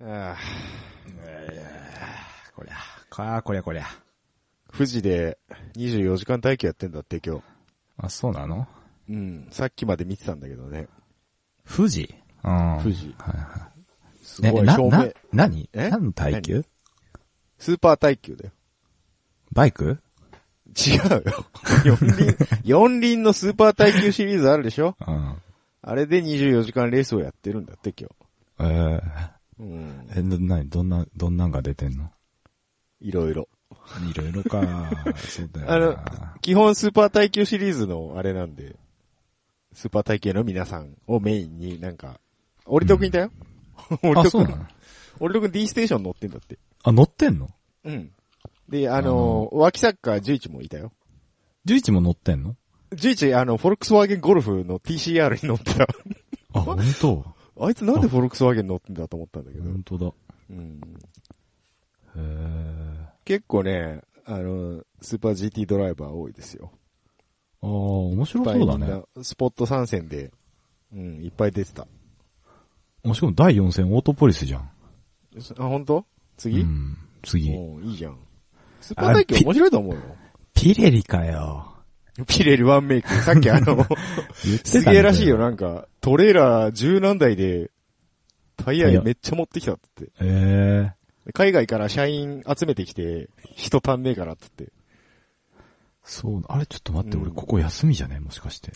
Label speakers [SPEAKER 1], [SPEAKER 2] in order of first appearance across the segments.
[SPEAKER 1] ああ
[SPEAKER 2] こりゃ、かあ、こりゃこりゃ。
[SPEAKER 1] 富士で24時間待機やってんだって今日。
[SPEAKER 2] あ、そうなの
[SPEAKER 1] うん。さっきまで見てたんだけどね。
[SPEAKER 2] 富士うん。
[SPEAKER 1] 富士
[SPEAKER 2] はいは
[SPEAKER 1] す
[SPEAKER 2] い。ね、
[SPEAKER 1] ごい
[SPEAKER 2] な、
[SPEAKER 1] 表
[SPEAKER 2] な
[SPEAKER 1] 面。、
[SPEAKER 2] 何
[SPEAKER 1] え
[SPEAKER 2] 何の耐久
[SPEAKER 1] スーパー耐久だよ。
[SPEAKER 2] バイク
[SPEAKER 1] 違うよ。四 輪、四輪のスーパー耐久シリーズあるでしょ
[SPEAKER 2] うん。
[SPEAKER 1] あれで24時間レースをやってるんだって今
[SPEAKER 2] えー、
[SPEAKER 1] 日。うん。
[SPEAKER 2] え、な、なにどんな、どんなんが出てんの
[SPEAKER 1] いろいろ。
[SPEAKER 2] いろいろ か。そうだ
[SPEAKER 1] あ
[SPEAKER 2] よ
[SPEAKER 1] の
[SPEAKER 2] な。、
[SPEAKER 1] 基本スーパー耐久シリーズのあれなんで、スーパー耐久の皆さんをメインになんか、折りとくんだよ。折
[SPEAKER 2] あ、
[SPEAKER 1] りと
[SPEAKER 2] そう
[SPEAKER 1] く
[SPEAKER 2] なの
[SPEAKER 1] ん。折りとくん D ステーション乗ってんだって。
[SPEAKER 2] あ、乗ってんの
[SPEAKER 1] うん。で、あ
[SPEAKER 2] あの
[SPEAKER 1] の、脇サッカー11もいたよ。
[SPEAKER 2] ?11 も乗ってんの
[SPEAKER 1] 11、あの、フォルクスワーゲンゴルフの TCR に乗ってた。
[SPEAKER 2] あ、本当
[SPEAKER 1] あいつなんでフォルクスワーゲン乗ってんだと思ったんだけど。
[SPEAKER 2] 本当だ。
[SPEAKER 1] うん
[SPEAKER 2] へー。
[SPEAKER 1] 結構ね、あの、スーパー GT ドライバー多いですよ。
[SPEAKER 2] ああ、面
[SPEAKER 1] い
[SPEAKER 2] 白
[SPEAKER 1] っぱ
[SPEAKER 2] そ
[SPEAKER 1] いう
[SPEAKER 2] だ
[SPEAKER 1] みん
[SPEAKER 2] ね。
[SPEAKER 1] な、スポット参戦で、うん、いっぱい出てた。
[SPEAKER 2] もしかも第4戦オートポリスじゃん。
[SPEAKER 1] あ、本当？次、
[SPEAKER 2] うん。次。
[SPEAKER 1] おういいじゃん。スーパー耐久面白いと思うよ。
[SPEAKER 2] ピレリかよ。
[SPEAKER 1] ピレルワンメイク。さっきあ の、
[SPEAKER 2] 言ってた
[SPEAKER 1] す
[SPEAKER 2] んだ
[SPEAKER 1] げえらしいよ、。なんか、トレーラー十何台で、タイヤめっちゃ持ってきたって言っ
[SPEAKER 2] ええ
[SPEAKER 1] て。海外から社員集めてきて、人足んねえからって言って。
[SPEAKER 2] そう、あれちょっと待って、
[SPEAKER 1] うん
[SPEAKER 2] 俺ここ休みじゃねもしかして。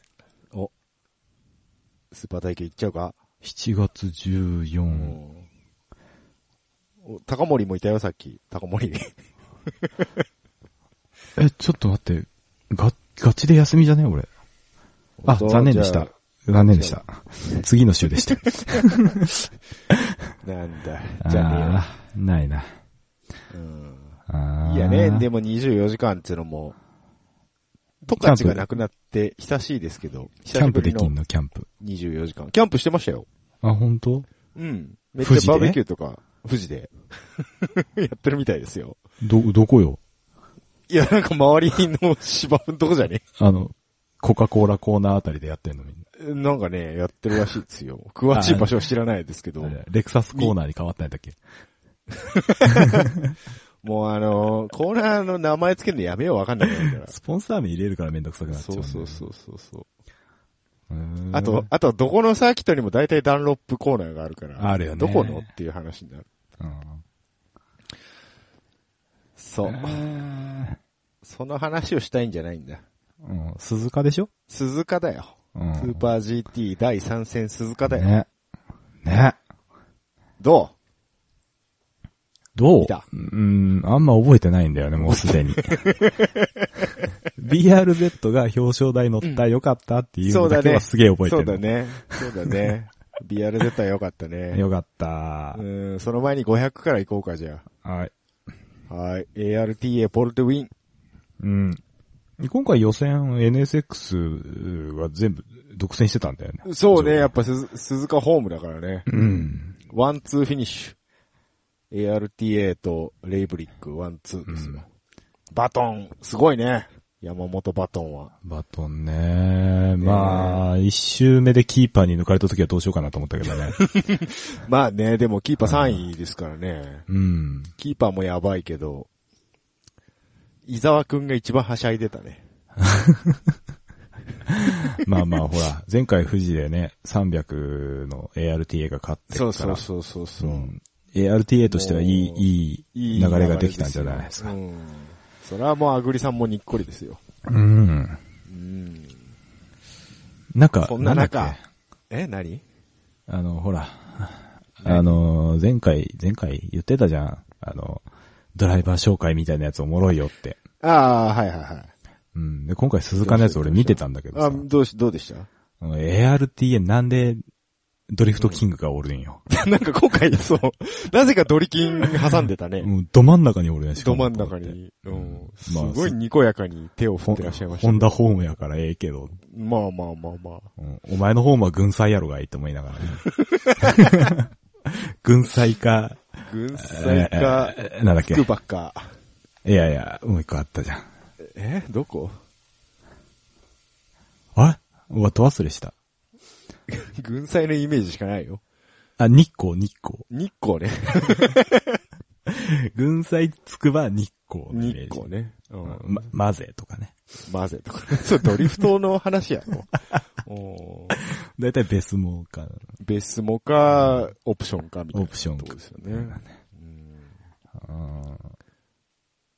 [SPEAKER 1] お。スーパー耐久行っちゃうか
[SPEAKER 2] 7月14。
[SPEAKER 1] うんお高森もいたよ、さっき。高森。
[SPEAKER 2] え、ちょっと待って、が、ガチで休みじゃね俺。あ、残念でし
[SPEAKER 1] じゃ
[SPEAKER 2] た。残念でした。次の週で した。
[SPEAKER 1] あ。なんだ。
[SPEAKER 2] あ
[SPEAKER 1] じゃ
[SPEAKER 2] あーない
[SPEAKER 1] あね
[SPEAKER 2] な。
[SPEAKER 1] えようん
[SPEAKER 2] ああ。
[SPEAKER 1] いやね、で
[SPEAKER 2] も。
[SPEAKER 1] も24時間っていうのも、トカチがなくなって久しいですけど、
[SPEAKER 2] キャ
[SPEAKER 1] 久し
[SPEAKER 2] ン
[SPEAKER 1] ぶ
[SPEAKER 2] プ
[SPEAKER 1] り
[SPEAKER 2] できん
[SPEAKER 1] の
[SPEAKER 2] の、キャンプ。
[SPEAKER 1] 24時間。キャンプしてましたよ。
[SPEAKER 2] あ、本当？
[SPEAKER 1] うん。めっちゃ
[SPEAKER 2] 富士で
[SPEAKER 1] バーベキューとか、富士で。 やってるみたいですよ。
[SPEAKER 2] ど、どこよ
[SPEAKER 1] いや、なんか周りの芝生のとこじゃね
[SPEAKER 2] あの、コカ・コーラコーナーあたりでやってんのみんな。
[SPEAKER 1] なんかね、やってるらしいですよ。 詳しい場所は知らないですけど
[SPEAKER 2] あ。れレクサスコーナーに変わったんだっけ
[SPEAKER 1] もうあのーコーナーの名前つけるのやめようわかんないから。
[SPEAKER 2] スポンサー名入れるからめんどくさくなっちゃう
[SPEAKER 1] そ
[SPEAKER 2] ん
[SPEAKER 1] う
[SPEAKER 2] だよ
[SPEAKER 1] そ
[SPEAKER 2] ね
[SPEAKER 1] うそうそうそう。
[SPEAKER 2] うーん
[SPEAKER 1] あと、、あと、どこのサーキットにも大体ダンロップコーナーがあるから。
[SPEAKER 2] あるよね
[SPEAKER 1] どこのっていう話になる。
[SPEAKER 2] うん
[SPEAKER 1] そう。その話をしたいんじゃないんだ。
[SPEAKER 2] うん、鈴鹿でしょ
[SPEAKER 1] 鈴鹿だよ。
[SPEAKER 2] うん。
[SPEAKER 1] スーパー GT 第3戦鈴鹿だよ。
[SPEAKER 2] ね。ね。
[SPEAKER 1] ど
[SPEAKER 2] どう
[SPEAKER 1] 見た
[SPEAKER 2] うん、あんま覚えてないんだよね、もうすで に。BRZ が表彰台乗った、よかったっていうのだけはすげえ
[SPEAKER 1] う
[SPEAKER 2] 覚えて
[SPEAKER 1] そ
[SPEAKER 2] る
[SPEAKER 1] うだ
[SPEAKER 2] の。
[SPEAKER 1] ね。そうだ ね。BRZ は良かったね。
[SPEAKER 2] よかった
[SPEAKER 1] う。ーん、その前に500から行こうか、じゃ
[SPEAKER 2] はい。
[SPEAKER 1] あ。はい。ARTA ポルテウィン。
[SPEAKER 2] うん。今回予選 NSX が全部独占してたんだよね。
[SPEAKER 1] そうね、やっぱ鈴鈴鹿ホームだからね。
[SPEAKER 2] うん。
[SPEAKER 1] ワンツーフィニッシュ。ARTA とレイブリックワンツーですよ。
[SPEAKER 2] うん
[SPEAKER 1] バトン、すごいね。山本バトンは。
[SPEAKER 2] バトンね。まあ、一周目でキーパーに抜かれた時はどうしようかなと思ったけど ね。
[SPEAKER 1] まあね、でもキーパー3位ですからね。
[SPEAKER 2] うん。
[SPEAKER 1] キーパーもやばいけど、伊沢くんが一番はしゃいでたね。
[SPEAKER 2] まあまあ、ほら、前回富士でね、300の ARTA が勝ってるから。
[SPEAKER 1] そうそうそ
[SPEAKER 2] うん。ARTA としてはいい
[SPEAKER 1] も、う
[SPEAKER 2] いい流れができたんじゃないですす
[SPEAKER 1] よ
[SPEAKER 2] か。
[SPEAKER 1] うん。それはもうアグリさんもにっこりですよ。
[SPEAKER 2] うん。
[SPEAKER 1] うん。
[SPEAKER 2] なんか、
[SPEAKER 1] そんな
[SPEAKER 2] だっ
[SPEAKER 1] 中
[SPEAKER 2] け、
[SPEAKER 1] え、何
[SPEAKER 2] あの、ほら、あの、前回、前回言ってたじゃん。あの、ドライバー紹介みたいなやつおもろいよって。
[SPEAKER 1] ああ、はいはいはい。
[SPEAKER 2] うん。で、今回鈴鹿のやつ俺見てたんだけど
[SPEAKER 1] あ、
[SPEAKER 2] さ。
[SPEAKER 1] どうし、どうでした
[SPEAKER 2] あの ARTA なんでドリフトキングがおるんよ。
[SPEAKER 1] なんか今回、そう。なぜかドリキン挟んでたね。
[SPEAKER 2] うん、ど真ん中におるね、しか
[SPEAKER 1] ど真
[SPEAKER 2] も
[SPEAKER 1] ん中に、うん、す
[SPEAKER 2] まあ
[SPEAKER 1] ごいにこやかに手を振
[SPEAKER 2] ほ
[SPEAKER 1] っ
[SPEAKER 2] ん
[SPEAKER 1] てらっしゃいました
[SPEAKER 2] ホ。ンダホームやからええけど、
[SPEAKER 1] まあまあまあまあ。
[SPEAKER 2] うんお前のホームは軍祭やろがいいと思いながらね。 軍祭か、
[SPEAKER 1] 軍祭か、
[SPEAKER 2] えーなんだっけ。
[SPEAKER 1] スクバか。
[SPEAKER 2] いやいや、もう一個あったじゃん。
[SPEAKER 1] えどこ
[SPEAKER 2] あれうわ、ど忘れした。
[SPEAKER 1] 軍祭のイメージしかないよ。
[SPEAKER 2] あ、日光、日光。
[SPEAKER 1] 日光ね。
[SPEAKER 2] 軍祭つくば日光のイメージ。
[SPEAKER 1] 日光ね。う
[SPEAKER 2] うん
[SPEAKER 1] ん。
[SPEAKER 2] ま、マゼとかね。
[SPEAKER 1] マゼとか。そう、ドリフトの話や ろ。おー
[SPEAKER 2] だいたいベスモーカー。
[SPEAKER 1] ベスモか、オプションか、みたいな。
[SPEAKER 2] オプション
[SPEAKER 1] と
[SPEAKER 2] か
[SPEAKER 1] こですよね。うん
[SPEAKER 2] あ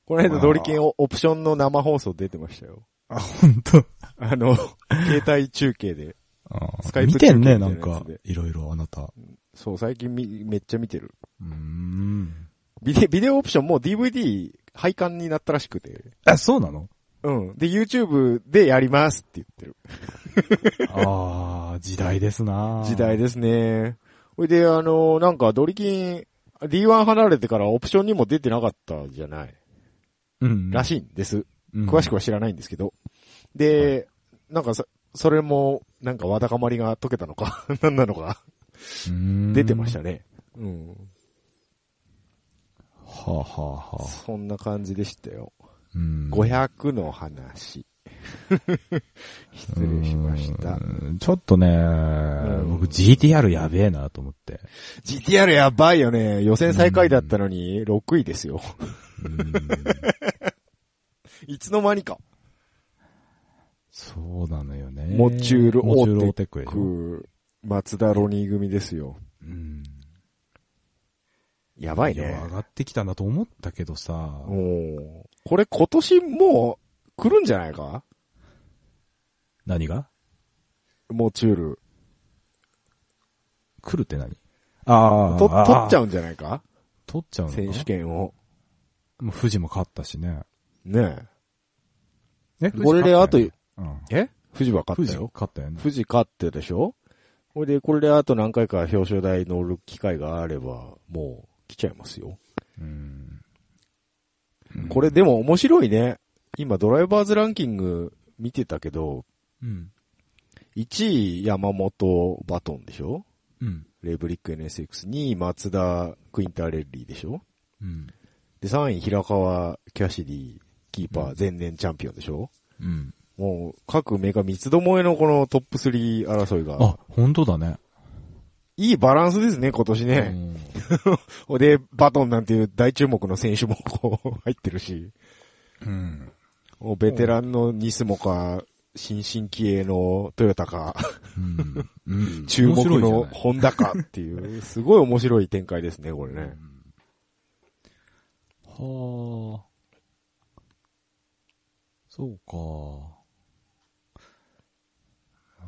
[SPEAKER 1] この間、ドリケンオオプションの生放送出てましたよ。
[SPEAKER 2] あ、ほんと。
[SPEAKER 1] あの、携帯中継で。スカイプ
[SPEAKER 2] 見てん
[SPEAKER 1] 中
[SPEAKER 2] ね、
[SPEAKER 1] 継
[SPEAKER 2] な
[SPEAKER 1] み
[SPEAKER 2] ん
[SPEAKER 1] たいなや
[SPEAKER 2] か
[SPEAKER 1] つで、
[SPEAKER 2] いろいろあなた。
[SPEAKER 1] そう、最近み、めっちゃ見てる。
[SPEAKER 2] うーん。
[SPEAKER 1] ビデビデオオプションもう DVD 配管になったらしくて。
[SPEAKER 2] あ、そうなの
[SPEAKER 1] うん。で、YouTube でやりますって言ってる。
[SPEAKER 2] ああ、時代ですな
[SPEAKER 1] 時代。ですね。ほいで、あのなんかドリキン、D1 離れてからオプションにも出てなかったじゃない。
[SPEAKER 2] うん。
[SPEAKER 1] らしいんです。
[SPEAKER 2] うん
[SPEAKER 1] 詳しくは知らないんですけど。で、なんかそ、それも、なんかわだかまりが解けたのか、 何なのか、出てまし。
[SPEAKER 2] う
[SPEAKER 1] たね。うん。
[SPEAKER 2] ーんはあ、はあはあ、
[SPEAKER 1] そんな感じでしたよ。
[SPEAKER 2] うん
[SPEAKER 1] 500の話。 失礼しました。
[SPEAKER 2] うんちょっとね、
[SPEAKER 1] ん
[SPEAKER 2] 僕 GTR やべえなと思って。
[SPEAKER 1] GTR やばいよね。予選最下位だったのに、6位ですよ。
[SPEAKER 2] うん
[SPEAKER 1] いつの間にか。
[SPEAKER 2] そうなのよね。
[SPEAKER 1] モチュール
[SPEAKER 2] モチュール
[SPEAKER 1] オ
[SPEAKER 2] オ
[SPEAKER 1] ー
[SPEAKER 2] ーテックでしょ。
[SPEAKER 1] く、松田ロニー組ですよ。
[SPEAKER 2] うん。
[SPEAKER 1] やばい
[SPEAKER 2] い
[SPEAKER 1] ね
[SPEAKER 2] や。上がってきたなと思ったけどさ、
[SPEAKER 1] もう、これ今年もう来るんじゃないか
[SPEAKER 2] 何が
[SPEAKER 1] モチュール。
[SPEAKER 2] 来るって何ああ、
[SPEAKER 1] と、取っちゃ
[SPEAKER 2] う。
[SPEAKER 1] うんじゃないか
[SPEAKER 2] 取っちゃうのか
[SPEAKER 1] 選手権を。
[SPEAKER 2] もう富士も勝ったしね。
[SPEAKER 1] ね
[SPEAKER 2] え
[SPEAKER 1] これであと、
[SPEAKER 2] 富士勝ったよね
[SPEAKER 1] え。え富士は
[SPEAKER 2] うん。
[SPEAKER 1] 勝
[SPEAKER 2] 富
[SPEAKER 1] った
[SPEAKER 2] 士
[SPEAKER 1] よ。
[SPEAKER 2] 勝ったよね。
[SPEAKER 1] 富士勝ってでしょほいで、これであと何回か表彰台乗る機会があれば、もう来ちゃいますよ。
[SPEAKER 2] うん。
[SPEAKER 1] これでも面白いね。今ドライバーズランキング見てたけど、
[SPEAKER 2] うん。
[SPEAKER 1] 1位山本バトンでしょ
[SPEAKER 2] うん。
[SPEAKER 1] レイブリック NSX、2位松田クインターレッリーでしょ
[SPEAKER 2] うん。
[SPEAKER 1] で、3位平川キャシリー、キーパー、前年チャンピオンでしょ
[SPEAKER 2] うん。
[SPEAKER 1] もう各メーカー三つどもえのこのトップ3争いが
[SPEAKER 2] あ、、本当だね。
[SPEAKER 1] いいバランスですね、今年
[SPEAKER 2] う
[SPEAKER 1] ね。
[SPEAKER 2] ん
[SPEAKER 1] で、バトンなんていう大注目の選手もこう入ってるし。
[SPEAKER 2] うん。
[SPEAKER 1] もうベテランのニスモか、新進気鋭のトヨタか、
[SPEAKER 2] うんうん。
[SPEAKER 1] 注目
[SPEAKER 2] 面白いじゃ
[SPEAKER 1] の
[SPEAKER 2] ない
[SPEAKER 1] ホンダかって いう、すごい面白い展開ですね、これね。
[SPEAKER 2] はあ。そうか。あ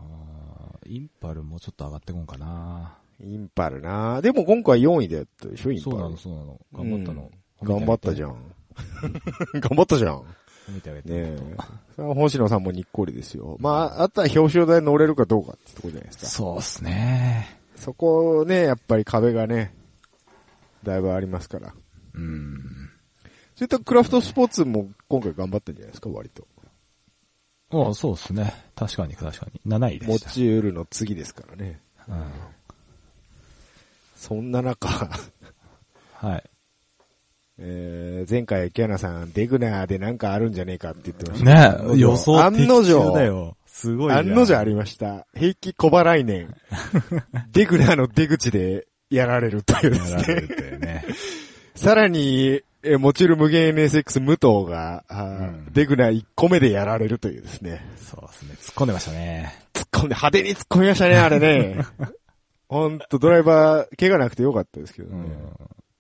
[SPEAKER 2] ーインパルもちょっと上がってこんかな。
[SPEAKER 1] インパルなでも今回4位だったでしょ、インパ
[SPEAKER 2] そう
[SPEAKER 1] ル
[SPEAKER 2] な。の、そうなの。頑張ったの。
[SPEAKER 1] うん頑張ったじゃ
[SPEAKER 2] ん。
[SPEAKER 1] ん。 頑張ったじゃん。
[SPEAKER 2] 褒めてあげて。
[SPEAKER 1] ねえ。 それは星野さんもにっこりですよ。まあ、あとは表彰台乗れるかどうかってとこじゃないですか。
[SPEAKER 2] そうっすね。
[SPEAKER 1] そこをね、やっぱり壁がね、だいぶありますから。
[SPEAKER 2] うん。
[SPEAKER 1] それとクラフトスポーツも今回頑張ったんじゃないですか、割と。
[SPEAKER 2] ああそうっすね。確かに、確かに。7位で
[SPEAKER 1] モ
[SPEAKER 2] した。
[SPEAKER 1] チュールの次ですからね。
[SPEAKER 2] うん
[SPEAKER 1] そんな中、
[SPEAKER 2] はい。
[SPEAKER 1] えー、前回、キャナさん、デグナーでなんかあるんじゃねえかって言ってました。
[SPEAKER 2] ねえ予想
[SPEAKER 1] 案の定
[SPEAKER 2] 的中だよ。すごいじゃん。
[SPEAKER 1] 案の定ありました。平気小払い 年。デグナーの出口でやられるというで
[SPEAKER 2] や
[SPEAKER 1] す
[SPEAKER 2] られ
[SPEAKER 1] ね。
[SPEAKER 2] るというね。
[SPEAKER 1] さらに、えー、モチル無限 NSX 武藤が、あー
[SPEAKER 2] うん
[SPEAKER 1] デグナー1個目でやられるというですね。
[SPEAKER 2] そうですね。突っ込んでましたね。
[SPEAKER 1] 突っ込んで、派手に突っ込みましたね、あれね。ほんと、ドライバー、怪我なくてよかったですけど
[SPEAKER 2] う
[SPEAKER 1] ね。
[SPEAKER 2] ん。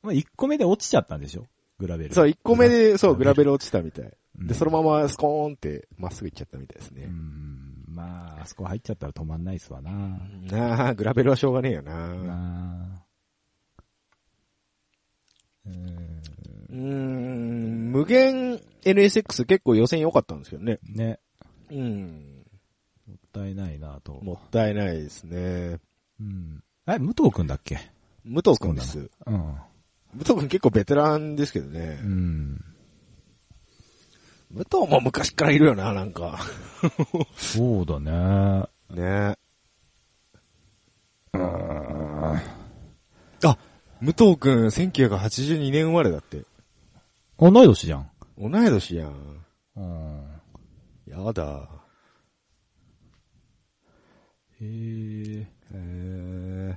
[SPEAKER 2] まあ、1個目で落ちちゃったんでしょグラベル。
[SPEAKER 1] そう、1個目で、そう、グ
[SPEAKER 2] グ
[SPEAKER 1] ラ
[SPEAKER 2] ラ
[SPEAKER 1] ベ
[SPEAKER 2] ベ
[SPEAKER 1] ル落ちたみたい。
[SPEAKER 2] うん
[SPEAKER 1] で、そのままスコーンって、まっすぐ行っちゃったみたいです
[SPEAKER 2] う
[SPEAKER 1] ね。
[SPEAKER 2] ん。まあ、あそこ入っちゃったら止まんないっすわな。
[SPEAKER 1] なあ、グラベルはしょうがねえよな
[SPEAKER 2] なあうん。
[SPEAKER 1] うーん、無限 NSX 結構予選良かったんですけどね。
[SPEAKER 2] ね。
[SPEAKER 1] うん。
[SPEAKER 2] もったいないなと。
[SPEAKER 1] もったいないですね。
[SPEAKER 2] うん。え、武藤くんだっけ
[SPEAKER 1] 武藤くんです。
[SPEAKER 2] うん。
[SPEAKER 1] 武藤くん結構ベテランですけどね
[SPEAKER 2] う。ん。
[SPEAKER 1] 武藤も昔からいるよな、なんか。
[SPEAKER 2] そうだね。
[SPEAKER 1] ね
[SPEAKER 2] うん。
[SPEAKER 1] あ、武藤くん1982年生まれだって。
[SPEAKER 2] 同い年じゃん。
[SPEAKER 1] 同い年やん。
[SPEAKER 2] うん。
[SPEAKER 1] やだ。
[SPEAKER 2] へえ。
[SPEAKER 1] へー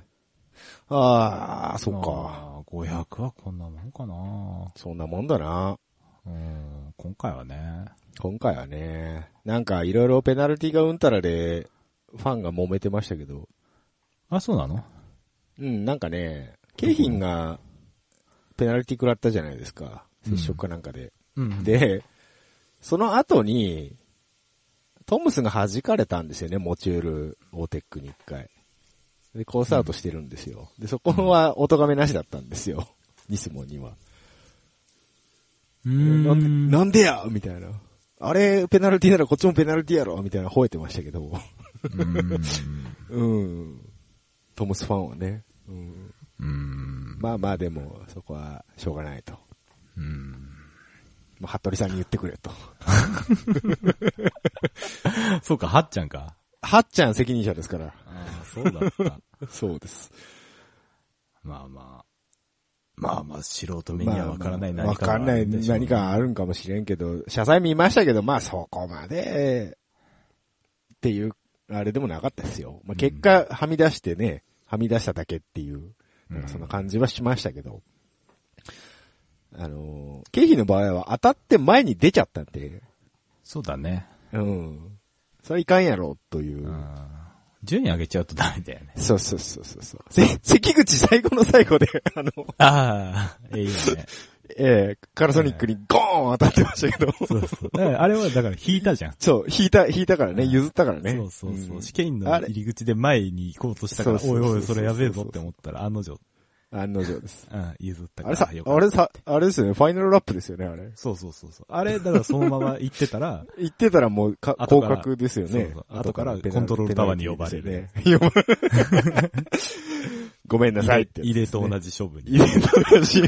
[SPEAKER 1] ああ、そっか。
[SPEAKER 2] あー。500はこんなもんかな
[SPEAKER 1] そんなもんだな。
[SPEAKER 2] うん、今回はね。
[SPEAKER 1] 今回はね、なんかいろいろペナルティがうんたらで、ファンが揉めてましたけど、
[SPEAKER 2] あ、そうなの
[SPEAKER 1] うん、なんかね、景品がペナルティ食らったじゃないですか。
[SPEAKER 2] うん
[SPEAKER 1] 接触かなんかで。
[SPEAKER 2] うんで、
[SPEAKER 1] で、その後に、トムスが弾かれたんですよね、モチュールオーテックに一回。で、コースアウトしてるんですよ。で、そこはお咎めなしだったんですよ。ニスモには。
[SPEAKER 2] うー
[SPEAKER 1] なんで、
[SPEAKER 2] ん。
[SPEAKER 1] なんでやみたいな。あれ、ペナルティならこっちもペナルティやろみたいな吠えてましたけど。
[SPEAKER 2] うん
[SPEAKER 1] うん。トムスファンはね。うん。
[SPEAKER 2] うん。
[SPEAKER 1] まあまあでも、そこはしょうがないと。
[SPEAKER 2] うん
[SPEAKER 1] まあ、服部さんに言ってくれと。
[SPEAKER 2] そうか、はっちゃんか。
[SPEAKER 1] はっちゃん責任者ですから。
[SPEAKER 2] ああ、そうだった。
[SPEAKER 1] そうです。
[SPEAKER 2] まあまあ。まあまあ、素人目にはわからない
[SPEAKER 1] まあ
[SPEAKER 2] 何か
[SPEAKER 1] わかん
[SPEAKER 2] はあ
[SPEAKER 1] な
[SPEAKER 2] る
[SPEAKER 1] い
[SPEAKER 2] んでしょうね
[SPEAKER 1] 何。かあるんかもしれんけど、謝罪見ましたけど、まあそこまで、っていう、あれでもなかったですよ。まあ結果、はみ出してね、はみ出しただけっていう、なんかそんな感じはしましたけど。あのー、経費の場合は当たって前に出ちゃったんで、
[SPEAKER 2] そうだね。
[SPEAKER 1] うん。それいかんやろ、というう。
[SPEAKER 2] ん。順位上げちゃうとダメだよね。
[SPEAKER 1] そうそうそうそうそう。せ関口最後の最後で、あの、
[SPEAKER 2] ああ、いいよね。
[SPEAKER 1] えー、カラソニックにゴーン当たってましたけど。
[SPEAKER 2] そうそう。だからあれは、だから引いたじゃん。
[SPEAKER 1] そう、引いた、引いたからね、譲ったからね。
[SPEAKER 2] そうそうそう。
[SPEAKER 1] ん
[SPEAKER 2] 試験員の
[SPEAKER 1] あれ
[SPEAKER 2] 入り口で前に行こうとしたから、
[SPEAKER 1] そうそ
[SPEAKER 2] おいう
[SPEAKER 1] そう
[SPEAKER 2] おい、それやべえぞって思ったら、案の定、
[SPEAKER 1] 案の定です。
[SPEAKER 2] うん、譲った
[SPEAKER 1] あ
[SPEAKER 2] か
[SPEAKER 1] れ
[SPEAKER 2] ら。
[SPEAKER 1] さ、
[SPEAKER 2] よかっ
[SPEAKER 1] あ
[SPEAKER 2] た
[SPEAKER 1] れさ、あれですよね、ファイナルラップですよね、あれ。
[SPEAKER 2] そうそうそうそう。あれ、だからそのまま行ってたら、
[SPEAKER 1] 言ってたらもう、か、
[SPEAKER 2] 後
[SPEAKER 1] 降
[SPEAKER 2] から
[SPEAKER 1] 格ですよ
[SPEAKER 2] そう
[SPEAKER 1] ね
[SPEAKER 2] そう。後からコントロールタワーに呼ばれる
[SPEAKER 1] ペナルティですよね呼ば ごめんなさいって
[SPEAKER 2] 入
[SPEAKER 1] やつですね。
[SPEAKER 2] れと同じ処分に。
[SPEAKER 1] 入れと同じ。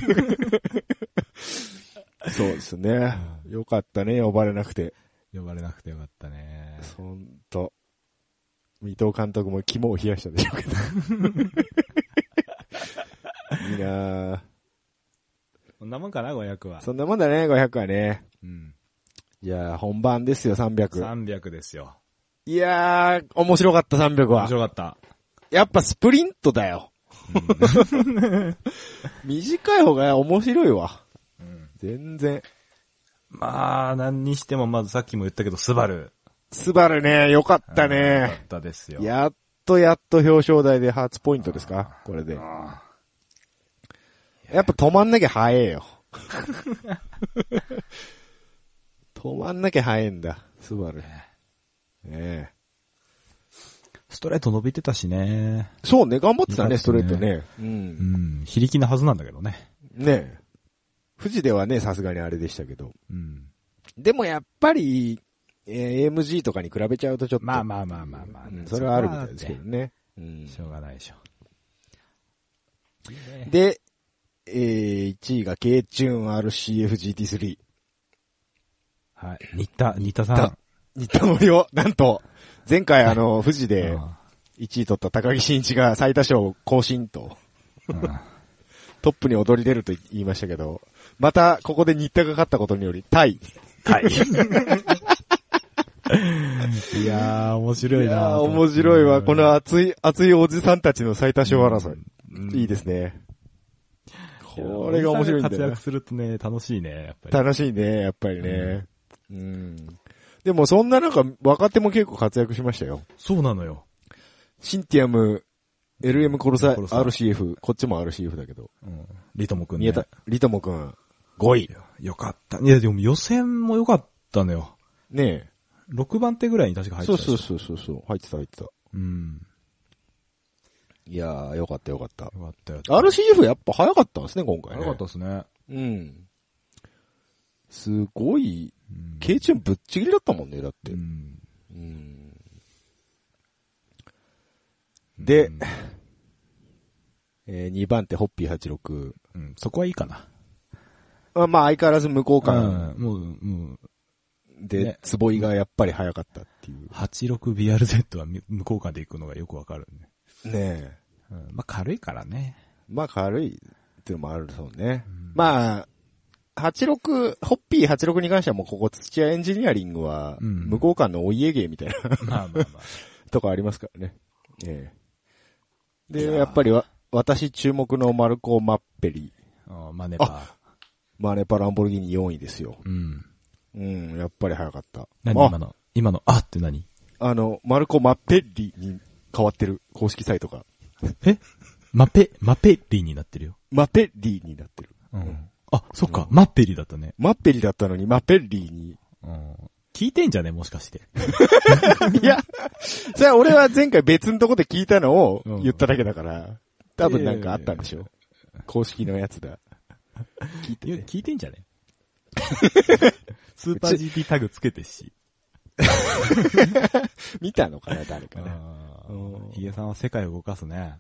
[SPEAKER 1] そうですね。よかったね、呼ばれなくて。
[SPEAKER 2] 呼ばれなくてよかったね。
[SPEAKER 1] ほんと。伊藤監督も肝を冷やしたでしょうけど。い いなぁ。
[SPEAKER 2] こんなもんかな、500は。
[SPEAKER 1] そんなもんだね、500はね。
[SPEAKER 2] うん。
[SPEAKER 1] いやー、本番ですよ、300。
[SPEAKER 2] 300ですよ。
[SPEAKER 1] いやー、面白かった、300
[SPEAKER 2] 面
[SPEAKER 1] は。
[SPEAKER 2] 白かった。
[SPEAKER 1] やっぱスプリントだよ。 短い方が面白いわ。
[SPEAKER 2] うん
[SPEAKER 1] 全然。
[SPEAKER 2] まあ、何にしても、まずさっきも言ったけど、スバル。
[SPEAKER 1] スバルね、よかった
[SPEAKER 2] よか
[SPEAKER 1] ね
[SPEAKER 2] っ。たですよ。
[SPEAKER 1] やっとやっと表彰台で初ポイントですかこれで。
[SPEAKER 2] あ
[SPEAKER 1] やっぱ止まんなきゃ早 えよ。 止まんなきゃ早えんだ、スバル。
[SPEAKER 2] ー
[SPEAKER 1] ねえ
[SPEAKER 2] ストレート伸びてたしね。
[SPEAKER 1] そうね、頑張ってた
[SPEAKER 2] よかったね
[SPEAKER 1] ね、ストレートね。う。
[SPEAKER 2] うんん。非力なはずなんだけどね。
[SPEAKER 1] ねえ富士ではね、さすがにあれでしたけど。
[SPEAKER 2] うん。
[SPEAKER 1] でもやっぱり、えー AMG とかに比べちゃうとちょっと。
[SPEAKER 2] まあまあまあまあまあね
[SPEAKER 1] うんそれはあるみたいですけどね。うん
[SPEAKER 2] しょうがないでしょ。
[SPEAKER 1] で、えー、1位が K チューン RCFGT3。
[SPEAKER 2] はい。新田、新田さ
[SPEAKER 1] 新
[SPEAKER 2] ん。
[SPEAKER 1] 新田森を、 なんと、前回あの、富士で
[SPEAKER 2] うん
[SPEAKER 1] 1位取った高木慎一が最多勝更新と、
[SPEAKER 2] うん
[SPEAKER 1] トップに躍り出ると言いましたけど、また、ここで新田が勝ったことにより、タイ。
[SPEAKER 2] はい。い やー、面白
[SPEAKER 1] い
[SPEAKER 2] い
[SPEAKER 1] や
[SPEAKER 2] な
[SPEAKER 1] ー面白いわ。この熱い、熱いおじさんたちの最多勝争い。いいですね。これが面白いんだ
[SPEAKER 2] 活
[SPEAKER 1] よ
[SPEAKER 2] 躍
[SPEAKER 1] な。
[SPEAKER 2] するとね、楽しいね、やっぱり。
[SPEAKER 1] 楽しいね、やっぱりね。うん。でもそんな中、若手も結構活躍しましたよ。
[SPEAKER 2] そうなのよ。
[SPEAKER 1] シンティアム、LM コロサイ、
[SPEAKER 2] コロサイ
[SPEAKER 1] RCF、こっちも RCF だけど。
[SPEAKER 2] うん。リトモくんね。
[SPEAKER 1] 宮田、リトモくん、5位。
[SPEAKER 2] よかった。いや、でも予選も良かったのよ。
[SPEAKER 1] ね
[SPEAKER 2] 6番手ぐらいに確か
[SPEAKER 1] え。
[SPEAKER 2] 入って
[SPEAKER 1] そう
[SPEAKER 2] たでし
[SPEAKER 1] そ
[SPEAKER 2] ょ
[SPEAKER 1] うそうそうそう、入ってた入ってた。
[SPEAKER 2] うん。
[SPEAKER 1] いやー、よかったよかった。
[SPEAKER 2] よかったよ。
[SPEAKER 1] RCF やっぱ早かったんですね、今回ね。
[SPEAKER 2] よかったですね。
[SPEAKER 1] うん。すごい、
[SPEAKER 2] うん
[SPEAKER 1] ケイチュンぶっちぎりだったもんね、だって
[SPEAKER 2] う。ん
[SPEAKER 1] うんで、
[SPEAKER 2] うん
[SPEAKER 1] えー、2番手、ホッピー86。
[SPEAKER 2] うん、そこはいいかな。
[SPEAKER 1] あまあ、相変わらず無効感
[SPEAKER 2] うん、もう、もう、
[SPEAKER 1] で、
[SPEAKER 2] ね
[SPEAKER 1] 坪井がやっぱり早かったっていう。
[SPEAKER 2] 86BRZ は無無効化で行くのがよくわかるね。
[SPEAKER 1] ねえ。
[SPEAKER 2] うん、まあ軽いから ね。
[SPEAKER 1] まあ、軽いっていうのもあるそうね。
[SPEAKER 2] うん
[SPEAKER 1] まあ、86、ホッピー86に関してはもうここ土屋エンジニアリングは、
[SPEAKER 2] うん
[SPEAKER 1] 無効感のお家芸みたいな
[SPEAKER 2] まあまあまあ。
[SPEAKER 1] とかありますからね。ええ
[SPEAKER 2] いや
[SPEAKER 1] で、
[SPEAKER 2] ー
[SPEAKER 1] やっぱりわ私注目のマルコ・マッペリ。
[SPEAKER 2] あマネパ。
[SPEAKER 1] マネパ・ランボルギーニ4位ですよ。
[SPEAKER 2] うん。
[SPEAKER 1] うん、やっぱり早かった。
[SPEAKER 2] 何今
[SPEAKER 1] あ、
[SPEAKER 2] の、今の、あって何
[SPEAKER 1] あの、マルコ・マッペリに変わってる。公式サイトが。
[SPEAKER 2] えマペ、マペリになってるよ。
[SPEAKER 1] マッペリになってる。
[SPEAKER 2] うん。あ、そっか、マッペリだったね。
[SPEAKER 1] マッペリだったのにマッペリ に。
[SPEAKER 2] うん。聞いてんじゃねもしかして。
[SPEAKER 1] いや、それは俺は前回別のとこで聞いたのを
[SPEAKER 2] うん
[SPEAKER 1] 言っただけだから、多分なんかあったんでしょ。公式のやつだ。聞い
[SPEAKER 2] い
[SPEAKER 1] て
[SPEAKER 2] や、
[SPEAKER 1] て。
[SPEAKER 2] 聞いてんじゃねスーパー GT タグつけてっし。
[SPEAKER 1] 見たのかな、誰かね。
[SPEAKER 2] あ
[SPEAKER 1] うん
[SPEAKER 2] ーヒゲさんは世界を動かすね。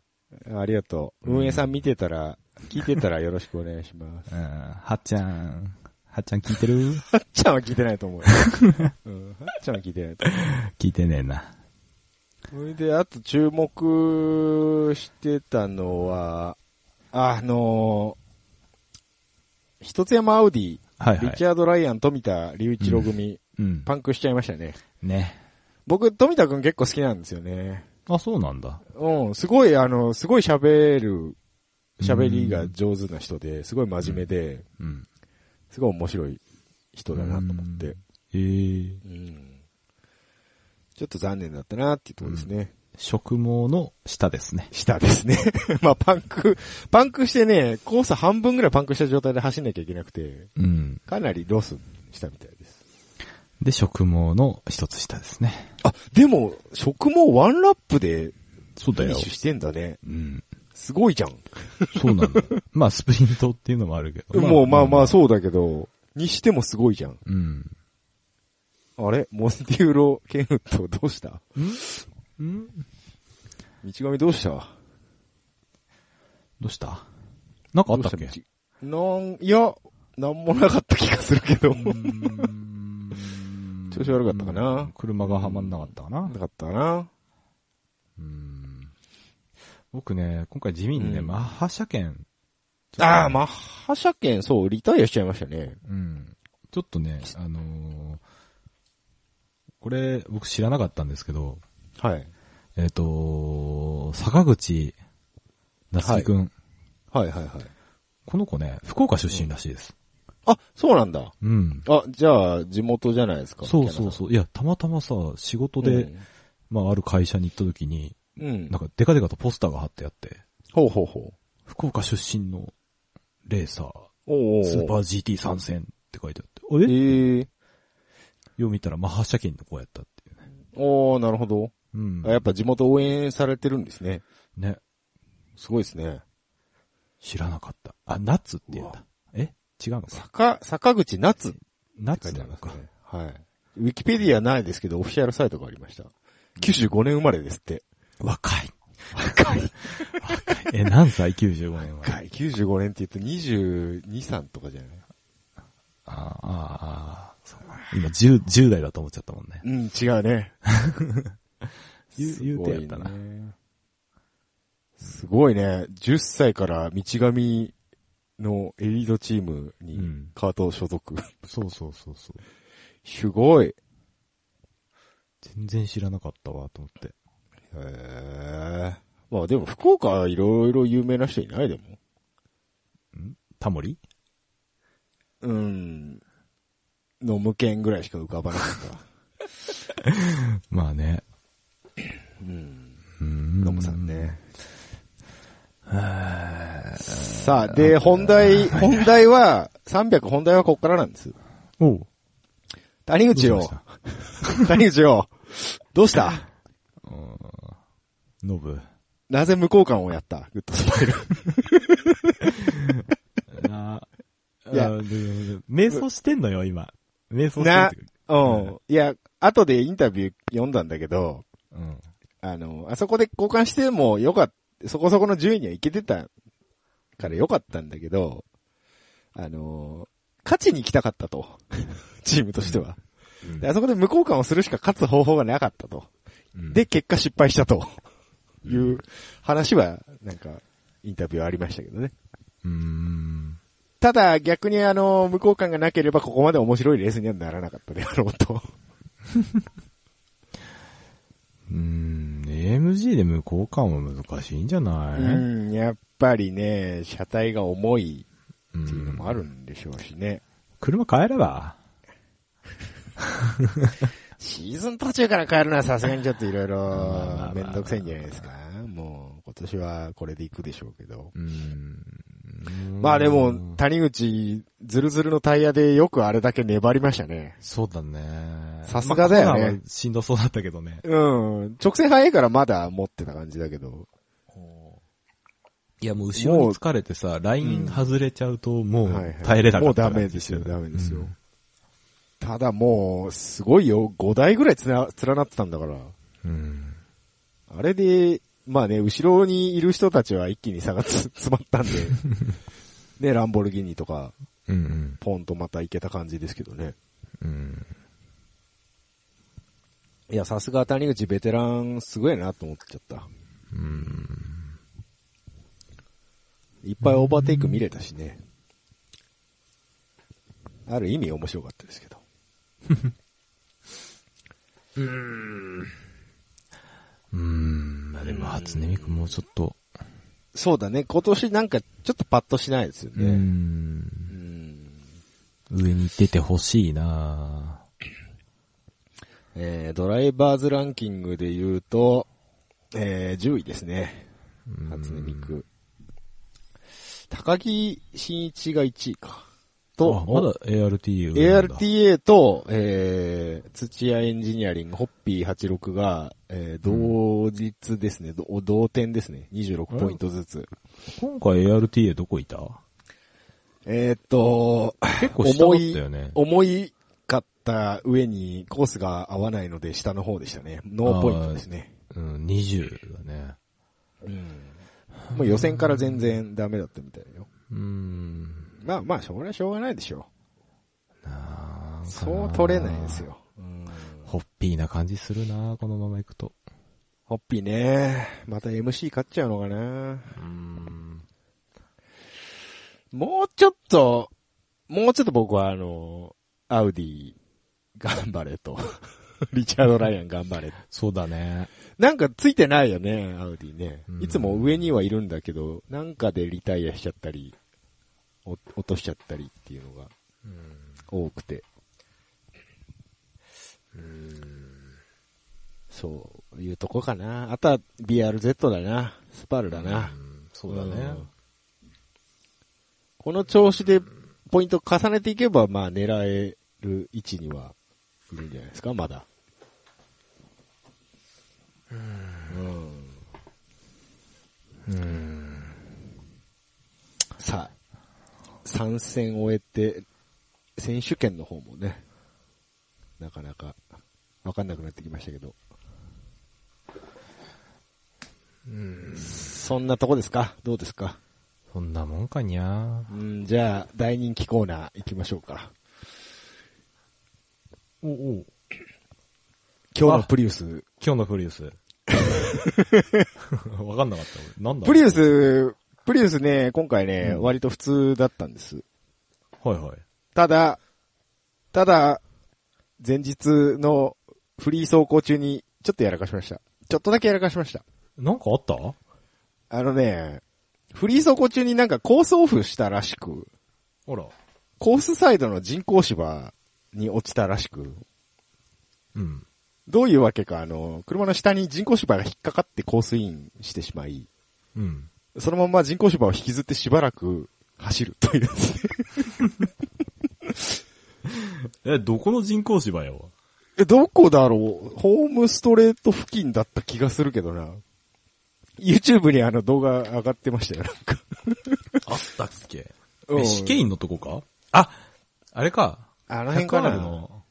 [SPEAKER 1] ありがとう。運営さん見てたら、聞いてたらよろしくお願いします。
[SPEAKER 2] うん。はっちゃん。はっちゃん聞いてる
[SPEAKER 1] はっちゃんは聞いてないと思うよ。うん、はっちゃんは聞いてないと思
[SPEAKER 2] 聞いてねえな。
[SPEAKER 1] う。それで、あと注目してたのは、あのー、一つ山アウディ、
[SPEAKER 2] はいは
[SPEAKER 1] リ
[SPEAKER 2] い
[SPEAKER 1] チ。ャード・ライアン、富田隆一郎組、
[SPEAKER 2] うん。
[SPEAKER 1] パンクしちゃいましたね。
[SPEAKER 2] ね。
[SPEAKER 1] 僕、富田くん結構好きなんですよね。
[SPEAKER 2] あ、そうなんだ。
[SPEAKER 1] うん、すごい、あの、すごい喋る、喋りが上手な人で、すごい真面目で、
[SPEAKER 2] うん。
[SPEAKER 1] すごい面白い人だなと思って。
[SPEAKER 2] ええ
[SPEAKER 1] うんちょっと残念だったなっていうところですね。
[SPEAKER 2] 食毛の下ですね。
[SPEAKER 1] 下ですね。 まあパンク、パンクしてね、コース半分ぐらいパンクした状態で走んなきゃいけなくて、
[SPEAKER 2] うん。
[SPEAKER 1] かなりロスしたみたいです。
[SPEAKER 2] で、食毛の一つ下ですね。
[SPEAKER 1] あ、でも、食もワンラップで
[SPEAKER 2] そ
[SPEAKER 1] フィニッシュしてんだね。
[SPEAKER 2] うん。
[SPEAKER 1] すごいじゃん。
[SPEAKER 2] そうなん だ。まあ、スプリントっていうのもあるけど。
[SPEAKER 1] もうまあまあそうだけど、にしてもすごいじゃん。
[SPEAKER 2] うん。
[SPEAKER 1] あれモンティーロ・ケンウッドどうした
[SPEAKER 2] うん。ん
[SPEAKER 1] 道上どうした
[SPEAKER 2] どうしたなんかあったっ
[SPEAKER 1] ど
[SPEAKER 2] け
[SPEAKER 1] うした道なん、いや、なんもなかった気がするけど。調子悪かったかな
[SPEAKER 2] うん車がはまんなかったかな
[SPEAKER 1] な。かったな。
[SPEAKER 2] うん。僕ね、今回地味にね、
[SPEAKER 1] うん
[SPEAKER 2] マッハ車検。
[SPEAKER 1] ああ、マッハ車検、そう、リタイアしちゃいましたね。
[SPEAKER 2] うん。ちょっとね、あのーこれ、僕知らなかったんですけど、
[SPEAKER 1] はい。
[SPEAKER 2] えっ、と坂口夏樹くん、
[SPEAKER 1] はいはいはい。
[SPEAKER 2] この子ね、福岡出身らしいです。
[SPEAKER 1] あ、そうなんだ。
[SPEAKER 2] うん。
[SPEAKER 1] あ、じゃあ、地元じゃないですか。
[SPEAKER 2] そうそうそう。いや、たまたまさ、仕事
[SPEAKER 1] う
[SPEAKER 2] で、
[SPEAKER 1] で、
[SPEAKER 2] まあ、ある会社に行った時に、
[SPEAKER 1] うん。
[SPEAKER 2] なんか、デカデカとポスターが貼ってあって、
[SPEAKER 1] ほうほうほう。
[SPEAKER 2] 福岡出身のレーサー、
[SPEAKER 1] おうおう
[SPEAKER 2] スーパー GT 参戦って書いてあって、あれ
[SPEAKER 1] ええ
[SPEAKER 2] よう見たら、マッハ車検の子やったっていうね。
[SPEAKER 1] おー、なるほど。
[SPEAKER 2] うん。
[SPEAKER 1] あやっぱ地元応援されてるんですね。
[SPEAKER 2] ね、
[SPEAKER 1] すごいですね。
[SPEAKER 2] 知らなかった。あ、ナッツって言うんだ。え違うのか。
[SPEAKER 1] 坂、坂口夏って
[SPEAKER 2] ナッ
[SPEAKER 1] 書い
[SPEAKER 2] ツ
[SPEAKER 1] てあ
[SPEAKER 2] な
[SPEAKER 1] り
[SPEAKER 2] の
[SPEAKER 1] ます
[SPEAKER 2] か。
[SPEAKER 1] ね。はい。ウィキペディアないですけど、オフィシャルサイトがありました。95年生まれですって。
[SPEAKER 2] 若い。
[SPEAKER 1] 若 い。
[SPEAKER 2] 若い。え、何歳 ?95 年は。
[SPEAKER 1] 若い。95年って言うと22、3とかじゃない
[SPEAKER 2] あーあー、あーそう今10、10代だと思っちゃったもんね。
[SPEAKER 1] うん、違うね。
[SPEAKER 2] 言う
[SPEAKER 1] すごい
[SPEAKER 2] 言うてやったな
[SPEAKER 1] ねすごいね。10歳から道上のエリートチーム
[SPEAKER 2] う
[SPEAKER 1] に
[SPEAKER 2] ん
[SPEAKER 1] カート所属。
[SPEAKER 2] そうそうそうそう。
[SPEAKER 1] すごい。
[SPEAKER 2] 全然知らなかったわ、と思って。
[SPEAKER 1] へーまあでも福岡はいろいろ有名な人いないでも。
[SPEAKER 2] タモリ
[SPEAKER 1] うん。の無権ぐらいしか浮かばなかった。
[SPEAKER 2] まあね。
[SPEAKER 1] うん。
[SPEAKER 2] うん
[SPEAKER 1] 野茂さん。ね。
[SPEAKER 2] は
[SPEAKER 1] さあ、で、本題、本題は、300本題はこっからなんです。
[SPEAKER 2] ーおう。
[SPEAKER 1] 谷口
[SPEAKER 2] どう
[SPEAKER 1] を
[SPEAKER 2] し、まし
[SPEAKER 1] 谷口を、どうした
[SPEAKER 2] たうんノブ。
[SPEAKER 1] なぜ無交換をやったグッドスマイル。
[SPEAKER 2] な、
[SPEAKER 1] いや
[SPEAKER 2] あー、で瞑想してんのよ、今。瞑想してる
[SPEAKER 1] な
[SPEAKER 2] っていうか。
[SPEAKER 1] うん。いや、後でインタビュー読んだんだけど、
[SPEAKER 2] うん。
[SPEAKER 1] あの、あそこで交換してもよかった、そこそこの順位にはいけてたからよかったんだけど、あの、勝ちに行きたかったと。 チームとしては。であそこで無交換をするしか勝つ方法がなかったと。
[SPEAKER 2] うん
[SPEAKER 1] で、、結果失敗したと。いう話は、なんか、インタビューありましたけどね。
[SPEAKER 2] うーん。
[SPEAKER 1] ただ、逆にあの、無交換がなければここまで面白いレースにはならなかったであろうと。
[SPEAKER 2] うーん、い AMG で無効化も難しいんじゃない、
[SPEAKER 1] うん、やっぱりね、車体が重い
[SPEAKER 2] うん
[SPEAKER 1] っていうのもあるんでしょうしね。
[SPEAKER 2] 車変えれば
[SPEAKER 1] シーズン途中から変えるのはさすがにちょっといろい
[SPEAKER 2] まあま
[SPEAKER 1] ろ
[SPEAKER 2] あ
[SPEAKER 1] めんどくさいんじゃないですか。もう今年はこれで行くでしょうけど。
[SPEAKER 2] うん。
[SPEAKER 1] まあでも、谷口、ズルズルのタイヤでよくあれだけ粘りましたね。
[SPEAKER 2] そうだね。
[SPEAKER 1] さすがだよね
[SPEAKER 2] まあコロナはしんどそうだったけどね。
[SPEAKER 1] うん。直線速いからまだ持ってた感じだけど。
[SPEAKER 2] いやもう後ろに疲れてさ、ライン外れちゃうとも
[SPEAKER 1] はいは
[SPEAKER 2] う
[SPEAKER 1] い
[SPEAKER 2] 耐えれなか
[SPEAKER 1] も
[SPEAKER 2] っ
[SPEAKER 1] う
[SPEAKER 2] た
[SPEAKER 1] ダ
[SPEAKER 2] から
[SPEAKER 1] メですよ、ダメですよ。
[SPEAKER 2] うん
[SPEAKER 1] ただもう、すごいよ。5台ぐらいつな、連なってたんだから。
[SPEAKER 2] うん。
[SPEAKER 1] あれで、まあね、後ろにいる人たちは一気に差がつ 詰まったんで。ね、ランボルギーニとか、
[SPEAKER 2] うん
[SPEAKER 1] ポンとまた行けた感じですけどね。
[SPEAKER 2] うん。うん。
[SPEAKER 1] いや、さすが谷口ベテラン、すごいなと思っちゃった。
[SPEAKER 2] うん。
[SPEAKER 1] いっぱいオーバーテイク見れたしね。ある意味面白かったですけど。
[SPEAKER 2] うん。まあでも初音ミクもうちょっと。
[SPEAKER 1] そうだね、今年なんかちょっとパッとしないですよ
[SPEAKER 2] う。
[SPEAKER 1] ね。うんん。
[SPEAKER 2] 上に出てほしいな
[SPEAKER 1] えー、ドライバーズランキングで言うと、えー、10位ですね。
[SPEAKER 2] うん
[SPEAKER 1] 初音ミク。高木真一が1位か。と
[SPEAKER 2] あ、まだ ART 上なんだ
[SPEAKER 1] ARTA と、えー、土屋エンジニアリング、ホッピー86が、えー、同日ですね、ど同点ですね、26ポイントずつ。
[SPEAKER 2] 今回 ARTA どこいた
[SPEAKER 1] えーっと、
[SPEAKER 2] 結構下だったよね。
[SPEAKER 1] 重いかった上にコースが合わないので下の方でしたね。ノーポイントですね。
[SPEAKER 2] うん、20だね。
[SPEAKER 1] うん。もう予選から全然ダメだったみたいよ。
[SPEAKER 2] うん。
[SPEAKER 1] まあまあ、それはしょうがないでしょ
[SPEAKER 2] なんかな
[SPEAKER 1] う。そう取れないです。よ。うん
[SPEAKER 2] ホッピーな感じするなこのままいくと。
[SPEAKER 1] ホッピーね。また MC 勝っちゃうのかな。
[SPEAKER 2] うん。
[SPEAKER 1] もうちょっと、もうちょっと僕はあの、アウディ、頑張れと。 リチャード・ライアン頑張れ。
[SPEAKER 2] そうだね。
[SPEAKER 1] なんかついてないよね、アウディね
[SPEAKER 2] う。ん
[SPEAKER 1] いつも上にはいるんだけど、なんかでリタイアしちゃったり、お落としちゃったりっていうのが多くて。そういうとこかな。あとは BRZ だな。スパルだな。
[SPEAKER 2] そうだね。
[SPEAKER 1] んこの調子でポイント重ねていけば、まあ狙える位置にはいるんじゃないですか、まだ。うん。
[SPEAKER 2] うん。
[SPEAKER 1] さあ、参戦を終えて、選手権の方もね、なかなか、わかんなくなってきましたけど。そんなとこですかどうですか
[SPEAKER 2] そんなもんかにゃ
[SPEAKER 1] うん、じゃあ、大人気コーナー行きましょうか。
[SPEAKER 2] おお。
[SPEAKER 1] 今日のプリウス。
[SPEAKER 2] 今日のプリウス。 わかんなかった。俺なんだ
[SPEAKER 1] プリ
[SPEAKER 2] ウ
[SPEAKER 1] ウス、プリウスね、今回ね、割と普通だったんです。
[SPEAKER 2] スはいはい。
[SPEAKER 1] ただ、ただ、前日のフリー走行中にちょっとやらかしました。ちょっとだけやらかしました。
[SPEAKER 2] なんかあったあ
[SPEAKER 1] あのね、フリー走行中になんかコースオフしたらしく、
[SPEAKER 2] ら。
[SPEAKER 1] コースサイドの人工芝に落ちたらしく、
[SPEAKER 2] うん。
[SPEAKER 1] どういうわけか、あの、車の下に人工芝が引っかかってコースインしてしまい、
[SPEAKER 2] うん。
[SPEAKER 1] そのまま人工芝を引きずってしばらく走るというですね。
[SPEAKER 2] え、どこの人工芝よ。
[SPEAKER 1] え、どこだろうホームストレート付近だった気がするけどな。YouTube にあの動画上がってましたよ、なんか。
[SPEAKER 2] あったっけ
[SPEAKER 1] う
[SPEAKER 2] え、
[SPEAKER 1] ん
[SPEAKER 2] 試験員のとこかああれか。
[SPEAKER 1] あの
[SPEAKER 2] あ
[SPEAKER 1] 辺かな、
[SPEAKER 2] の、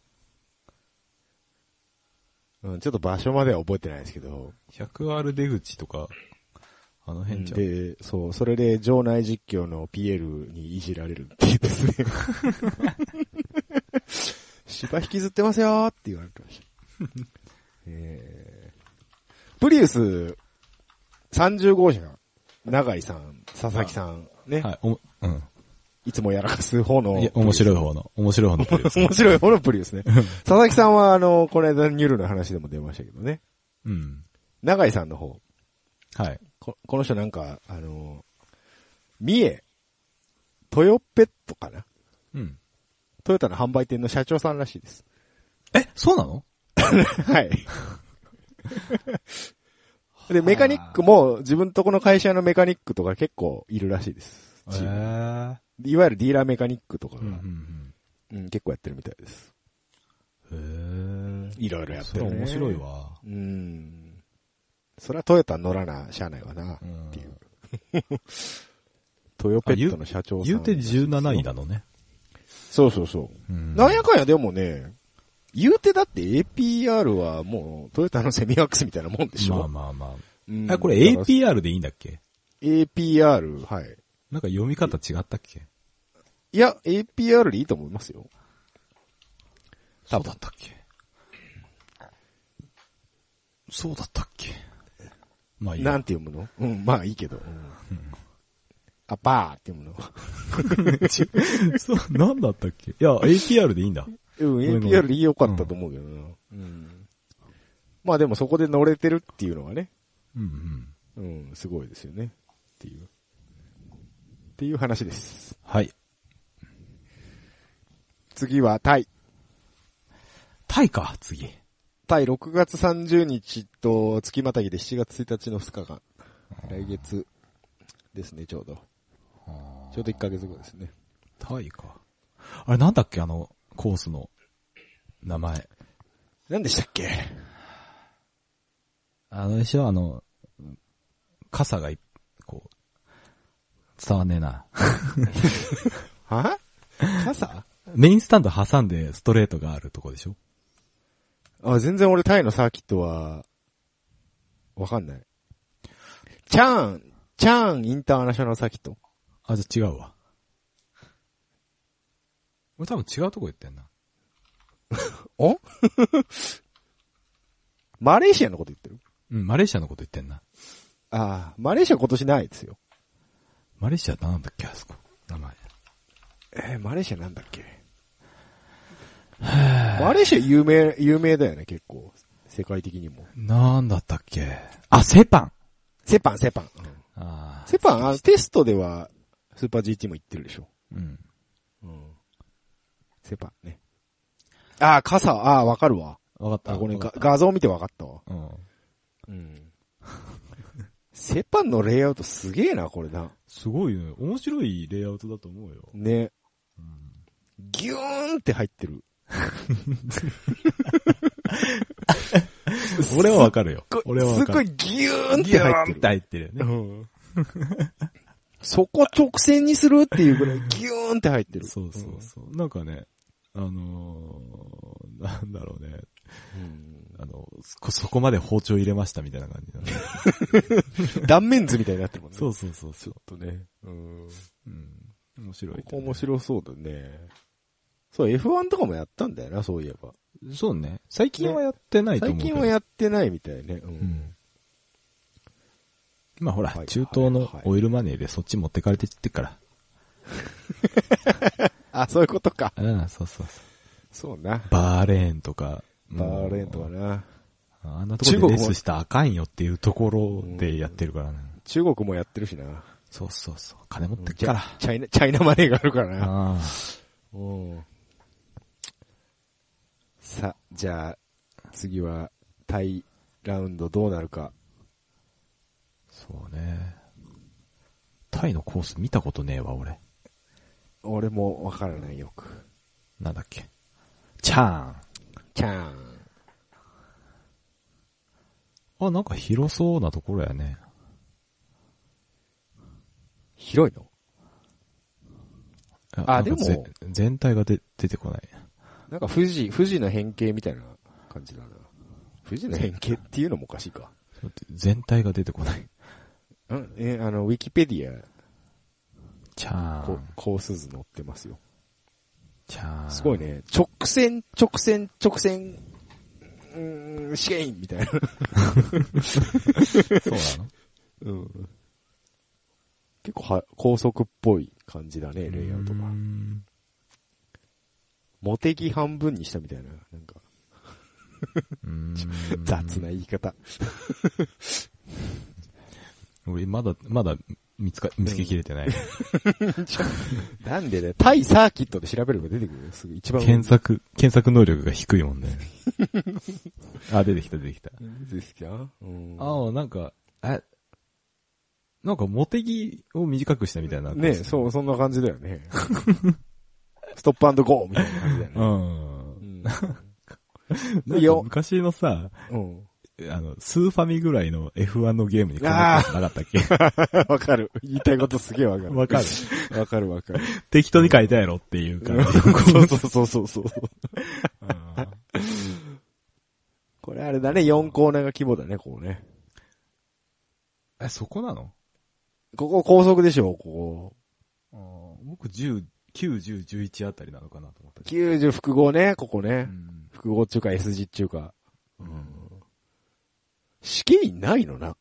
[SPEAKER 1] うん、ちょっと場所までは覚えてないですけど。
[SPEAKER 2] 100R 出口とか、あの辺じゃん。
[SPEAKER 1] で、そう、それで場内実況の PL にいじられるっていうですね。芝引きずってますよーって言われてました。えー、プリウス30号車、永井さん、佐々木さん、ね、
[SPEAKER 2] はい、おも、うん。
[SPEAKER 1] い、つもやらかす方の。
[SPEAKER 2] いや、面白
[SPEAKER 1] い。
[SPEAKER 2] い方の、面白い方のプレ イですね
[SPEAKER 1] 面白い方 のプリウスね。佐々木さんはあの、この間ニュルの話でも出ましたけどね。
[SPEAKER 2] うん。
[SPEAKER 1] 長井さんの方。
[SPEAKER 2] はい。
[SPEAKER 1] ここの人なんか、あの三重、トヨペットかな
[SPEAKER 2] うん。
[SPEAKER 1] トヨタの販売店の社長さんらしい です。
[SPEAKER 2] え、そうなの
[SPEAKER 1] はい。で、メカニックも自分とこの会社のメカニックとか結構いるらしいです。
[SPEAKER 2] へー
[SPEAKER 1] いわゆるディーラーメカニックとかが、
[SPEAKER 2] う
[SPEAKER 1] うんん結構やってるみたいです。
[SPEAKER 2] うんうん。へえ。
[SPEAKER 1] いろいろやっ
[SPEAKER 2] そ
[SPEAKER 1] て
[SPEAKER 2] れ
[SPEAKER 1] る、ね。
[SPEAKER 2] 面白い。わ。
[SPEAKER 1] うん。それはトヨタ乗らな、社内はな、っていう。トヨペットの社長さん。
[SPEAKER 2] 言うて17位なのね。
[SPEAKER 1] そうそうそう。
[SPEAKER 2] うん
[SPEAKER 1] なんやかんやでもね、言うてだって APR はもうトヨタのセミワックスみたいなもんでしょ。
[SPEAKER 2] まあまあま
[SPEAKER 1] うん
[SPEAKER 2] あ。あ、これ
[SPEAKER 1] だから
[SPEAKER 2] APR でいいんだっけ
[SPEAKER 1] APR、はい。
[SPEAKER 2] なんか読み方違ったっけ
[SPEAKER 1] いや、APR でいいと思いますよ。
[SPEAKER 2] そうだったっけそうだったっけまあいいや。
[SPEAKER 1] なんて読むのうん、まあいいけど。うんアパーって 読むの。
[SPEAKER 2] そう、なんだったっけいや、APR でいいんだ。
[SPEAKER 1] うん、
[SPEAKER 2] んごめん
[SPEAKER 1] APR でよかったと思うけどな。うんまあでもそこで乗れてるっていうのはね、
[SPEAKER 2] うんうん。
[SPEAKER 1] うん、すごいですよね。っていう。っていう話です。
[SPEAKER 2] はい。
[SPEAKER 1] 次はタイ。
[SPEAKER 2] タイか、次。
[SPEAKER 1] 対6月30日と月またぎで7月1日の2日間。来月ですね、ちょうど。ちょうど1ヶ月後ですね。
[SPEAKER 2] タイか。あれなんだっけあの、コースの名前。
[SPEAKER 1] 何でしたっけ
[SPEAKER 2] あの、でしょあの、傘がい、こう、伝わんねえな。
[SPEAKER 1] は傘
[SPEAKER 2] メインスタンド挟んでストレートがあるとこでしょ
[SPEAKER 1] あ、全然俺タイのサーキットは、わかんない。チャーン、チャーンインターナショナルサーキット
[SPEAKER 2] あ、じゃあ違うわ。俺多分違うとこ言ってんな。
[SPEAKER 1] お マレーシアのこと言ってる
[SPEAKER 2] うん、マレーシアのこと言ってんな。
[SPEAKER 1] ああ、マレーシア今年ないですよ。
[SPEAKER 2] マレーシアってなんだっけあそこ。名前。
[SPEAKER 1] えーマレーシアなんだっけマレーシア有名、有名だよね、結構。世界的にも。
[SPEAKER 2] なんだったっけあ、セパン
[SPEAKER 1] セパン、セパン。
[SPEAKER 2] あ
[SPEAKER 1] セパン、あテストでは、スーパー GT も行ってるでしょ。
[SPEAKER 2] うん。
[SPEAKER 1] うん。セパンね。ああ、傘、ああ、わかるわ。
[SPEAKER 2] わか
[SPEAKER 1] あ、
[SPEAKER 2] った。
[SPEAKER 1] これ
[SPEAKER 2] わ
[SPEAKER 1] が
[SPEAKER 2] かった
[SPEAKER 1] 画像見てわかったわ。
[SPEAKER 2] うん。
[SPEAKER 1] うん。セパンのレイアウトすげえな、これな。
[SPEAKER 2] すごいね。面白いレイアウトだと思うよ。
[SPEAKER 1] ね。
[SPEAKER 2] うん
[SPEAKER 1] ギューンって入ってる。
[SPEAKER 2] 俺はわかるよ。俺はわ
[SPEAKER 1] す
[SPEAKER 2] か
[SPEAKER 1] ごい
[SPEAKER 2] る。
[SPEAKER 1] ギューンって入ってる。
[SPEAKER 2] 入ってるよね。
[SPEAKER 1] うん。そこ直線にするっていうぐらいギューンって入ってる。
[SPEAKER 2] そうそうそう。なんかね、あのー、なんだろうね。
[SPEAKER 1] うん。
[SPEAKER 2] あの、そそこまで包丁入れましたみたいな感じだね。
[SPEAKER 1] 断面図みたいになってるもんね。
[SPEAKER 2] そうそうそうそう。
[SPEAKER 1] とね。うん。
[SPEAKER 2] うん。面白い、
[SPEAKER 1] 面白そうだね。そう、F1 とかもやったんだよな、そういえば。
[SPEAKER 2] い。そうね。最近はやってないと思う
[SPEAKER 1] 最
[SPEAKER 2] けど。
[SPEAKER 1] 近はやってないみたいね。う。
[SPEAKER 2] うんん。まあほら、
[SPEAKER 1] はい
[SPEAKER 2] 中東のオイルマネーでそっち持ってかれてってっから。
[SPEAKER 1] あ、そういうことか。
[SPEAKER 2] うん、そうそうそ
[SPEAKER 1] そ
[SPEAKER 2] う。
[SPEAKER 1] うな。
[SPEAKER 2] バーレーンとか。
[SPEAKER 1] バーレーンとか
[SPEAKER 2] ね。
[SPEAKER 1] な。
[SPEAKER 2] あんなところでレースしたらあかんよっていうところでやってるからね。
[SPEAKER 1] 中国もやってるしな。
[SPEAKER 2] そうそうそう。金持ってっから。
[SPEAKER 1] チャイナ、チャイナマネーがあるからな。
[SPEAKER 2] ああ。
[SPEAKER 1] うん。さ、じゃあ、次は、タイラウンドどうなるか。
[SPEAKER 2] そうね。タイのコース見たことねえわ、俺。
[SPEAKER 1] 俺もわからないよく。
[SPEAKER 2] なんだっけ。チャーン。
[SPEAKER 1] キャーン。
[SPEAKER 2] あ、なんか広そうなところやね。
[SPEAKER 1] 広いの
[SPEAKER 2] あ
[SPEAKER 1] あ
[SPEAKER 2] なんかぜ
[SPEAKER 1] でも
[SPEAKER 2] 全体がで出てこない。
[SPEAKER 1] なんか富士、富士の変形みたいな感じだな。富士の変形っていうのもおかしいか。
[SPEAKER 2] 全体が出てこない。
[SPEAKER 1] うん、えあの、ウィキペディ
[SPEAKER 2] チャ
[SPEAKER 1] ア、こ
[SPEAKER 2] ー
[SPEAKER 1] う
[SPEAKER 2] ン。
[SPEAKER 1] コース図載ってますよ。
[SPEAKER 2] チャーン。
[SPEAKER 1] すごい。ね。直線、直線、直線、うーん、シェインみたいな。
[SPEAKER 2] そうなの
[SPEAKER 1] うん。結構は、高速っぽい感じだね、レイアウトが
[SPEAKER 2] うー。ん
[SPEAKER 1] モテギ半分にしたみたいな、なんか。雑な言い方。
[SPEAKER 2] 俺、まだ、まだ見つか、見つけきれてない。
[SPEAKER 1] なんでね、タイサーキットで調べれば出てくるよ。すぐ一番上
[SPEAKER 2] 検索、検索能力が低いもん ね。あ、出てきた、出てきた。
[SPEAKER 1] ですかうん
[SPEAKER 2] ああ、なんか、え、なんか、モテギを短くしたみたいな。
[SPEAKER 1] ねそう、そんな感じだよね。 ストップアンドゴーみたいな感じだよ
[SPEAKER 2] う
[SPEAKER 1] ね。
[SPEAKER 2] ん。
[SPEAKER 1] うん。いい
[SPEAKER 2] なんか
[SPEAKER 1] よ。
[SPEAKER 2] 昔のさ、
[SPEAKER 1] うん。
[SPEAKER 2] あの、スーファミぐらいの F1 のゲームにこんなことなかったっけ
[SPEAKER 1] わかる。言いたいことすげえわかる。
[SPEAKER 2] わかる。
[SPEAKER 1] わかるわかる。
[SPEAKER 2] 適当に書いたやろっていう感じ。
[SPEAKER 1] そうそうそうそうそう。
[SPEAKER 2] うん
[SPEAKER 1] これあれだね、4コーナーが規模だね、こうね。
[SPEAKER 2] え、そこなの
[SPEAKER 1] ここ高速でしょ、ここ。
[SPEAKER 2] 僕10、9、10、11あたりなのかなと思ったけ
[SPEAKER 1] 90複合ね、ここ
[SPEAKER 2] ど。
[SPEAKER 1] ね
[SPEAKER 2] う。ん
[SPEAKER 1] 複合中か S 字中か。試験員ないのな。
[SPEAKER 2] な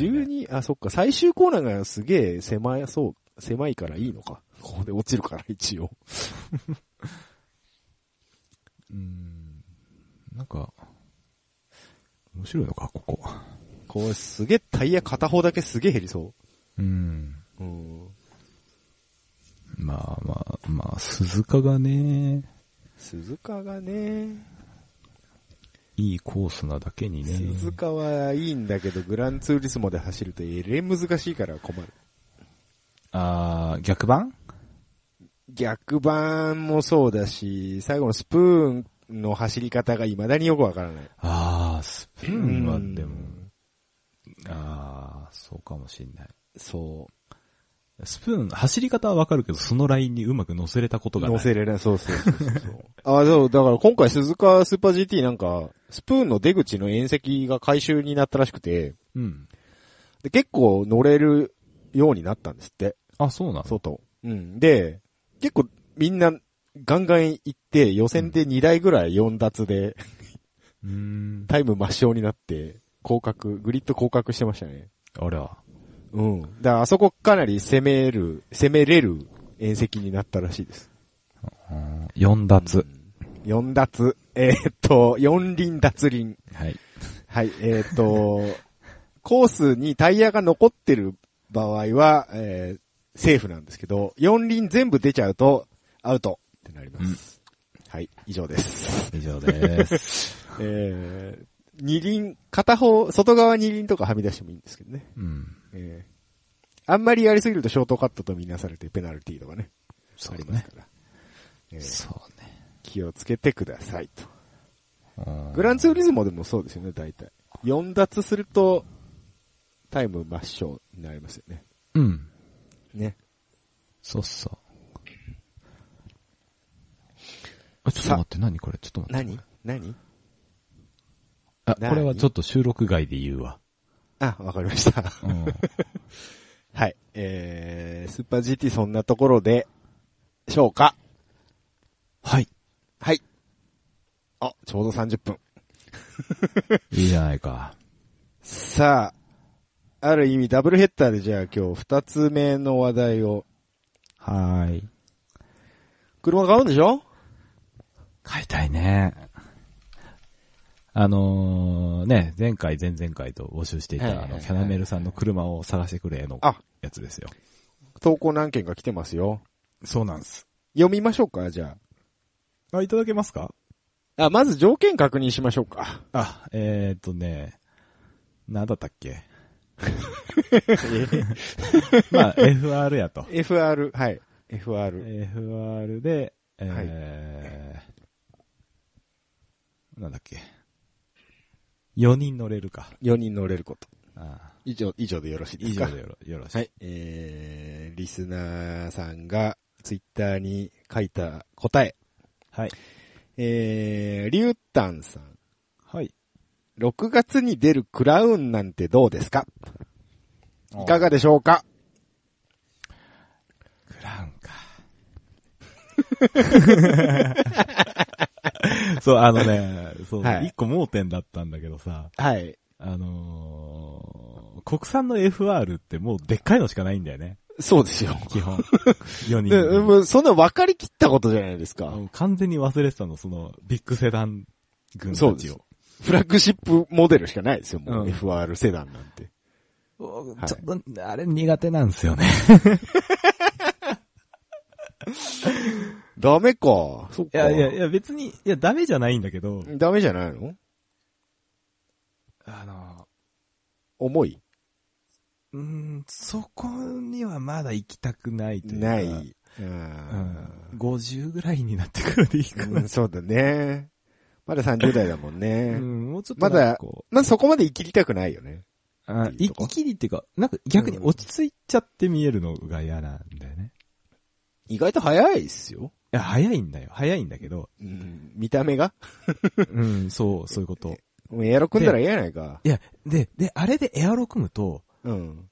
[SPEAKER 2] いね
[SPEAKER 1] 12、あ、そっか、最終コーナーがすげえ狭い、そう、狭いからいいのか。ここで落ちるから、一応。
[SPEAKER 2] うん。なんか、面白いのか、ここ。
[SPEAKER 1] こうすげえタイヤ片方だけすげえ減りそ
[SPEAKER 2] うん。
[SPEAKER 1] う。うん。
[SPEAKER 2] まあまあ、まあ、鈴鹿がね、
[SPEAKER 1] 鈴鹿がね、
[SPEAKER 2] いいコースなだけにね。
[SPEAKER 1] 鈴鹿はいいんだけど、グランツーリスモで走るとえれ難しいから困る。
[SPEAKER 2] あー逆版
[SPEAKER 1] 逆版もそうだし、最後のスプーンの走り方が未だによくわからない。
[SPEAKER 2] ああ、スプーンはでも
[SPEAKER 1] う、
[SPEAKER 2] ああ、そうかもしんない。
[SPEAKER 1] そう。
[SPEAKER 2] スプーン、走り方はわかるけど、そのラインにうまく乗せれたことがない。
[SPEAKER 1] 乗せれない。そうそうそうそうそう。あ、そう、だから今回鈴鹿スーパー GT なんか、スプーンの出口の縁石が回収になったらしくて、
[SPEAKER 2] うん。
[SPEAKER 1] で結構乗れるようになったんですって、
[SPEAKER 2] あ、そうなの
[SPEAKER 1] 外。うん。で、結構みんなガンガン行って、予選で2台ぐらい4脱で、
[SPEAKER 2] うーん。
[SPEAKER 1] タイム抹消になって、降格、グリッド降格してましたね。
[SPEAKER 2] あれは。
[SPEAKER 1] うん。だからあそこかなり攻める、攻めれる縁石になったらしいです。
[SPEAKER 2] うん四脱。
[SPEAKER 1] 4脱、えーっと、4輪脱輪。
[SPEAKER 2] はい。
[SPEAKER 1] はい、えーっと、コースにタイヤが残ってる場合は、えーセーフなんですけど、4輪全部出ちゃうと、アウトってなります。はい、以上 です。
[SPEAKER 2] 以上 です。
[SPEAKER 1] えー、2輪、片方、外側2輪とかはみ出してもいいんですけどね。
[SPEAKER 2] うん。
[SPEAKER 1] えー、あんまりやりすぎるとショートカットとみなされてペナルティーとかね。
[SPEAKER 2] そう
[SPEAKER 1] あ
[SPEAKER 2] ね
[SPEAKER 1] りますから。えー
[SPEAKER 2] そうね。
[SPEAKER 1] 気をつけてくださいと。
[SPEAKER 2] うん
[SPEAKER 1] グランツーリズモでもそうですよね、大体。4脱すると、タイム抹消になりますよね。
[SPEAKER 2] うん。
[SPEAKER 1] ね。
[SPEAKER 2] そうそう。あ、ちょっと待って、何これちょっと待って。
[SPEAKER 1] 何何
[SPEAKER 2] あ、
[SPEAKER 1] 何
[SPEAKER 2] これはちょっと収録外で言うわ。
[SPEAKER 1] あ、わかりました。
[SPEAKER 2] うん。
[SPEAKER 1] はい。えー、スーパー GT そんなところで、しょうか
[SPEAKER 2] はい。
[SPEAKER 1] はい。あ、ちょうど30分。
[SPEAKER 2] いいじゃないか。
[SPEAKER 1] さあ、ある意味ダブルヘッダーでじゃあ今日2つ目の話題を。
[SPEAKER 2] はーい。
[SPEAKER 1] 車買うんでしょ
[SPEAKER 2] 買いたいね。あのー、ね、前回、前々回と募集してい
[SPEAKER 1] はいは
[SPEAKER 2] た、
[SPEAKER 1] い
[SPEAKER 2] あ
[SPEAKER 1] はい
[SPEAKER 2] の、キャナメルさんの車を探してくれの
[SPEAKER 1] あ
[SPEAKER 2] やつですよ。
[SPEAKER 1] 投稿何件か来てますよ。
[SPEAKER 2] そうなんです。
[SPEAKER 1] 読みましょうか、じゃ
[SPEAKER 2] あ、いただけますか
[SPEAKER 1] あ。あ、まず条件確認しましょう か。
[SPEAKER 2] あ、えーっとね、なんだったっけ まあ、FR やと。
[SPEAKER 1] FR、はい。FR。
[SPEAKER 2] FR で、えー、なんだっけ。4人乗れるか。
[SPEAKER 1] 4人乗れること。
[SPEAKER 2] あ
[SPEAKER 1] 以上、以上でよろしいで
[SPEAKER 2] 以
[SPEAKER 1] すか
[SPEAKER 2] 上でよろよろしい。
[SPEAKER 1] はい。えー、リスナーさんがツイッターに書いた答え。
[SPEAKER 2] はい。
[SPEAKER 1] えー、リュウタンさん。
[SPEAKER 2] はい。
[SPEAKER 1] 6月に出るクラウンなんてどうですかいかがでしょうか
[SPEAKER 2] クラウンか。 そう、あのね、そう、一、
[SPEAKER 1] はい
[SPEAKER 2] 個盲点だったんだけどさ、
[SPEAKER 1] はい。
[SPEAKER 2] あのー国産の FR ってもうでっかいのしかないんだよね。
[SPEAKER 1] そうですよ。
[SPEAKER 2] 基 本。4人
[SPEAKER 1] で
[SPEAKER 2] 乗り。
[SPEAKER 1] もうそんな分かりきったことじゃないですか。
[SPEAKER 2] もう完全に忘れてたの、その、ビッグセダン軍
[SPEAKER 1] そう
[SPEAKER 2] た
[SPEAKER 1] で
[SPEAKER 2] ち
[SPEAKER 1] す
[SPEAKER 2] を。。
[SPEAKER 1] フラッグシップモデルしかないですよ、もう。
[SPEAKER 2] うん
[SPEAKER 1] FR セダンなんて。
[SPEAKER 2] お
[SPEAKER 1] はい
[SPEAKER 2] ちょっと、あれ苦手なんですよね。
[SPEAKER 1] ダメか。そっ
[SPEAKER 2] い
[SPEAKER 1] か。
[SPEAKER 2] やいやいや、別に、いや、ダメじゃないんだけど、
[SPEAKER 1] ダメじゃないの
[SPEAKER 2] あの、
[SPEAKER 1] 重い。
[SPEAKER 2] うーん、そこにはまだ行きたくないというか。
[SPEAKER 1] な
[SPEAKER 2] うん。
[SPEAKER 1] い。うん
[SPEAKER 2] 50ぐらいになってからでいいか
[SPEAKER 1] う
[SPEAKER 2] な。
[SPEAKER 1] んそうだね。まだ30代だもん
[SPEAKER 2] う
[SPEAKER 1] ね。
[SPEAKER 2] ん、もうちょっと
[SPEAKER 1] まだ
[SPEAKER 2] なんかこ
[SPEAKER 1] まあそこまで生きりたくないよね。
[SPEAKER 2] う、あ
[SPEAKER 1] いい
[SPEAKER 2] い
[SPEAKER 1] とこ
[SPEAKER 2] 生きりっていうか、なんか逆に落ち着いちゃって見えるのが嫌なんだよね。
[SPEAKER 1] 意外と早いっすよ。
[SPEAKER 2] いや、早いんだよ。早いんだけ ど、
[SPEAKER 1] うん、見た目が。
[SPEAKER 2] うん、そう、そういうこと。
[SPEAKER 1] もうエアロ組んだらええやないか。
[SPEAKER 2] いや、で、で、あれでエアロ組むと、
[SPEAKER 1] うん。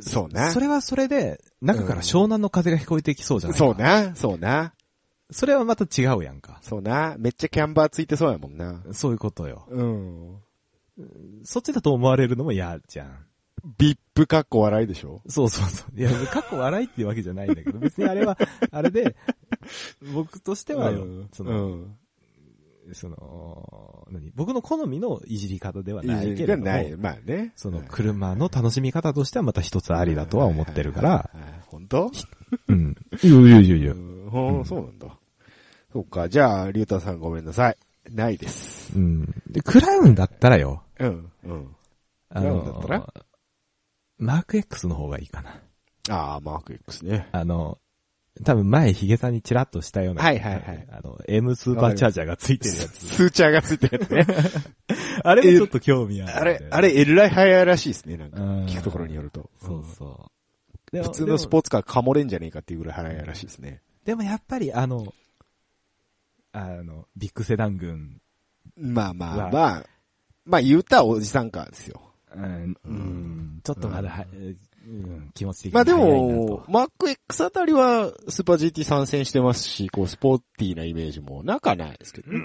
[SPEAKER 1] そうな。
[SPEAKER 2] それはそれで、中から湘南の風が聞こえてきそうじゃないか。
[SPEAKER 1] そう。な、そうな、
[SPEAKER 2] それはまた違うやんか。
[SPEAKER 1] そうな。めっちゃキャンバーついてそうやもんな。
[SPEAKER 2] そういうことよ。
[SPEAKER 1] うん。
[SPEAKER 2] そっちだと思われるのも嫌じゃん。
[SPEAKER 1] ビップかっこ笑いでしょ
[SPEAKER 2] そうそうそう。いや、過去笑いっていうわけじゃないんだけど、別にあれは、あれで、僕としてはよ、
[SPEAKER 1] うん
[SPEAKER 2] その、
[SPEAKER 1] うん
[SPEAKER 2] その、何僕の好みのいじり方ではないい
[SPEAKER 1] じ
[SPEAKER 2] け
[SPEAKER 1] りが
[SPEAKER 2] れど
[SPEAKER 1] ない。
[SPEAKER 2] も、
[SPEAKER 1] まあね。
[SPEAKER 2] その
[SPEAKER 1] はい
[SPEAKER 2] 車の楽しみ方としてはまた一つありだとは思ってるから、。
[SPEAKER 1] はいはいはい本当
[SPEAKER 2] うん。いやいやいやいや
[SPEAKER 1] うんほうそうなんだ。そうか、じゃあ、りゅうたさんごめんなさい。ないです。
[SPEAKER 2] うん。で、クラウンだったらよ、
[SPEAKER 1] うん、うん。
[SPEAKER 2] あ
[SPEAKER 1] クラウンだった
[SPEAKER 2] の
[SPEAKER 1] ら、
[SPEAKER 2] マーク X の方がいいかな。
[SPEAKER 1] ああ、マーク X ね。
[SPEAKER 2] あの、多分前ヒゲさんにチラッとしたような。
[SPEAKER 1] はいはいはい
[SPEAKER 2] あの、M スーパーチャージャーがついてるやつ。
[SPEAKER 1] スーチャーがついてるやつね。
[SPEAKER 2] あれもちょっと興味ある。
[SPEAKER 1] あれ、あれ、えらい早いらしいですね、なんか。
[SPEAKER 2] うん
[SPEAKER 1] 聞くところによると。
[SPEAKER 2] そうそう。
[SPEAKER 1] 普通のスポーツカーかもれんじゃねえかっていうぐらい早いらしいですね。
[SPEAKER 2] でもやっぱりあの、あの、ビッグセダン軍、
[SPEAKER 1] まあま
[SPEAKER 2] ま
[SPEAKER 1] あ
[SPEAKER 2] あ
[SPEAKER 1] まあ、まあ言うたらおじさんかですよ。
[SPEAKER 2] うん、うん、ちょっとまだは、うん、気持ち的に
[SPEAKER 1] まあで
[SPEAKER 2] 早いな
[SPEAKER 1] も
[SPEAKER 2] と、
[SPEAKER 1] マーク X あたりはスーパー GT 参戦してますし、こうスポーティーなイメージもなかないですけどね。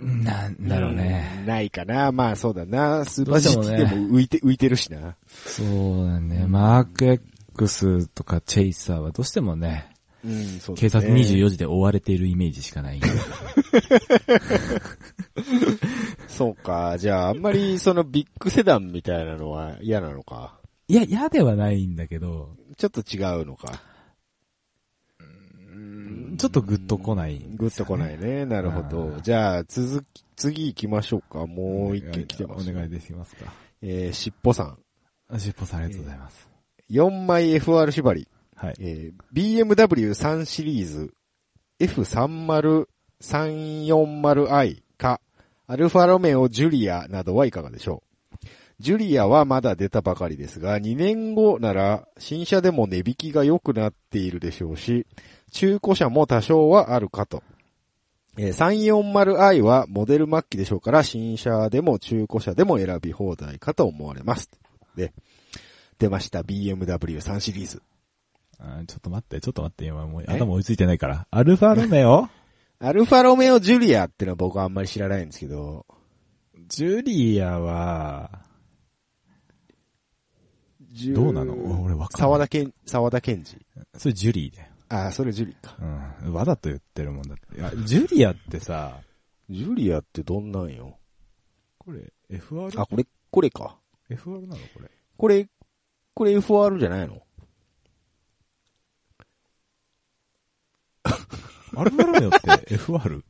[SPEAKER 2] なんだろうね。
[SPEAKER 1] うん。ないかな。まあそうだな。スーパー
[SPEAKER 2] どうしても
[SPEAKER 1] GT
[SPEAKER 2] ね
[SPEAKER 1] でも浮いて、浮いてるしな。
[SPEAKER 2] そうだね。マーク X とかチェイサーはどうしてもね、
[SPEAKER 1] うん、そう
[SPEAKER 2] 警
[SPEAKER 1] ですね
[SPEAKER 2] 察24時で追われているイメージしか ないんで。
[SPEAKER 1] そうか。じゃあ、あんまりそのビッグセダンみたいなのは嫌なのか。
[SPEAKER 2] いや、嫌ではないんだけど、
[SPEAKER 1] ちょっと違うのか。
[SPEAKER 2] ちょっとグッと来ない。
[SPEAKER 1] グッと来ないね。なるほ
[SPEAKER 2] あ
[SPEAKER 1] ど。
[SPEAKER 2] ー
[SPEAKER 1] じゃあ、続き、次行きましょうか。もう一件来てます。
[SPEAKER 2] お願いできますか。
[SPEAKER 1] えー、しっぽさん。
[SPEAKER 2] あしっぽさんありがとうございます。
[SPEAKER 1] 4枚 FR 縛り。
[SPEAKER 2] はい。
[SPEAKER 1] えー、BMW3 シリーズ F30-340i か、アルファロメオジュリアなどはいかがでしょうジュリアはまだ出たばかりですが、2年後なら新車でも値引きが良くなっているでしょうし、中古車も多少はあるかと。えー 340i はモデル末期でしょうから、新車でも中古車でも選び放題かと思われます。で、出ました BMW3 シリーズ。
[SPEAKER 2] あーちょっと待って、ちょっと待って、今もう
[SPEAKER 1] え
[SPEAKER 2] 頭追いついてないから。アルファロメオ
[SPEAKER 1] アルファロメオジュリアってのは僕はあんまり知らないんですけど、
[SPEAKER 2] ジュリアは、
[SPEAKER 1] ジュ
[SPEAKER 2] どうなの俺わかんない
[SPEAKER 1] 沢田健、沢田健二。
[SPEAKER 2] それジュリーだよ。
[SPEAKER 1] あ、それジュリか。
[SPEAKER 2] うん。わざと言ってるもんだっていや。ジュリアってさ、
[SPEAKER 1] ジュリアってどんなんよ。
[SPEAKER 2] これ FR?
[SPEAKER 1] あ、これ、これか。
[SPEAKER 2] FR なのこれ。
[SPEAKER 1] これ、これ FR じゃないの
[SPEAKER 2] アルファロメオって FR?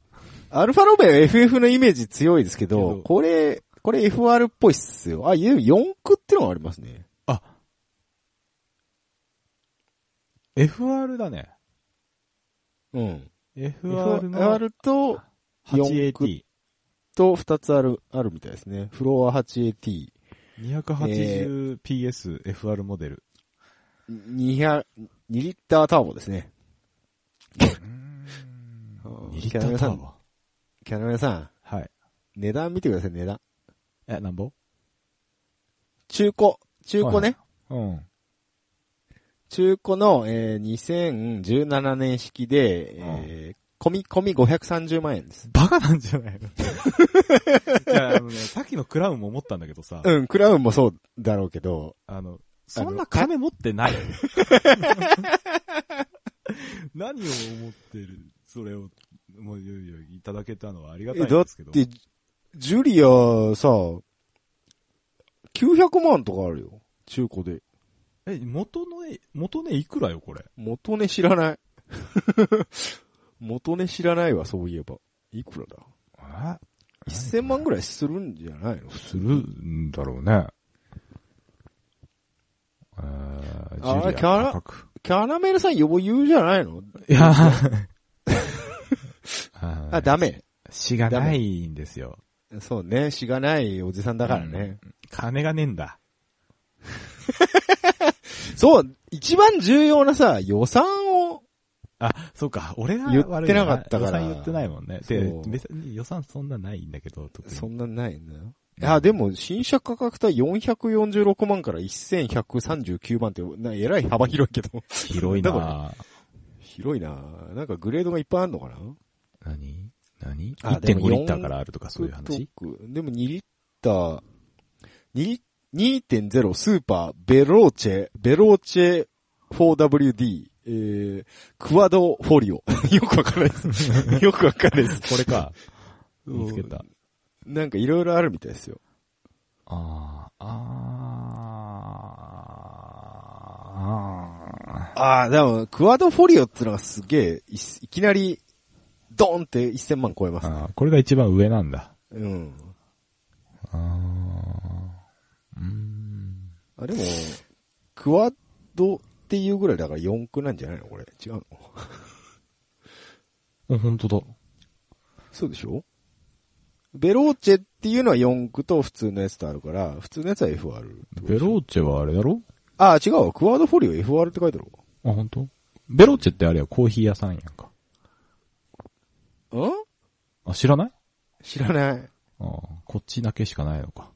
[SPEAKER 1] アルファロメオ FF のイメージ強いですけど、
[SPEAKER 2] けど
[SPEAKER 1] これ、これ FR っぽいっすよ。あ、いう四駆ってのがありますね。
[SPEAKER 2] あ、FR だね。
[SPEAKER 1] うん。
[SPEAKER 2] FR の
[SPEAKER 1] FR と、
[SPEAKER 2] 8AT。
[SPEAKER 1] と二つある、あるみたいですね。フロア 8AT。
[SPEAKER 2] 280PS FR モデル。
[SPEAKER 1] 200、2リッターターボですね。2
[SPEAKER 2] 2リッターターボ。
[SPEAKER 1] キャナメさん、
[SPEAKER 2] はい。
[SPEAKER 1] 値段見てください、値段。
[SPEAKER 2] え、なんぼ
[SPEAKER 1] 中古。中古ね。
[SPEAKER 2] うん。
[SPEAKER 1] 中古の、えー、2017年式で、えー、込み、込み530万円です。
[SPEAKER 2] バカなんじゃないの いや、あのね、さっきのクラウンも思ったんだけどさ、
[SPEAKER 1] うん、クラウンもそうだろうけど、
[SPEAKER 2] あの、そんな金持ってない。 何を思ってる、それを、もういよいよいただだけたのはありがたい
[SPEAKER 1] え、
[SPEAKER 2] ん
[SPEAKER 1] だっ
[SPEAKER 2] ですけど。
[SPEAKER 1] て、ジュリアさ、900万とかあるよ。中古で。
[SPEAKER 2] え、元のね、元ねいくらよ、これ。
[SPEAKER 1] 元値知らない。 元値知らないわ、そういえば。いくらだ
[SPEAKER 2] え
[SPEAKER 1] ?1000 万ぐらいするんじゃないの
[SPEAKER 2] するんだろうね。え
[SPEAKER 1] あ
[SPEAKER 2] ー、ジュリア
[SPEAKER 1] キャラ
[SPEAKER 2] 価格
[SPEAKER 1] キャラメルさん余裕じゃないの
[SPEAKER 2] い や
[SPEAKER 1] あ、ダメ。
[SPEAKER 2] 死がないんですよ。
[SPEAKER 1] そうね、しがないおじさんだからね。
[SPEAKER 2] 金がねえんだ。
[SPEAKER 1] そう、一番重要なさ、予算を、
[SPEAKER 2] あ、そうか、俺が
[SPEAKER 1] 言ってなかったから
[SPEAKER 2] 悪いな予算言ってないもんね。で
[SPEAKER 1] そう、
[SPEAKER 2] 別に予算そんなないんだけど、特に
[SPEAKER 1] そんなないんだよ。あ、でも、新車価格帯446万から1139万って、な、えらい幅広いけど。
[SPEAKER 2] 広い
[SPEAKER 1] だから
[SPEAKER 2] な
[SPEAKER 1] 広いななんかグレードがいっぱいあるのかな
[SPEAKER 2] 何何
[SPEAKER 1] あでも
[SPEAKER 2] ?1.5リッターからあるとかそういう話
[SPEAKER 1] フットクでも2リッター、2 2.0スーパー、ベローチェ、ベローチェ 4WD、えー、クワドフォリオ。 よくわかんないです。よくわかんないです。
[SPEAKER 2] これか。
[SPEAKER 1] うん
[SPEAKER 2] 見つけた。
[SPEAKER 1] なんかいろいろあるみたいですよ。
[SPEAKER 2] あー、あー、あ
[SPEAKER 1] ああ、でも、クワドフォリオってのがすげえ、いいきなり、ドーンって1000万超えますね。
[SPEAKER 2] ー。これが一番上なんだ。
[SPEAKER 1] うん。
[SPEAKER 2] あー、うーん。
[SPEAKER 1] あ、でも、クワッドっていうぐらいだから4区なんじゃないのこれ。違うの
[SPEAKER 2] あ、本当だ。
[SPEAKER 1] そうでしょベローチェっていうのは4区と普通のやつとあるから、普通のやつは FR。
[SPEAKER 2] ベローチェはあれだろ
[SPEAKER 1] あ、違うわ。クワードフォリオ FR って書いてある
[SPEAKER 2] あ、本当？ベローチェってあれや、コーヒー屋さんやんか。
[SPEAKER 1] わ。ん
[SPEAKER 2] あ、知らない
[SPEAKER 1] 知らない。
[SPEAKER 2] あーこっちだけしかないのか。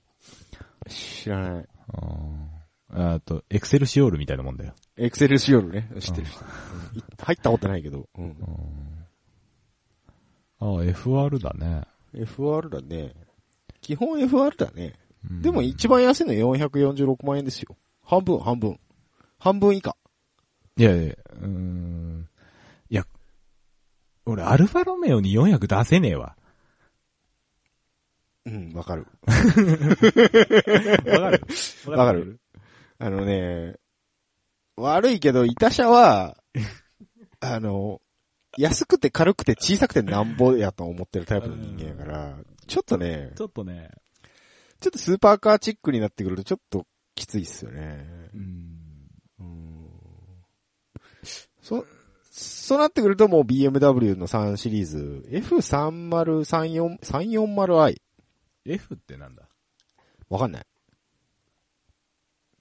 [SPEAKER 1] 知らない。
[SPEAKER 2] あーと、エクセルシオールみたいなもんだよ。
[SPEAKER 1] エクセルシオールね。知ってる。うん入ったことないけど。うん
[SPEAKER 2] あー FR だね。
[SPEAKER 1] FR だね。基本 FR だね。
[SPEAKER 2] うん
[SPEAKER 1] でも一番安いの446万円ですよ。半分、半分。半分以下。
[SPEAKER 2] いやいや、うーん。いや、俺、アルファロメオに400出せねえわ。
[SPEAKER 1] うん、わかる。
[SPEAKER 2] わかる
[SPEAKER 1] わかる。あのね、悪いけど、イタ車 は、あの、安くて軽くて小さくてなんぼやと思ってるタイプの人間やから、ちょっとね、
[SPEAKER 2] ちょっとね、
[SPEAKER 1] ちょっとスーパーカーチックになってくるとちょっときついっすよね。
[SPEAKER 2] うん。
[SPEAKER 1] うんそ、そうなってくるともう BMW の3シリーズ、F3034、340i。
[SPEAKER 2] F ってなんだ
[SPEAKER 1] わかんない。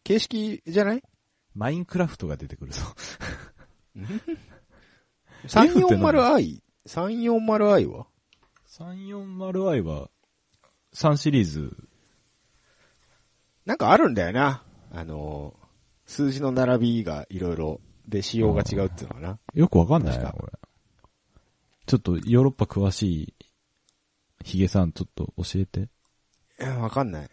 [SPEAKER 1] 形式じゃない
[SPEAKER 2] マインクラフトが出てくるぞ。F って何
[SPEAKER 1] 340i? 340i は
[SPEAKER 2] 340i は、3シリーズ。
[SPEAKER 1] なんかあるんだよな。あのー、数字の並びがいろいろ、で、仕様が違うっていうのかな。
[SPEAKER 2] よくわかんない
[SPEAKER 1] 確
[SPEAKER 2] な、
[SPEAKER 1] か
[SPEAKER 2] これ。ちょっと、ヨーロッパ詳しい、ヒゲさん、ちょっと教えて。
[SPEAKER 1] いやわかんない。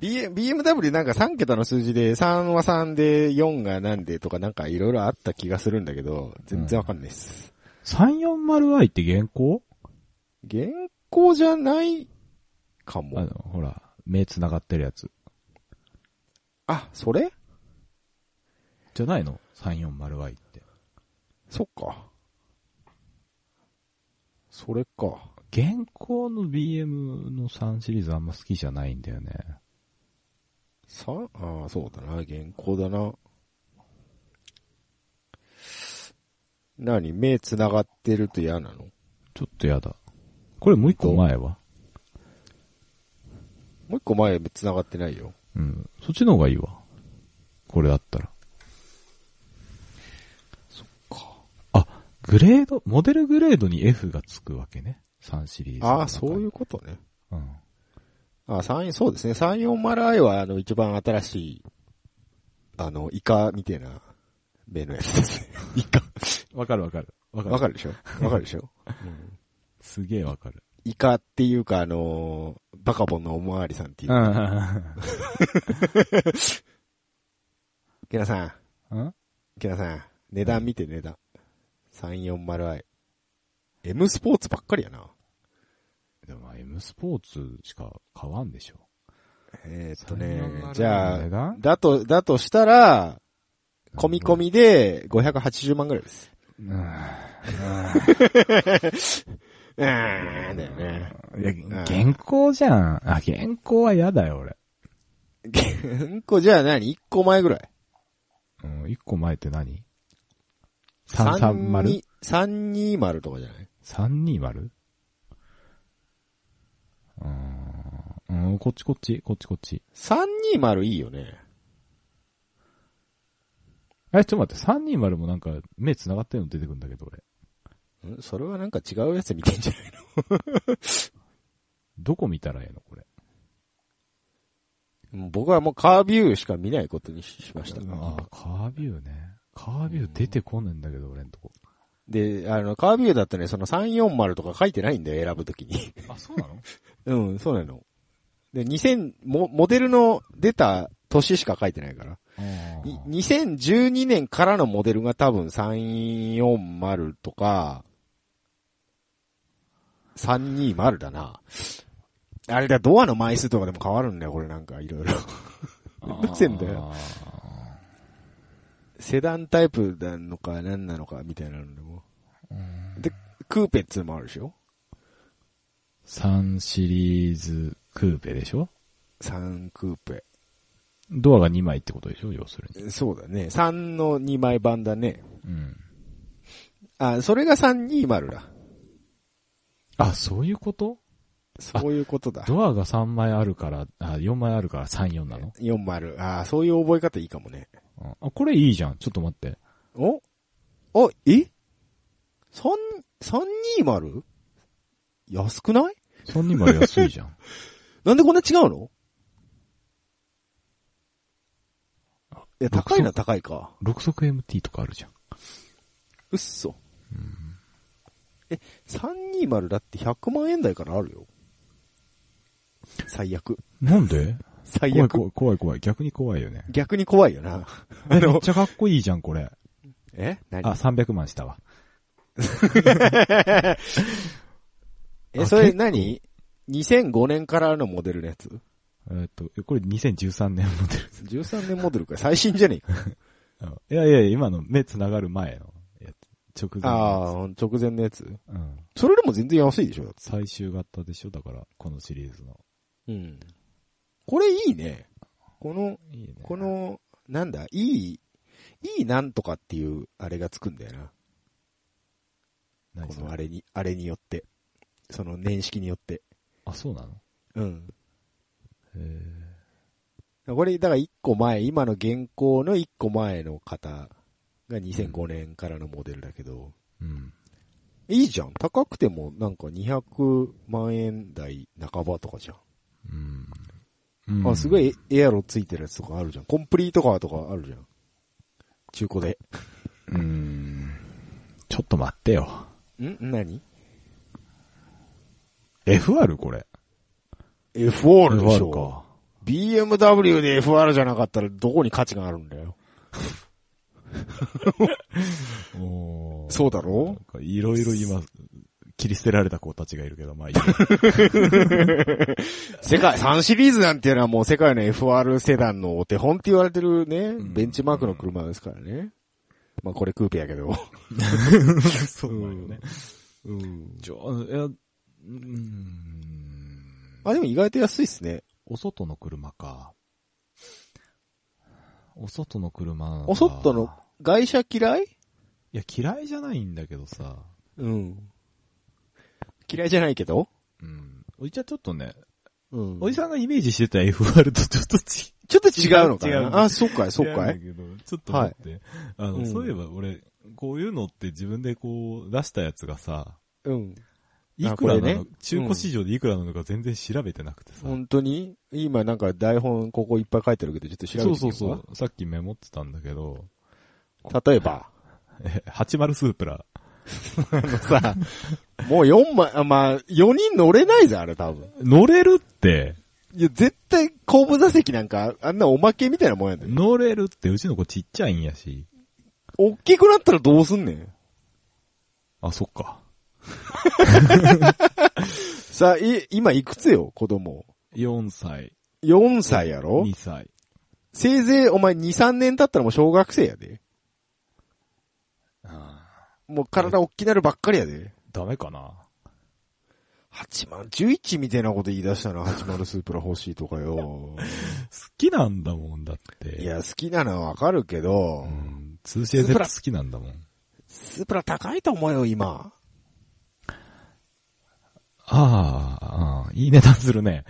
[SPEAKER 1] B- BMW なんか3桁の数字で、3は3で、4がなんでとかなんかいろいろあった気がするんだけど、全然わかんないっす。
[SPEAKER 2] 340i って現行
[SPEAKER 1] 現行じゃないか
[SPEAKER 2] あ
[SPEAKER 1] も
[SPEAKER 2] の。、ほら、目繋がってるやつ。
[SPEAKER 1] あ、それ
[SPEAKER 2] じゃないの ?340i って。
[SPEAKER 1] そっか。それか。
[SPEAKER 2] 現行の BM の3シリーズあんま好きじゃないんだよね。
[SPEAKER 1] さああ、そうだな、原稿だな。何目繋がってると嫌なの
[SPEAKER 2] ちょっとやだ。これもう一個前は
[SPEAKER 1] もう一個前繋がってないよ。
[SPEAKER 2] うん。そっちの方がいいわ。これだったら。そっか。あ、グレード、モデルグレードに F がつくわけね。3シリーズ。
[SPEAKER 1] ああ、そういう。ことね。
[SPEAKER 2] うん。
[SPEAKER 1] ああ、三そうですね。340i は、あの、一番新しい、あの、イカみたいな、目のやつですね。イカ。
[SPEAKER 2] わかるわかる。わか る。
[SPEAKER 1] わかるでしょわかるでしょ、うん
[SPEAKER 2] すげえわかる。
[SPEAKER 1] イカっていうか、あのーバカボンのおまわりさんっていう。
[SPEAKER 2] ん。
[SPEAKER 1] ケナさん、
[SPEAKER 2] うん
[SPEAKER 1] ケナさん、値段見て値段。340i。 M スポーツばっかりやな。
[SPEAKER 2] でもまあ M スポーツしか買わんでしょ。
[SPEAKER 1] えーっと
[SPEAKER 2] それ
[SPEAKER 1] ね
[SPEAKER 2] はなるほ、ど
[SPEAKER 1] じゃ
[SPEAKER 2] あ
[SPEAKER 1] あ
[SPEAKER 2] れ、だ
[SPEAKER 1] だと、だとしたら、込み込みで580万ぐらいです。
[SPEAKER 2] うん。うん
[SPEAKER 1] うーん、だよね。
[SPEAKER 2] いや、原稿じゃん。あ、原稿は嫌だよ、俺。
[SPEAKER 1] うんこじゃあ何 ?1 個前ぐらい。
[SPEAKER 2] うん、一個前って何 ?330?320?
[SPEAKER 1] 320 320とかじゃない
[SPEAKER 2] うん、うん、こっちこっち、こっちこっち。
[SPEAKER 1] ?320 いいよね。
[SPEAKER 2] え、ちょっと待って、320もなんか目繋がってるの出てくるんだけど、俺。
[SPEAKER 1] んそれはなんか違うやつ見てんじゃない
[SPEAKER 2] どこ見たらええの、これ。
[SPEAKER 1] のもう僕はもうカービューしか見ないことにししました。
[SPEAKER 2] ああ、カービューね。カービュー出てこねえんだけど、俺んとこ。
[SPEAKER 1] で、あの、カービューだったね、その340とか書いてないんだよ、選ぶときに。
[SPEAKER 2] あ、そうなの
[SPEAKER 1] うん、そうなの。で、2000、モモデルの出た年しか書いてないから。い2012年からのモデルが多分340とか、320だな。あれだ、ドアの枚数とかでも変わるんだよ、これなんか、いろいろ。めんどくせえんだよ。セダンタイプなのか、何なのか、みたいなのでも。で、クーペっつうのもあるでしょ
[SPEAKER 2] 3シリーズクーペでしょ
[SPEAKER 1] ?3 クーペ。
[SPEAKER 2] ドアが2枚ってことでしょ要するに。
[SPEAKER 1] そうだね。3の2枚版だね。
[SPEAKER 2] うん。
[SPEAKER 1] あ、それが320だ。
[SPEAKER 2] あ、そういうこと
[SPEAKER 1] そういうことだ。
[SPEAKER 2] ドアが3枚あるから、あ、4枚あるから34なの、
[SPEAKER 1] 40。ああ、そういう覚え方いいかもね。
[SPEAKER 2] うんあ、これいいじゃん。ちょっと待って。
[SPEAKER 1] おあ、え三、三二丸安くない
[SPEAKER 2] 320安いじゃん。
[SPEAKER 1] なんでこんな違うのいや、高いな、
[SPEAKER 2] 六足
[SPEAKER 1] 高いか。
[SPEAKER 2] 6速 MT とかあるじゃん。
[SPEAKER 1] うっそ。え、320だって100万円台からあるよ。最悪。
[SPEAKER 2] なんで
[SPEAKER 1] 最
[SPEAKER 2] 怖い
[SPEAKER 1] 悪。
[SPEAKER 2] 怖い怖い怖い。逆に怖いよね。
[SPEAKER 1] 逆に怖いよな。あ
[SPEAKER 2] めっ
[SPEAKER 1] の、
[SPEAKER 2] ちゃかっこいいじゃん、これ。
[SPEAKER 1] え何
[SPEAKER 2] あ、300万したわ。
[SPEAKER 1] え、
[SPEAKER 2] あ
[SPEAKER 1] それ
[SPEAKER 2] 結構
[SPEAKER 1] 何 ?2005 年からのモデルのやつ
[SPEAKER 2] えーっと、これ2013年モデル
[SPEAKER 1] ?13 年モデルか。最新じゃ ねえか。
[SPEAKER 2] うん。いやいやいや、今の目繋がる前のやつ。直前
[SPEAKER 1] ああ
[SPEAKER 2] のや、
[SPEAKER 1] 直前のやつ。
[SPEAKER 2] つ。うん。
[SPEAKER 1] それでも全然安いでしょ、だって
[SPEAKER 2] 最終型でしょだから、このシリーズの。
[SPEAKER 1] うん。これいいね。この、
[SPEAKER 2] いいね。
[SPEAKER 1] こ、の、なんだ、いい、いいなんとかっていう、あれがつくんだよな。
[SPEAKER 2] 何
[SPEAKER 1] こ
[SPEAKER 2] そ
[SPEAKER 1] のあ
[SPEAKER 2] れ
[SPEAKER 1] れに、あれによって。その年式によって。
[SPEAKER 2] あ、そうなの
[SPEAKER 1] うん。
[SPEAKER 2] へえ。
[SPEAKER 1] これ、だから一個前、今の現行の一個前の方が2005年からのモデルだけど、
[SPEAKER 2] うん。
[SPEAKER 1] いいじゃん。高くてもなんか200万円台半ばとかじゃん。
[SPEAKER 2] うん。
[SPEAKER 1] あ、すご。いエエアロついてるやつとかあるじゃん。コンプリートカーとかあるじゃん。中古で。
[SPEAKER 2] うん。ちょっと待ってよ。
[SPEAKER 1] ん何
[SPEAKER 2] FR これ。
[SPEAKER 1] ?FR でし
[SPEAKER 2] FR
[SPEAKER 1] ょ。
[SPEAKER 2] か。
[SPEAKER 1] BMW で FR じゃなかったらどこに価値があるんだよ。
[SPEAKER 2] おー
[SPEAKER 1] そうだろ
[SPEAKER 2] なんかいろいろ今、切り捨てられた子たちがいるけど、まあ いいや
[SPEAKER 1] 世界、3シリーズなんていうのはもう世界の FR セダンのお手本って言われてるね、
[SPEAKER 2] ん
[SPEAKER 1] ベンチマークの車ですからね。まあこれクーペやけど。
[SPEAKER 2] そうなんよね。
[SPEAKER 1] うん。
[SPEAKER 2] じゃあ、いや、うん。
[SPEAKER 1] あ、でも意外と安いっすね。
[SPEAKER 2] お外の車か。お外の車なのか
[SPEAKER 1] お外の、外車嫌い
[SPEAKER 2] いや、嫌いじゃないんだけどさ。
[SPEAKER 1] うん。嫌いじゃないけど
[SPEAKER 2] うん。うちはちょっとね、
[SPEAKER 1] うん
[SPEAKER 2] おじさんがイメージしてた FR とちょっと違う。
[SPEAKER 1] ちょっと違うのか
[SPEAKER 2] 違う違う
[SPEAKER 1] なあ、そうかい、そう
[SPEAKER 2] 違ん
[SPEAKER 1] か
[SPEAKER 2] だ
[SPEAKER 1] い。
[SPEAKER 2] けど、ちょっと待って。あの、
[SPEAKER 1] うん
[SPEAKER 2] そういえば俺、こういうのって自分でこう出したやつがさ、
[SPEAKER 1] うん。
[SPEAKER 2] いくらな
[SPEAKER 1] これ
[SPEAKER 2] の、
[SPEAKER 1] ね
[SPEAKER 2] 中古市場でいくらなのか全然調べてなくてさ。
[SPEAKER 1] 本当に今なんか台本ここいっぱい書いてるけど、ちょっと調べて
[SPEAKER 2] そ
[SPEAKER 1] みよ
[SPEAKER 2] う
[SPEAKER 1] うか。
[SPEAKER 2] そうそう。さっきメモってたんだけど、
[SPEAKER 1] 例えば、
[SPEAKER 2] え、80スープラ。
[SPEAKER 1] あのさ、もう4枚、あまあ、4人乗れないぜ、あれ多分。
[SPEAKER 2] 乗れるって、
[SPEAKER 1] いや、絶対後部座席なんか、あんなおまけみたいなもんやで。
[SPEAKER 2] 乗れるってうちの子ちっちゃいんやし。
[SPEAKER 1] おっきくなったらどうすんねん。
[SPEAKER 2] あ、そっか。
[SPEAKER 1] さあ、い、今いくつよ、子供。
[SPEAKER 2] 4歳、
[SPEAKER 1] 4歳やろ
[SPEAKER 2] 2歳。
[SPEAKER 1] せいぜいお前2、3年経ったらもう小学生やで。もう体大きなるばっかりやで。
[SPEAKER 2] ダメかな
[SPEAKER 1] 8万、11みたいなこと言い出したな、80スープラ欲しいとかよ。
[SPEAKER 2] 好きなんだもんだって。
[SPEAKER 1] いや、好きなのはわかるけど
[SPEAKER 2] う、ん。通信 Z 好きなんだもん。
[SPEAKER 1] スープラ高いと思うよ、今。
[SPEAKER 2] ああ、ああ、いい値段するね。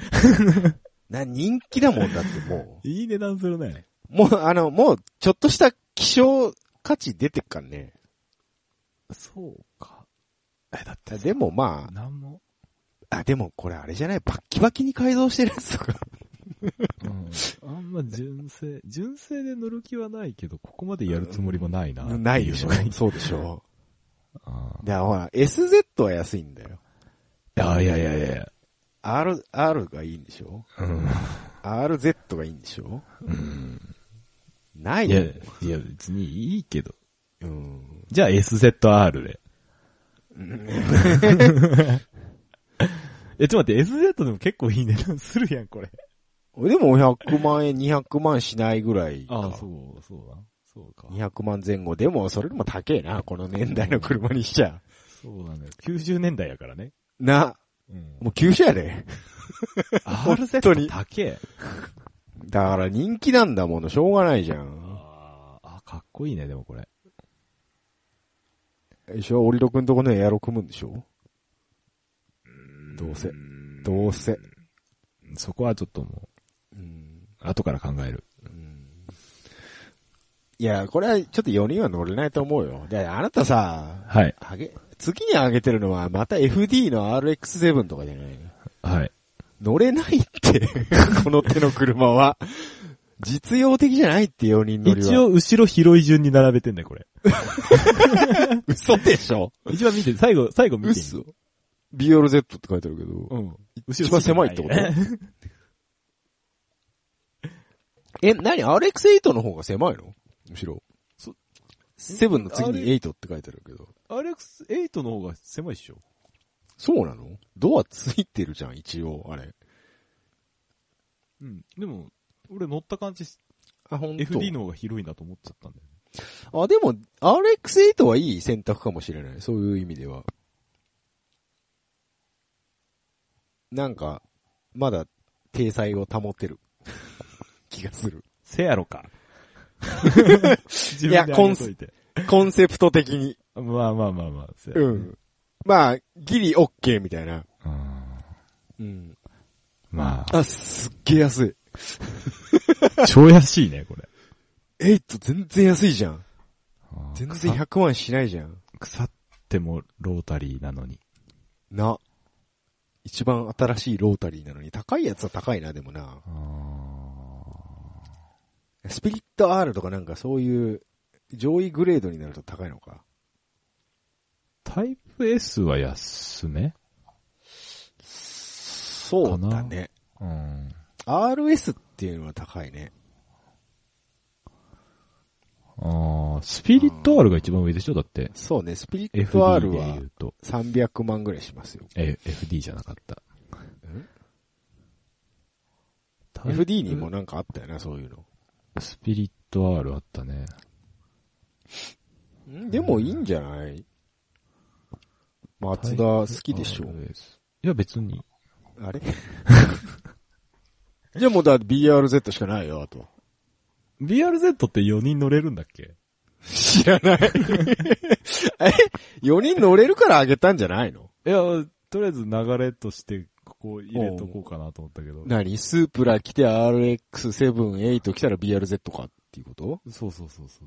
[SPEAKER 1] な、人気だもんだっても
[SPEAKER 2] いい値段するね。
[SPEAKER 1] う。もう、あの、もう、ちょっとした希少価値出てっかんね。
[SPEAKER 2] そうか。え、だっ
[SPEAKER 1] でもま
[SPEAKER 2] なんも。
[SPEAKER 1] あ、あ、でもこれあれじゃないバッキバキに改造してるやつとか。
[SPEAKER 2] うん。あんま純正、 純正で乗る気はないけど、ここまでやるつもりもないな。
[SPEAKER 1] ないでしょ
[SPEAKER 2] っていうの。が
[SPEAKER 1] そうでしょ。
[SPEAKER 2] あ
[SPEAKER 1] だからほら、SZ は安いんだよ。
[SPEAKER 2] あいやいやいやいや。
[SPEAKER 1] R、R がいいんでしょ
[SPEAKER 2] うん。
[SPEAKER 1] ?RZ がいいんでしょ
[SPEAKER 2] うん。
[SPEAKER 1] ない
[SPEAKER 2] い
[SPEAKER 1] よ
[SPEAKER 2] や、いや、別にいいけど。
[SPEAKER 1] うん。
[SPEAKER 2] じゃあ SZR で。 え、ちょっと待って、SZ でも結構いい値段するやん、これ。
[SPEAKER 1] でも100万円、200万しないぐらいか。
[SPEAKER 2] そう、そうだ。そうか
[SPEAKER 1] 200万前後。でも、それでも高えな、この年代の車にしちゃ。
[SPEAKER 2] そうなんだよ。90年代やからね。
[SPEAKER 1] な、
[SPEAKER 2] うん。
[SPEAKER 1] もう旧車やで。本当に
[SPEAKER 2] RZ 高え。
[SPEAKER 1] だから人気なんだもの、しょうがないじゃん。
[SPEAKER 2] あーあ、かっこいいね、でもこれ。
[SPEAKER 1] でしょ、オリロ君とこのエアロ組むんでしょどうせ。どうせ。
[SPEAKER 2] そこはちょっとも
[SPEAKER 1] うん。
[SPEAKER 2] う、後から考える。
[SPEAKER 1] いや、これはちょっと4人は乗れないと思うよ。で、あなたさ、
[SPEAKER 2] はい。
[SPEAKER 1] あげ、次に上げてるのはまた FD の RX7 とかじゃないの
[SPEAKER 2] はい。
[SPEAKER 1] 乗れないって、 この手の車は。実用的じゃないって4人乗りは。
[SPEAKER 2] 一、応、後ろ広い順に並べてんだよ、これ。
[SPEAKER 1] 嘘でしょ
[SPEAKER 2] 一番見て、最後、最後見てみ。
[SPEAKER 1] 嘘。BRZ って書いてあるけど。
[SPEAKER 2] うん。
[SPEAKER 1] 一番狭いってこと
[SPEAKER 2] 後ろしかないね
[SPEAKER 1] え、何 ?RX8 の方が狭いのむしろ。
[SPEAKER 2] そ
[SPEAKER 1] セブンの次に8って書いてあるけど。
[SPEAKER 2] RX8 の方が狭いっしょ。
[SPEAKER 1] そうなのドアついてるじゃん、一応、あれ。
[SPEAKER 2] うん。でも、俺乗った感じ、
[SPEAKER 1] あ、ほん
[SPEAKER 2] FD の方が広いなと思っちゃったんだよね。
[SPEAKER 1] あ、でも、RX8 はいい選択かもしれない。そういう意味では。なんか、まだ、体裁を保てる。 気がする。
[SPEAKER 2] せやろか。自
[SPEAKER 1] いや
[SPEAKER 2] 分で上げといて。
[SPEAKER 1] コンセプト的に。
[SPEAKER 2] まあまあまあまあ、せや
[SPEAKER 1] う
[SPEAKER 2] ろね
[SPEAKER 1] ん。まあ、ギリオッケーみたいな。
[SPEAKER 2] うん。
[SPEAKER 1] うん。
[SPEAKER 2] ま
[SPEAKER 1] あ、すっげえ安い。
[SPEAKER 2] あ、超安いね、これ。
[SPEAKER 1] エイト全然安いじゃん。全然
[SPEAKER 2] 腐
[SPEAKER 1] 100万しないじゃん。
[SPEAKER 2] 腐ってもロータリーなのに。
[SPEAKER 1] な。一番新しいロータリーなのに、高いやつは高いな、でもな。スピリット R とかなんかそういう上位グレードになると高いのか。
[SPEAKER 2] タイプ S は安め
[SPEAKER 1] そ
[SPEAKER 2] かな。うん。
[SPEAKER 1] RS っていうのは高いね。
[SPEAKER 2] ああ、スピリット R が一番上でしょだって。
[SPEAKER 1] そうね、スピリット
[SPEAKER 2] FD
[SPEAKER 1] R
[SPEAKER 2] で
[SPEAKER 1] は
[SPEAKER 2] 言うと。
[SPEAKER 1] 300万ぐらいしますよ。
[SPEAKER 2] え、FD じゃなかった。タイプ
[SPEAKER 1] FD にもなんかあったよな、そういうの。
[SPEAKER 2] スピリット R あったね。
[SPEAKER 1] でもいいんじゃない松田好きでしょ
[SPEAKER 2] RS いや別に。
[SPEAKER 1] あれ じゃあもうだ、BRZ しかないよ、あと。
[SPEAKER 2] BRZ って4人乗れるんだっけ
[SPEAKER 1] 知らない。 え ?4 人乗れるからあげたんじゃないの
[SPEAKER 2] いや、とりあえず流れとして、ここ入れとこうかなと思ったけど。
[SPEAKER 1] 何スープラ来て RX7、8来たら BRZ かっていうこと
[SPEAKER 2] そうそうそうそうそう。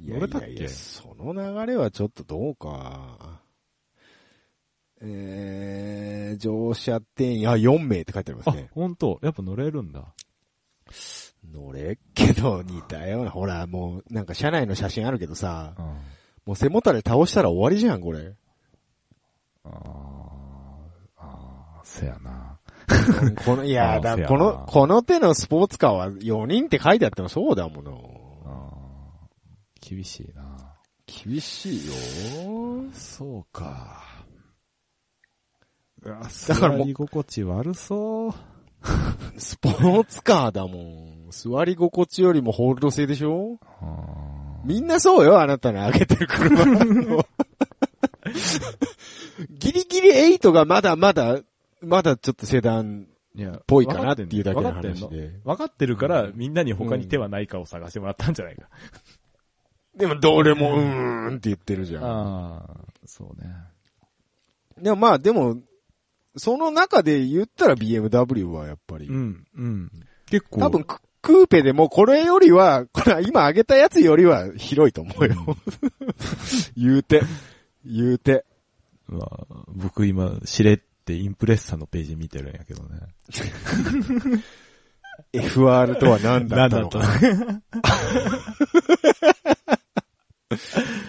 [SPEAKER 1] いやい
[SPEAKER 2] 乗れたっ
[SPEAKER 1] や
[SPEAKER 2] け
[SPEAKER 1] いや、その流れはちょっとどうか。えー、乗車定員、あ、4名って書いてあります
[SPEAKER 2] あ
[SPEAKER 1] ね、。
[SPEAKER 2] 本当やっぱ乗れるんだ。
[SPEAKER 1] 乗れっけど似たような、ほらもうなんか車内の写真あるけどさ、
[SPEAKER 2] うん。
[SPEAKER 1] もう背もたれ倒したら終わりじゃん、これ。
[SPEAKER 2] あーあー、せやな。
[SPEAKER 1] この、いや、
[SPEAKER 2] あ
[SPEAKER 1] だ
[SPEAKER 2] せや
[SPEAKER 1] こ
[SPEAKER 2] な
[SPEAKER 1] の、この手のスポーツカーは4人って書いてあってもそうだも
[SPEAKER 2] あ
[SPEAKER 1] の。
[SPEAKER 2] ー厳しいな。
[SPEAKER 1] 厳しいよ。
[SPEAKER 2] そうか。だ
[SPEAKER 1] だ
[SPEAKER 2] か
[SPEAKER 1] かららもう
[SPEAKER 2] 居心地悪そう。
[SPEAKER 1] スポーツカーだもん。座り心地よりもホールド性でしょみんなそうよ、あなたの上げてる車。ギリギリ8がまだまだ、まだちょっとセダン
[SPEAKER 2] いや、
[SPEAKER 1] っぽいかなっていうだけの話で。
[SPEAKER 2] 分かってるから、みんなに他に手はないかを探してもらったんじゃないか。
[SPEAKER 1] でもどれもうーんって言ってるじゃん。
[SPEAKER 2] ああ、そうね。
[SPEAKER 1] でもまあでも、その中で言ったら BMW はやっぱり。
[SPEAKER 2] うん、うん。結構。
[SPEAKER 1] 多分ククーペでもこれよりは、これは今上げたやつよりは広いと思うよ。 言うて。言うて。
[SPEAKER 2] まあ、僕今、しれってインプレッサのページ見てるんやけどね。
[SPEAKER 1] FR とは何だったのか。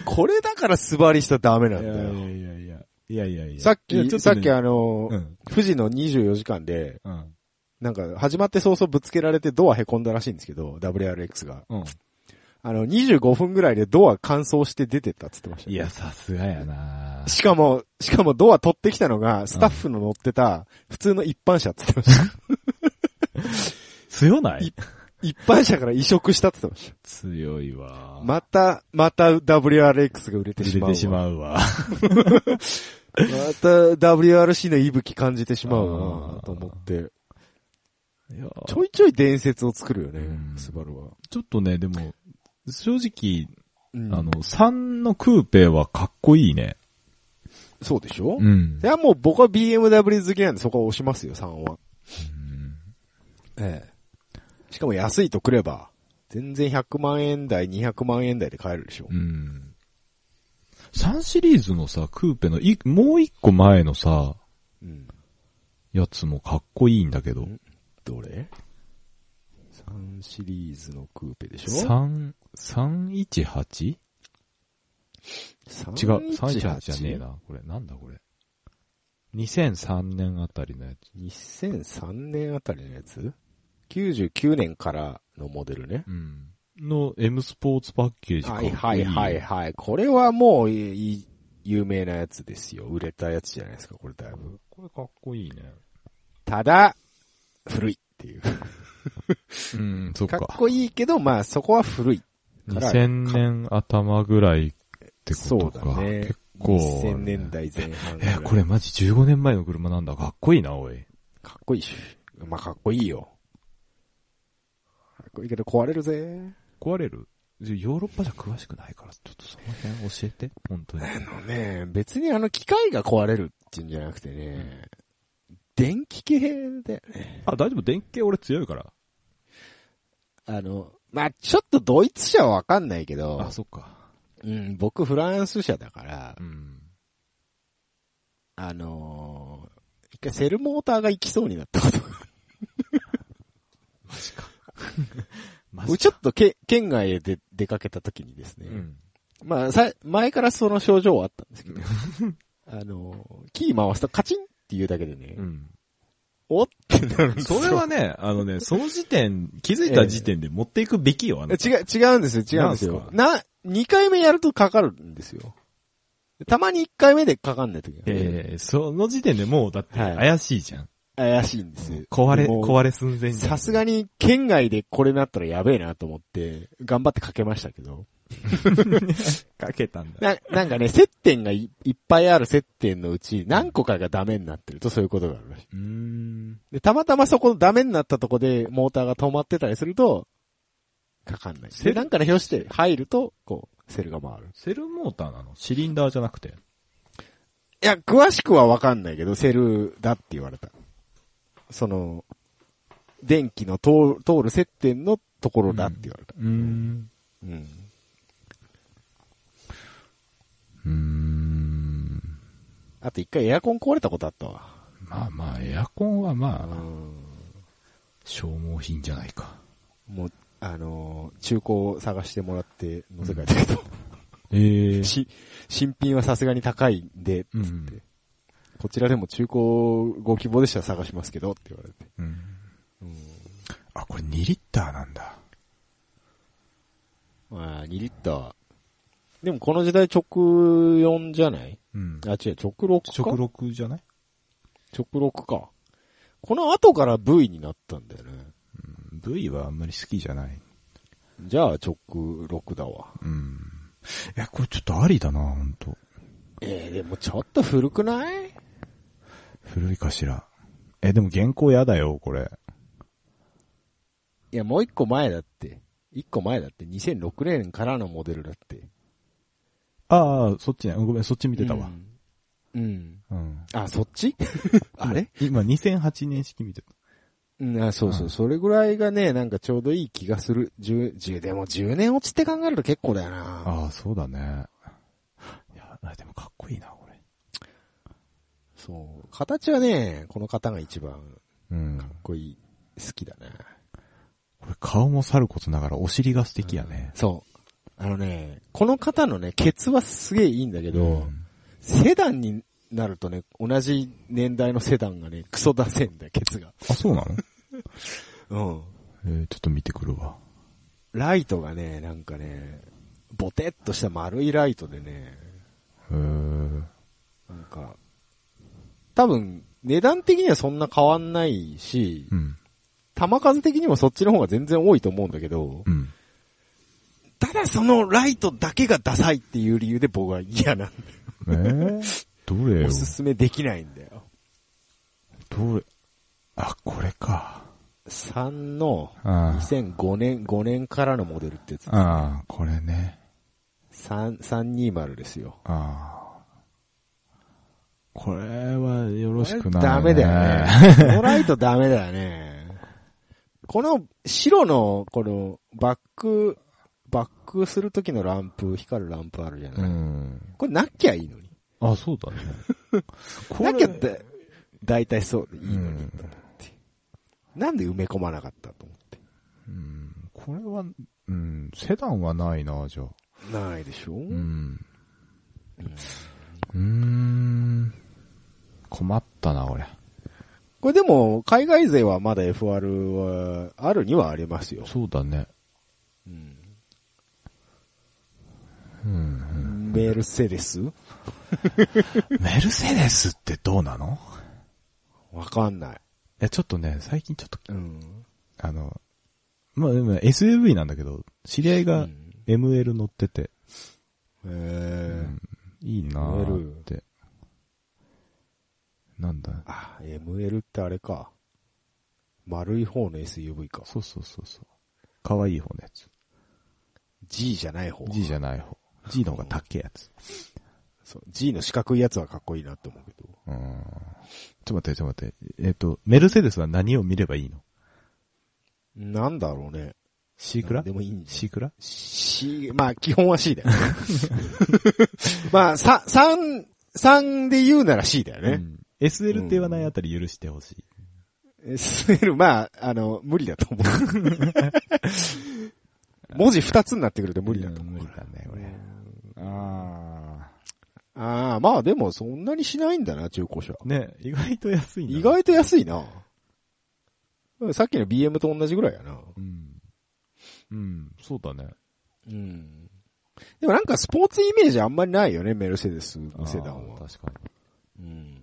[SPEAKER 1] これだから素張りしたらダメなんだよ。
[SPEAKER 2] いやいや。いやいやいや。
[SPEAKER 1] さっ
[SPEAKER 2] いや
[SPEAKER 1] き、
[SPEAKER 2] ちょと
[SPEAKER 1] さっ
[SPEAKER 2] ね
[SPEAKER 1] きあの、
[SPEAKER 2] うん。
[SPEAKER 1] 富士の24時間で、
[SPEAKER 2] うん。
[SPEAKER 1] なんか始まって早々ぶつけられてドアへこんだらしいんですけど、WRX が。
[SPEAKER 2] うん。
[SPEAKER 1] あの、25分ぐらいでドア乾燥して出てったって言ってました
[SPEAKER 2] い
[SPEAKER 1] よ
[SPEAKER 2] や、さすがやな
[SPEAKER 1] しかも、しかもドア取ってきたのが、スタッフの乗ってた、普通の一般車って言ってました。
[SPEAKER 2] 強ない
[SPEAKER 1] 一般車から移植したって言ってまし
[SPEAKER 2] 強いわ
[SPEAKER 1] た。また、また WRX が売れてし
[SPEAKER 2] 入れ
[SPEAKER 1] まうわ。
[SPEAKER 2] てしまうわ。
[SPEAKER 1] また WRC の息吹感じてしまうなと思って。
[SPEAKER 2] いや
[SPEAKER 1] ちょいちょい伝説を作るよね
[SPEAKER 2] うん、
[SPEAKER 1] スバルは。
[SPEAKER 2] ちょっとね、でも、正直、
[SPEAKER 1] うん
[SPEAKER 2] あの、、3のクーペはかっこいいね。
[SPEAKER 1] そうでしょ
[SPEAKER 2] うん
[SPEAKER 1] い。や、もう僕は BMW 好きなんでそこは押しますよ、3は。ええ。しかも安いとくれば、全然100万円台、200万円台で買えるでしょ
[SPEAKER 2] う。ん。3シリーズのさ、クーペのい、もう一個前のさ、
[SPEAKER 1] うん。
[SPEAKER 2] やつもかっこいいんだけど。
[SPEAKER 1] どれ ?3 シリーズのクーペでしょ
[SPEAKER 2] 三三一八違う、318じゃねえ。な。これ、なんだこれ。2003年あたりのやつ。
[SPEAKER 1] 2003年あたりのやつ ?99 年からのモデルね。
[SPEAKER 2] うん。の M スポーツパッケージかっ
[SPEAKER 1] は
[SPEAKER 2] こ
[SPEAKER 1] い
[SPEAKER 2] いい。
[SPEAKER 1] はいはい。はい。これはもういい、有名なやつですよ。売れたやつじゃないですか、これだいぶ。
[SPEAKER 2] これかっこいいね。
[SPEAKER 1] ただ、古いっていう。
[SPEAKER 2] うん、そっ
[SPEAKER 1] か
[SPEAKER 2] か。
[SPEAKER 1] っこいいけど、まあそこは古い。から
[SPEAKER 2] 2000年頭ぐらいってこと
[SPEAKER 1] そ
[SPEAKER 2] か。
[SPEAKER 1] うだね
[SPEAKER 2] 結構。
[SPEAKER 1] 2000年。代前半ぐら
[SPEAKER 2] え
[SPEAKER 1] い。
[SPEAKER 2] これマジ15年前の車なんだ。かっこいいな、おい。
[SPEAKER 1] かっこいいし。まあかっこいいよ。かっこいいけど壊れるぜ。
[SPEAKER 2] 壊れるヨーロッパじゃ詳しくないから、ちょっとその辺教えて、本当に。
[SPEAKER 1] あのね、別にあの機械が壊れるっていうんじゃなくてね、電気系で、
[SPEAKER 2] あ、大丈夫、電気系俺強いから。
[SPEAKER 1] あの、まあちょっとドイツ車はわかんないけど
[SPEAKER 2] あ、、そっか。
[SPEAKER 1] うん、僕フランス車だから
[SPEAKER 2] う、ん。
[SPEAKER 1] あのー一回セルモーターが行きそうになったことが。
[SPEAKER 2] マ
[SPEAKER 1] ちょっとけ県外へで出かけた時にですね、
[SPEAKER 2] うん。
[SPEAKER 1] まあさ、前からその症状はあったんですけど、 あのーキー回すとカチンって言うだけでね、
[SPEAKER 2] うん。
[SPEAKER 1] おってなるんですよ
[SPEAKER 2] それはね、あ のね、その時点、気づいた時点で持っていくべきよ、あの。
[SPEAKER 1] 違う、違うんですよ、違うんですよ。な二回目やるとかかるんですよ。たまに一回目でかかんないときがね、
[SPEAKER 2] ええその時点でもう、だって
[SPEAKER 1] はい
[SPEAKER 2] 怪しいじゃん。
[SPEAKER 1] 怪しいんです。
[SPEAKER 2] 壊れ、
[SPEAKER 1] もう
[SPEAKER 2] 壊れ寸前じゃん。
[SPEAKER 1] さすがに県外でこれなったらやべえなと思って、頑張ってかけましたけど。
[SPEAKER 2] かけたんだ。
[SPEAKER 1] な、なんかね、接点がいいっぱいある接点のうち何個かがダメになってるとそういうことがあるらしい。
[SPEAKER 2] うーん。
[SPEAKER 1] で、たまたまそこのダメになったとこでモーターが止まってたりすると、かかんない。
[SPEAKER 2] セ
[SPEAKER 1] で、
[SPEAKER 2] ル
[SPEAKER 1] なんかね、表して入ると、こう、セルが回る。
[SPEAKER 2] セルモーターなのシリンダーじゃなくて。
[SPEAKER 1] いや、詳しくはわかんないけど、セルだって言われた。その、電気の通通る接点のところだって言われた。
[SPEAKER 2] うーん。
[SPEAKER 1] うん。
[SPEAKER 2] うーん。
[SPEAKER 1] あと一回エアコン壊れたことあったわ。
[SPEAKER 2] まあまあ、エアコンは
[SPEAKER 1] う
[SPEAKER 2] まあ、
[SPEAKER 1] ん。
[SPEAKER 2] 消耗品じゃないか。
[SPEAKER 1] もう、あのー中古を探してもらって乗せ替えたけど、
[SPEAKER 2] ええ
[SPEAKER 1] し新品はさすがに高いんで、
[SPEAKER 2] うん
[SPEAKER 1] つって。こちらでも中古ご希望でしたら探しますけどって言われて。
[SPEAKER 2] うん。あ、これ2リッターなんだ。
[SPEAKER 1] まあ、2リッター。でもこの時代直4じゃない
[SPEAKER 2] うん
[SPEAKER 1] あ、違う、直6か
[SPEAKER 2] 直録じゃない
[SPEAKER 1] 直録か。この後から V になったんだよね。
[SPEAKER 2] V はあんまり好きじゃない。
[SPEAKER 1] じゃあ直録だわ。
[SPEAKER 2] うん。いや、これちょっとありだな、本当
[SPEAKER 1] ええでもちょっと古くない
[SPEAKER 2] 古いかしら。え、でも原稿やだよ、これ。
[SPEAKER 1] いや、もう一個前だって。一個前だって。2006年からのモデルだって。
[SPEAKER 2] ああ、そっちね。ごめん、そっち見てたわ。
[SPEAKER 1] うん。うん。
[SPEAKER 2] うん。
[SPEAKER 1] あ、そっち あれ
[SPEAKER 2] 今、2008年式見てた。
[SPEAKER 1] うん、あそうそう、
[SPEAKER 2] うん
[SPEAKER 1] それぐらいがね、なんかちょうどいい気がする。10、10、でも10年落ちって考えると結構だよな。
[SPEAKER 2] ああ、そうだね。いや、でもかっこいいな、これ。
[SPEAKER 1] そう。形はね、この方が一番
[SPEAKER 2] うん
[SPEAKER 1] かっ。こいい、好きだね。
[SPEAKER 2] これ顔もさることながらお尻が素敵やね。
[SPEAKER 1] そう。あのね、この方のね、ケツはすげえいいんだけ
[SPEAKER 2] け
[SPEAKER 1] ど、セダンになるとね、同じ年代のセダンがね、クソ出せんだよ、ケツが。
[SPEAKER 2] あ、そうなの
[SPEAKER 1] うん。
[SPEAKER 2] えー、ちょっと見てくるわ。
[SPEAKER 1] ライトがね、なんかね、ボテっとした丸いライトでね、
[SPEAKER 2] へー
[SPEAKER 1] なんか、多分、値段的にはそんな変わんないし
[SPEAKER 2] う、ん。
[SPEAKER 1] 弾数的にもそっちの方が全然多いと思うんだけど
[SPEAKER 2] う、ん。
[SPEAKER 1] ただそのライトだけがダサいっていう理由で僕は嫌なん
[SPEAKER 2] え ー、どれ
[SPEAKER 1] で、
[SPEAKER 2] よ
[SPEAKER 1] おすすめできないんだよ。
[SPEAKER 2] どれあ、これか。
[SPEAKER 1] 3の
[SPEAKER 2] あー
[SPEAKER 1] 2005年、5年からのモデルってやつ。
[SPEAKER 2] あー、これね。
[SPEAKER 1] 3、320ですよ。
[SPEAKER 2] ああ。これはよろしくない、
[SPEAKER 1] ダメだ よね。このライトダメだよね。この白の、このバック、バックするときのランプ、光るランプあるじゃ
[SPEAKER 2] う
[SPEAKER 1] ない。
[SPEAKER 2] ん。
[SPEAKER 1] これなきゃいいのに。
[SPEAKER 2] あ、そうだね。 こ
[SPEAKER 1] なきゃって、だいたいそう、いいの
[SPEAKER 2] う
[SPEAKER 1] に
[SPEAKER 2] ん
[SPEAKER 1] と思って。なんで埋め込まなかったと思って。
[SPEAKER 2] うん。これは、うん、セダンはないな、じゃあ。
[SPEAKER 1] ないでしょ、
[SPEAKER 2] うん。うーん。困ったな、俺。
[SPEAKER 1] これでも、海外勢はまだ FR は、あるにはありますよ。
[SPEAKER 2] そうだね。
[SPEAKER 1] うん
[SPEAKER 2] うん。
[SPEAKER 1] メルセデス
[SPEAKER 2] メルセデスってどうなの
[SPEAKER 1] わかんない。
[SPEAKER 2] いや、ちょっとね、最近ちょっ
[SPEAKER 1] う
[SPEAKER 2] と、
[SPEAKER 1] ん。
[SPEAKER 2] あの、まあ、でも SUV なんだけど、知り合いうが
[SPEAKER 1] ん
[SPEAKER 2] ML 乗ってて、
[SPEAKER 1] へー
[SPEAKER 2] いいなーって。なんだ
[SPEAKER 1] あ、ML ってあれか。丸い方の SUV か。
[SPEAKER 2] そうそうそうそう。可愛い方のやつ。
[SPEAKER 1] G じゃない方。
[SPEAKER 2] G じゃない方。G の方が高いやつ。
[SPEAKER 1] そう G の四角いやつはかっこいいなって思うけど。
[SPEAKER 2] うん。ちょっと待って、ちょっと待って。えっ、と、メルセデスは何を見ればいいの
[SPEAKER 1] なんだろうね。
[SPEAKER 2] シーク
[SPEAKER 1] な
[SPEAKER 2] ラ
[SPEAKER 1] んでもいいんだ
[SPEAKER 2] シークラ
[SPEAKER 1] C、まあ基本は C だよ ね。まあ、さ、3、3で言うなら C だよ
[SPEAKER 2] う
[SPEAKER 1] ね。
[SPEAKER 2] ん SL って言わないあたり許してほしい。
[SPEAKER 1] SL、まあ、あの、無理だと思う。 文字2つになってくると無理だと
[SPEAKER 2] うん
[SPEAKER 1] 思
[SPEAKER 2] 無
[SPEAKER 1] う
[SPEAKER 2] 理。だね、これ。あ
[SPEAKER 1] ああ、まあでもそんなにしないんだな、中古車。
[SPEAKER 2] ー。ね、意外と安いんだ ね
[SPEAKER 1] 意外と安いな。さっきの BM と同じぐらいやな。
[SPEAKER 2] うん。うん、そうだね。
[SPEAKER 1] うん。でもなんかスポーツイメージあんまりないよね、メルセデスのセダン
[SPEAKER 2] あ
[SPEAKER 1] は
[SPEAKER 2] ー。確かに。
[SPEAKER 1] うん。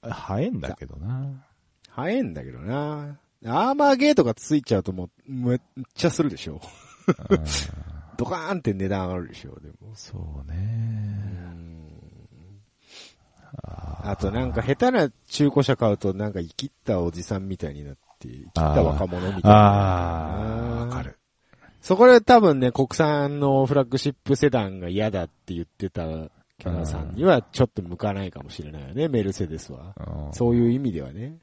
[SPEAKER 2] あ早いんだけどな。
[SPEAKER 1] 早いんだけどな。アーマーゲートがついちゃうともう、めっちゃするでしょ。
[SPEAKER 2] あー
[SPEAKER 1] ドカーンって値段上がるでしょ、でも。
[SPEAKER 2] そう
[SPEAKER 1] う
[SPEAKER 2] ね。
[SPEAKER 1] ん。
[SPEAKER 2] あ
[SPEAKER 1] あとなんか下手な中古車買うとなんか生きったおじさんみたいになって、生きった若者みたい
[SPEAKER 2] ー
[SPEAKER 1] な。
[SPEAKER 2] あー、わかる。
[SPEAKER 1] そこで多分ね、国産のフラッグシップセダンが嫌だって言ってたキャラさんにはちょっと向かないかもしれないよね、メルセデスは。
[SPEAKER 2] うん。
[SPEAKER 1] そういう意味ではね。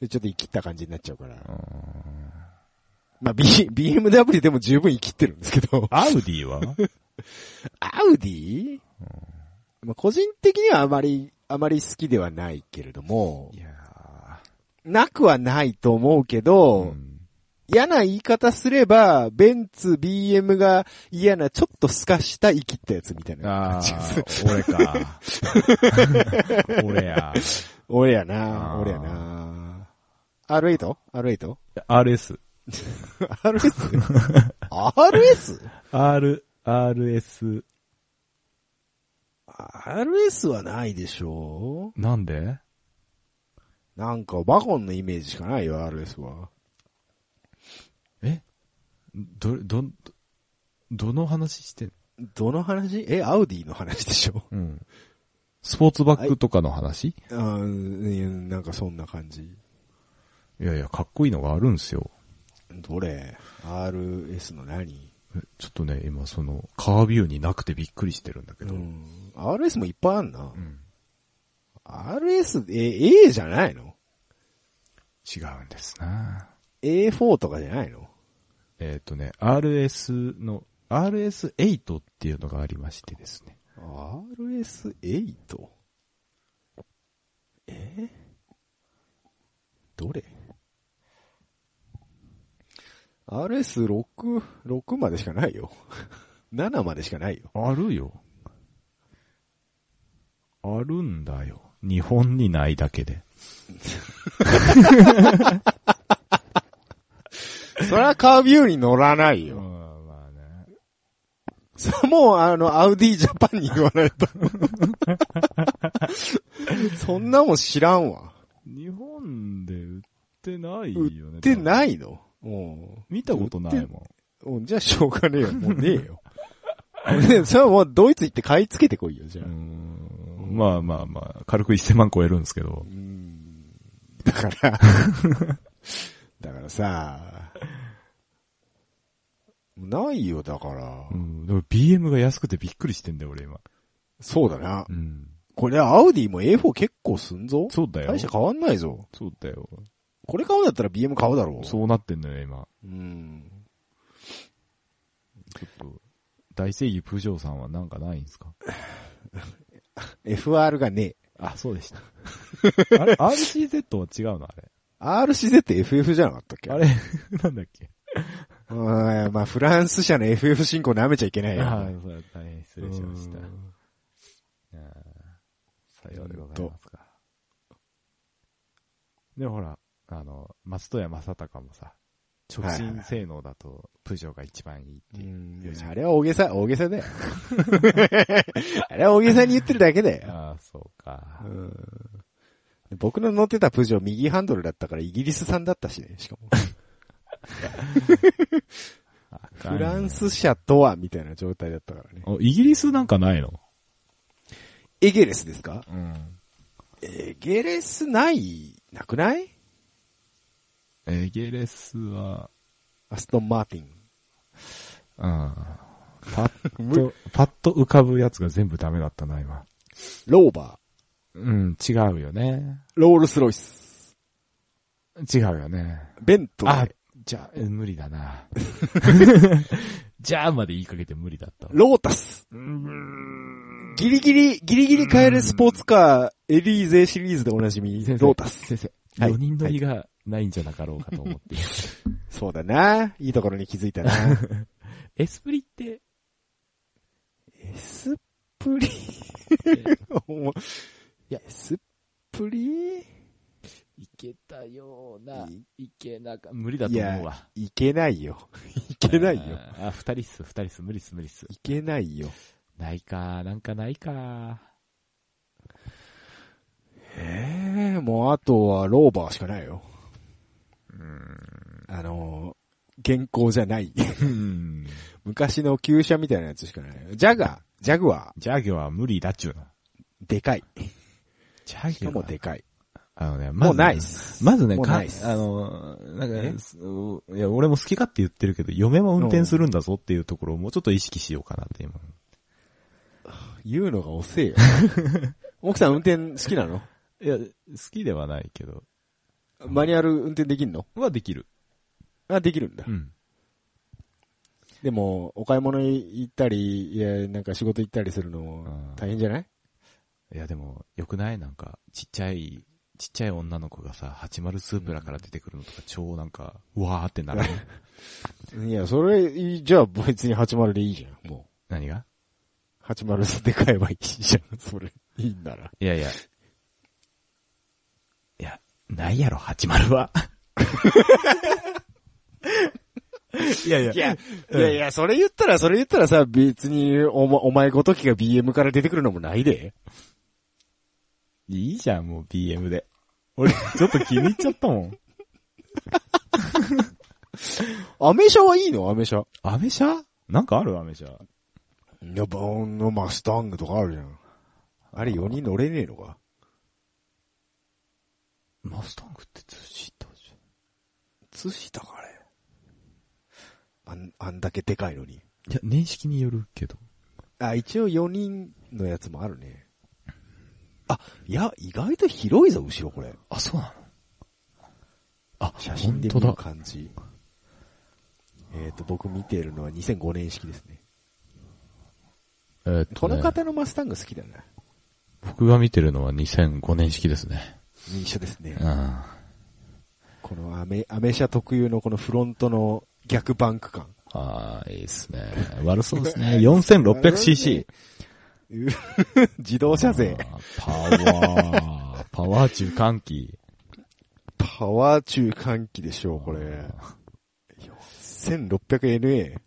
[SPEAKER 1] でちょっと生きった感じになっちゃうから。まあ、B、BMW でも十分生きってるんですけど
[SPEAKER 2] アウディは
[SPEAKER 1] アウディまあ、個人的にはあまり、あまり好きではないけれども
[SPEAKER 2] い、や
[SPEAKER 1] なくはないと思うけ
[SPEAKER 2] ー
[SPEAKER 1] ど、
[SPEAKER 2] うん
[SPEAKER 1] 嫌な言い方すれば、ベンツ、BM が嫌な、ちょっと透かした生きったやつみたいな感
[SPEAKER 2] あ
[SPEAKER 1] じがする。
[SPEAKER 2] ー、俺か。 俺や。
[SPEAKER 1] 俺やな
[SPEAKER 2] あー
[SPEAKER 1] 俺やな R8?R8?
[SPEAKER 2] RS。
[SPEAKER 1] RS?RS? RS?
[SPEAKER 2] R、RS、
[SPEAKER 1] RS はないでしょ
[SPEAKER 2] なんで
[SPEAKER 1] なんかワゴンのイメージしかないよ、RS は。
[SPEAKER 2] えど、ど、どの話してん
[SPEAKER 1] どの話え、アウディの話でしょ
[SPEAKER 2] うん。スポーツバッグとかの話、
[SPEAKER 1] うんうん、なんかそんな感じ。
[SPEAKER 2] い、やいや、かっこいいのがあるんすよ。
[SPEAKER 1] どれ ?RS の何
[SPEAKER 2] えちょっとね、今その、カービューになくてびっくりしてるんだけ
[SPEAKER 1] う
[SPEAKER 2] ど。
[SPEAKER 1] ん。RS もいっぱいあんな
[SPEAKER 2] う。ん
[SPEAKER 1] RS、え、A じゃないの
[SPEAKER 2] 違うんですな
[SPEAKER 1] ?A4 とかじゃないの
[SPEAKER 2] えっ、とね、RS の、RS8 っていうのがありましてですね。
[SPEAKER 1] ?RS8? えどれ ?RS6、6までしかないよ。7までしかないよ。
[SPEAKER 2] あるよ。あるんだよ。日本にないだけで。
[SPEAKER 1] そりゃカービューに乗らないよ。
[SPEAKER 2] まあね。
[SPEAKER 1] それもう、あの、アウディジャパンに言わないと。そんなもん知らんわ。
[SPEAKER 2] 日本で売ってないよね。
[SPEAKER 1] 売って
[SPEAKER 2] い
[SPEAKER 1] ないのも
[SPEAKER 2] 見たことないも
[SPEAKER 1] う、うんじゃあしょうがねえよ。もうねえよ。 でそれはもうドイツ行って買い付けてこいよ、じ
[SPEAKER 2] ん。
[SPEAKER 1] ゃ
[SPEAKER 2] う
[SPEAKER 1] あ。
[SPEAKER 2] ーんまあまあまあ、軽く1000万超えるんですけど
[SPEAKER 1] う。んだ から、だからさ、ないよ、だから。
[SPEAKER 2] うん。でも BM が安くてびっくりしてんだよ、俺今。
[SPEAKER 1] そうだな。
[SPEAKER 2] うん。
[SPEAKER 1] これアウディも A4 結構すんぞ。
[SPEAKER 2] そうだよ
[SPEAKER 1] 大。して変わんないぞ。
[SPEAKER 2] そうだよ。
[SPEAKER 1] これ買うんだったら BM 買うだろう。
[SPEAKER 2] そうなってんのよ、今。
[SPEAKER 1] うん。
[SPEAKER 2] ちょっと、大正義プジョーさんはなんかないんですか
[SPEAKER 1] FR がね
[SPEAKER 2] あ、そうでした。 あれ、RCZ は違うのあれ。
[SPEAKER 1] え。RCZ って FF じゃなかったっけ
[SPEAKER 2] あれ、 なんだっけ
[SPEAKER 1] うーんまあ、フランス社の FF 進行舐めちゃいけないよ。
[SPEAKER 2] ああ、そうだ、大変失礼しました
[SPEAKER 1] う。ん
[SPEAKER 2] ああさようでございますか。でもほら、あの、松戸谷正隆もさ、直
[SPEAKER 1] はいはいは
[SPEAKER 2] 進
[SPEAKER 1] い
[SPEAKER 2] 性能だと、プジョーが一番いいっていう。
[SPEAKER 1] うんあれは大げさ、大げさだよ。 あれは大げさに言ってるだけだよ。
[SPEAKER 2] ああ、そうか
[SPEAKER 1] う。ん僕の乗ってたプジョー右ハンドルだったからイギリス産だったしね、しかも。
[SPEAKER 2] あかん
[SPEAKER 1] フ
[SPEAKER 2] よ
[SPEAKER 1] ランス車とは、みたいな状態だったからね。
[SPEAKER 2] おイギリスなんかないの
[SPEAKER 1] エゲレスですか
[SPEAKER 2] うん。
[SPEAKER 1] エゲレスない、なくない
[SPEAKER 2] エゲレスは、
[SPEAKER 1] アストンマーティン。
[SPEAKER 2] うんパッ と、パッと浮かぶやつが全部ダメだったな、今。
[SPEAKER 1] ローバ
[SPEAKER 2] うん、違うよね。
[SPEAKER 1] ー、ロールスロイス、
[SPEAKER 2] 違うよね。
[SPEAKER 1] ベントレー
[SPEAKER 2] あ、じゃあ、え無理だ な。じゃあまで言いかけて無理だったわ。
[SPEAKER 1] ロータス。ギリギリ、ギリギリ買えるスポーツカー、エリーゼシリーズでおなじみ、
[SPEAKER 2] 先生
[SPEAKER 1] ロータス。
[SPEAKER 2] 先生、
[SPEAKER 1] はい
[SPEAKER 2] 4人乗りがないんじゃなかろうかと思っている。
[SPEAKER 1] そうだな。いいところに気づいたな。
[SPEAKER 2] エスプリって、
[SPEAKER 1] エスプリ
[SPEAKER 2] え
[SPEAKER 1] いや、エスプリ
[SPEAKER 2] いけたような、
[SPEAKER 1] い
[SPEAKER 2] いけなか、無理だと思うわ。
[SPEAKER 1] いけない よ。いけないよ。
[SPEAKER 2] あー。あ、二人っす、二人っす、無理っす、無理っす。
[SPEAKER 1] いけないよ。
[SPEAKER 2] ないか、なんかないか。
[SPEAKER 1] ええもうあとはローバーしかないよ。あのー、現行じゃない。
[SPEAKER 2] うん。
[SPEAKER 1] 昔の旧車みたいなやつしかないよ。ジャガー、ジャグワ
[SPEAKER 2] ジャギョは無理だっちゅうの。
[SPEAKER 1] ー、でかい。
[SPEAKER 2] ジャ
[SPEAKER 1] しかもでかい。
[SPEAKER 2] あのね、まずね
[SPEAKER 1] もうないっ。す。
[SPEAKER 2] まずね、
[SPEAKER 1] もう
[SPEAKER 2] か
[SPEAKER 1] ないっす
[SPEAKER 2] あの、なんかね
[SPEAKER 1] え、
[SPEAKER 2] すいや、俺も好き勝手言ってるけど、嫁も運転するんだぞっていうところをもうちょっと意識しようかなって今。
[SPEAKER 1] 言うのが遅えよ。奥さん運転好きなの
[SPEAKER 2] いや、好きではないけど、
[SPEAKER 1] マニュアル運転できんの
[SPEAKER 2] はできる。
[SPEAKER 1] あ、できるんだ。
[SPEAKER 2] うん。
[SPEAKER 1] でも、お買い物行ったり、いや、なんか仕事行ったりするの
[SPEAKER 2] ん
[SPEAKER 1] 大変じゃない
[SPEAKER 2] いや、でも、よくないなんか、ちっちゃい、ちっちゃい女の子がさ、80スープラから出てくるのとか、超なんか、うわーってなる。
[SPEAKER 1] いや、それ、じゃあ別に80でいいじゃん、も
[SPEAKER 2] 何が
[SPEAKER 1] う。80で買えばいいじゃん、 それ。いいんなら。
[SPEAKER 2] いやいや。いや、ないやろ、80は。 いやいや
[SPEAKER 1] いや、いやいや、それ言ったら、それ言ったらさ、別にお、お前ごときが BM から出てくるのもないで。
[SPEAKER 2] いいじゃん、もう BM で。俺、ちょっと気に入っちゃったも ん。
[SPEAKER 1] アメ車はいいのアメ車。
[SPEAKER 2] アメ車なんかあるアメ車。
[SPEAKER 1] いや、バーンのマスタングとかあるじゃん。あれ4人乗れねえのか
[SPEAKER 2] マスタングって通じたじ
[SPEAKER 1] 通したか、あれ。あん、あんだけでかいのに。
[SPEAKER 2] ゃん。いや、年式によるけど。
[SPEAKER 1] あ、一応4人のやつもあるね。あ、いや、意外と広いぞ、後ろこれ。
[SPEAKER 2] あ、そうなのあ、
[SPEAKER 1] 写真で見る感じ。えっ、と、僕見ているのは2005年式ですね。
[SPEAKER 2] えーっとね
[SPEAKER 1] この方のマスタング好きだな。
[SPEAKER 2] 僕が見てるのは2005年式ですね。
[SPEAKER 1] 一緒ですね
[SPEAKER 2] う。ん。
[SPEAKER 1] このアメ、アメ車特有のこのフロントの逆バンク 感。
[SPEAKER 2] あー、いいですね。 悪そうです ね。4600cc。
[SPEAKER 1] う自動車税。
[SPEAKER 2] パワ ー。パワー中間機。
[SPEAKER 1] パワー中間機でしょう、これ。1600NA。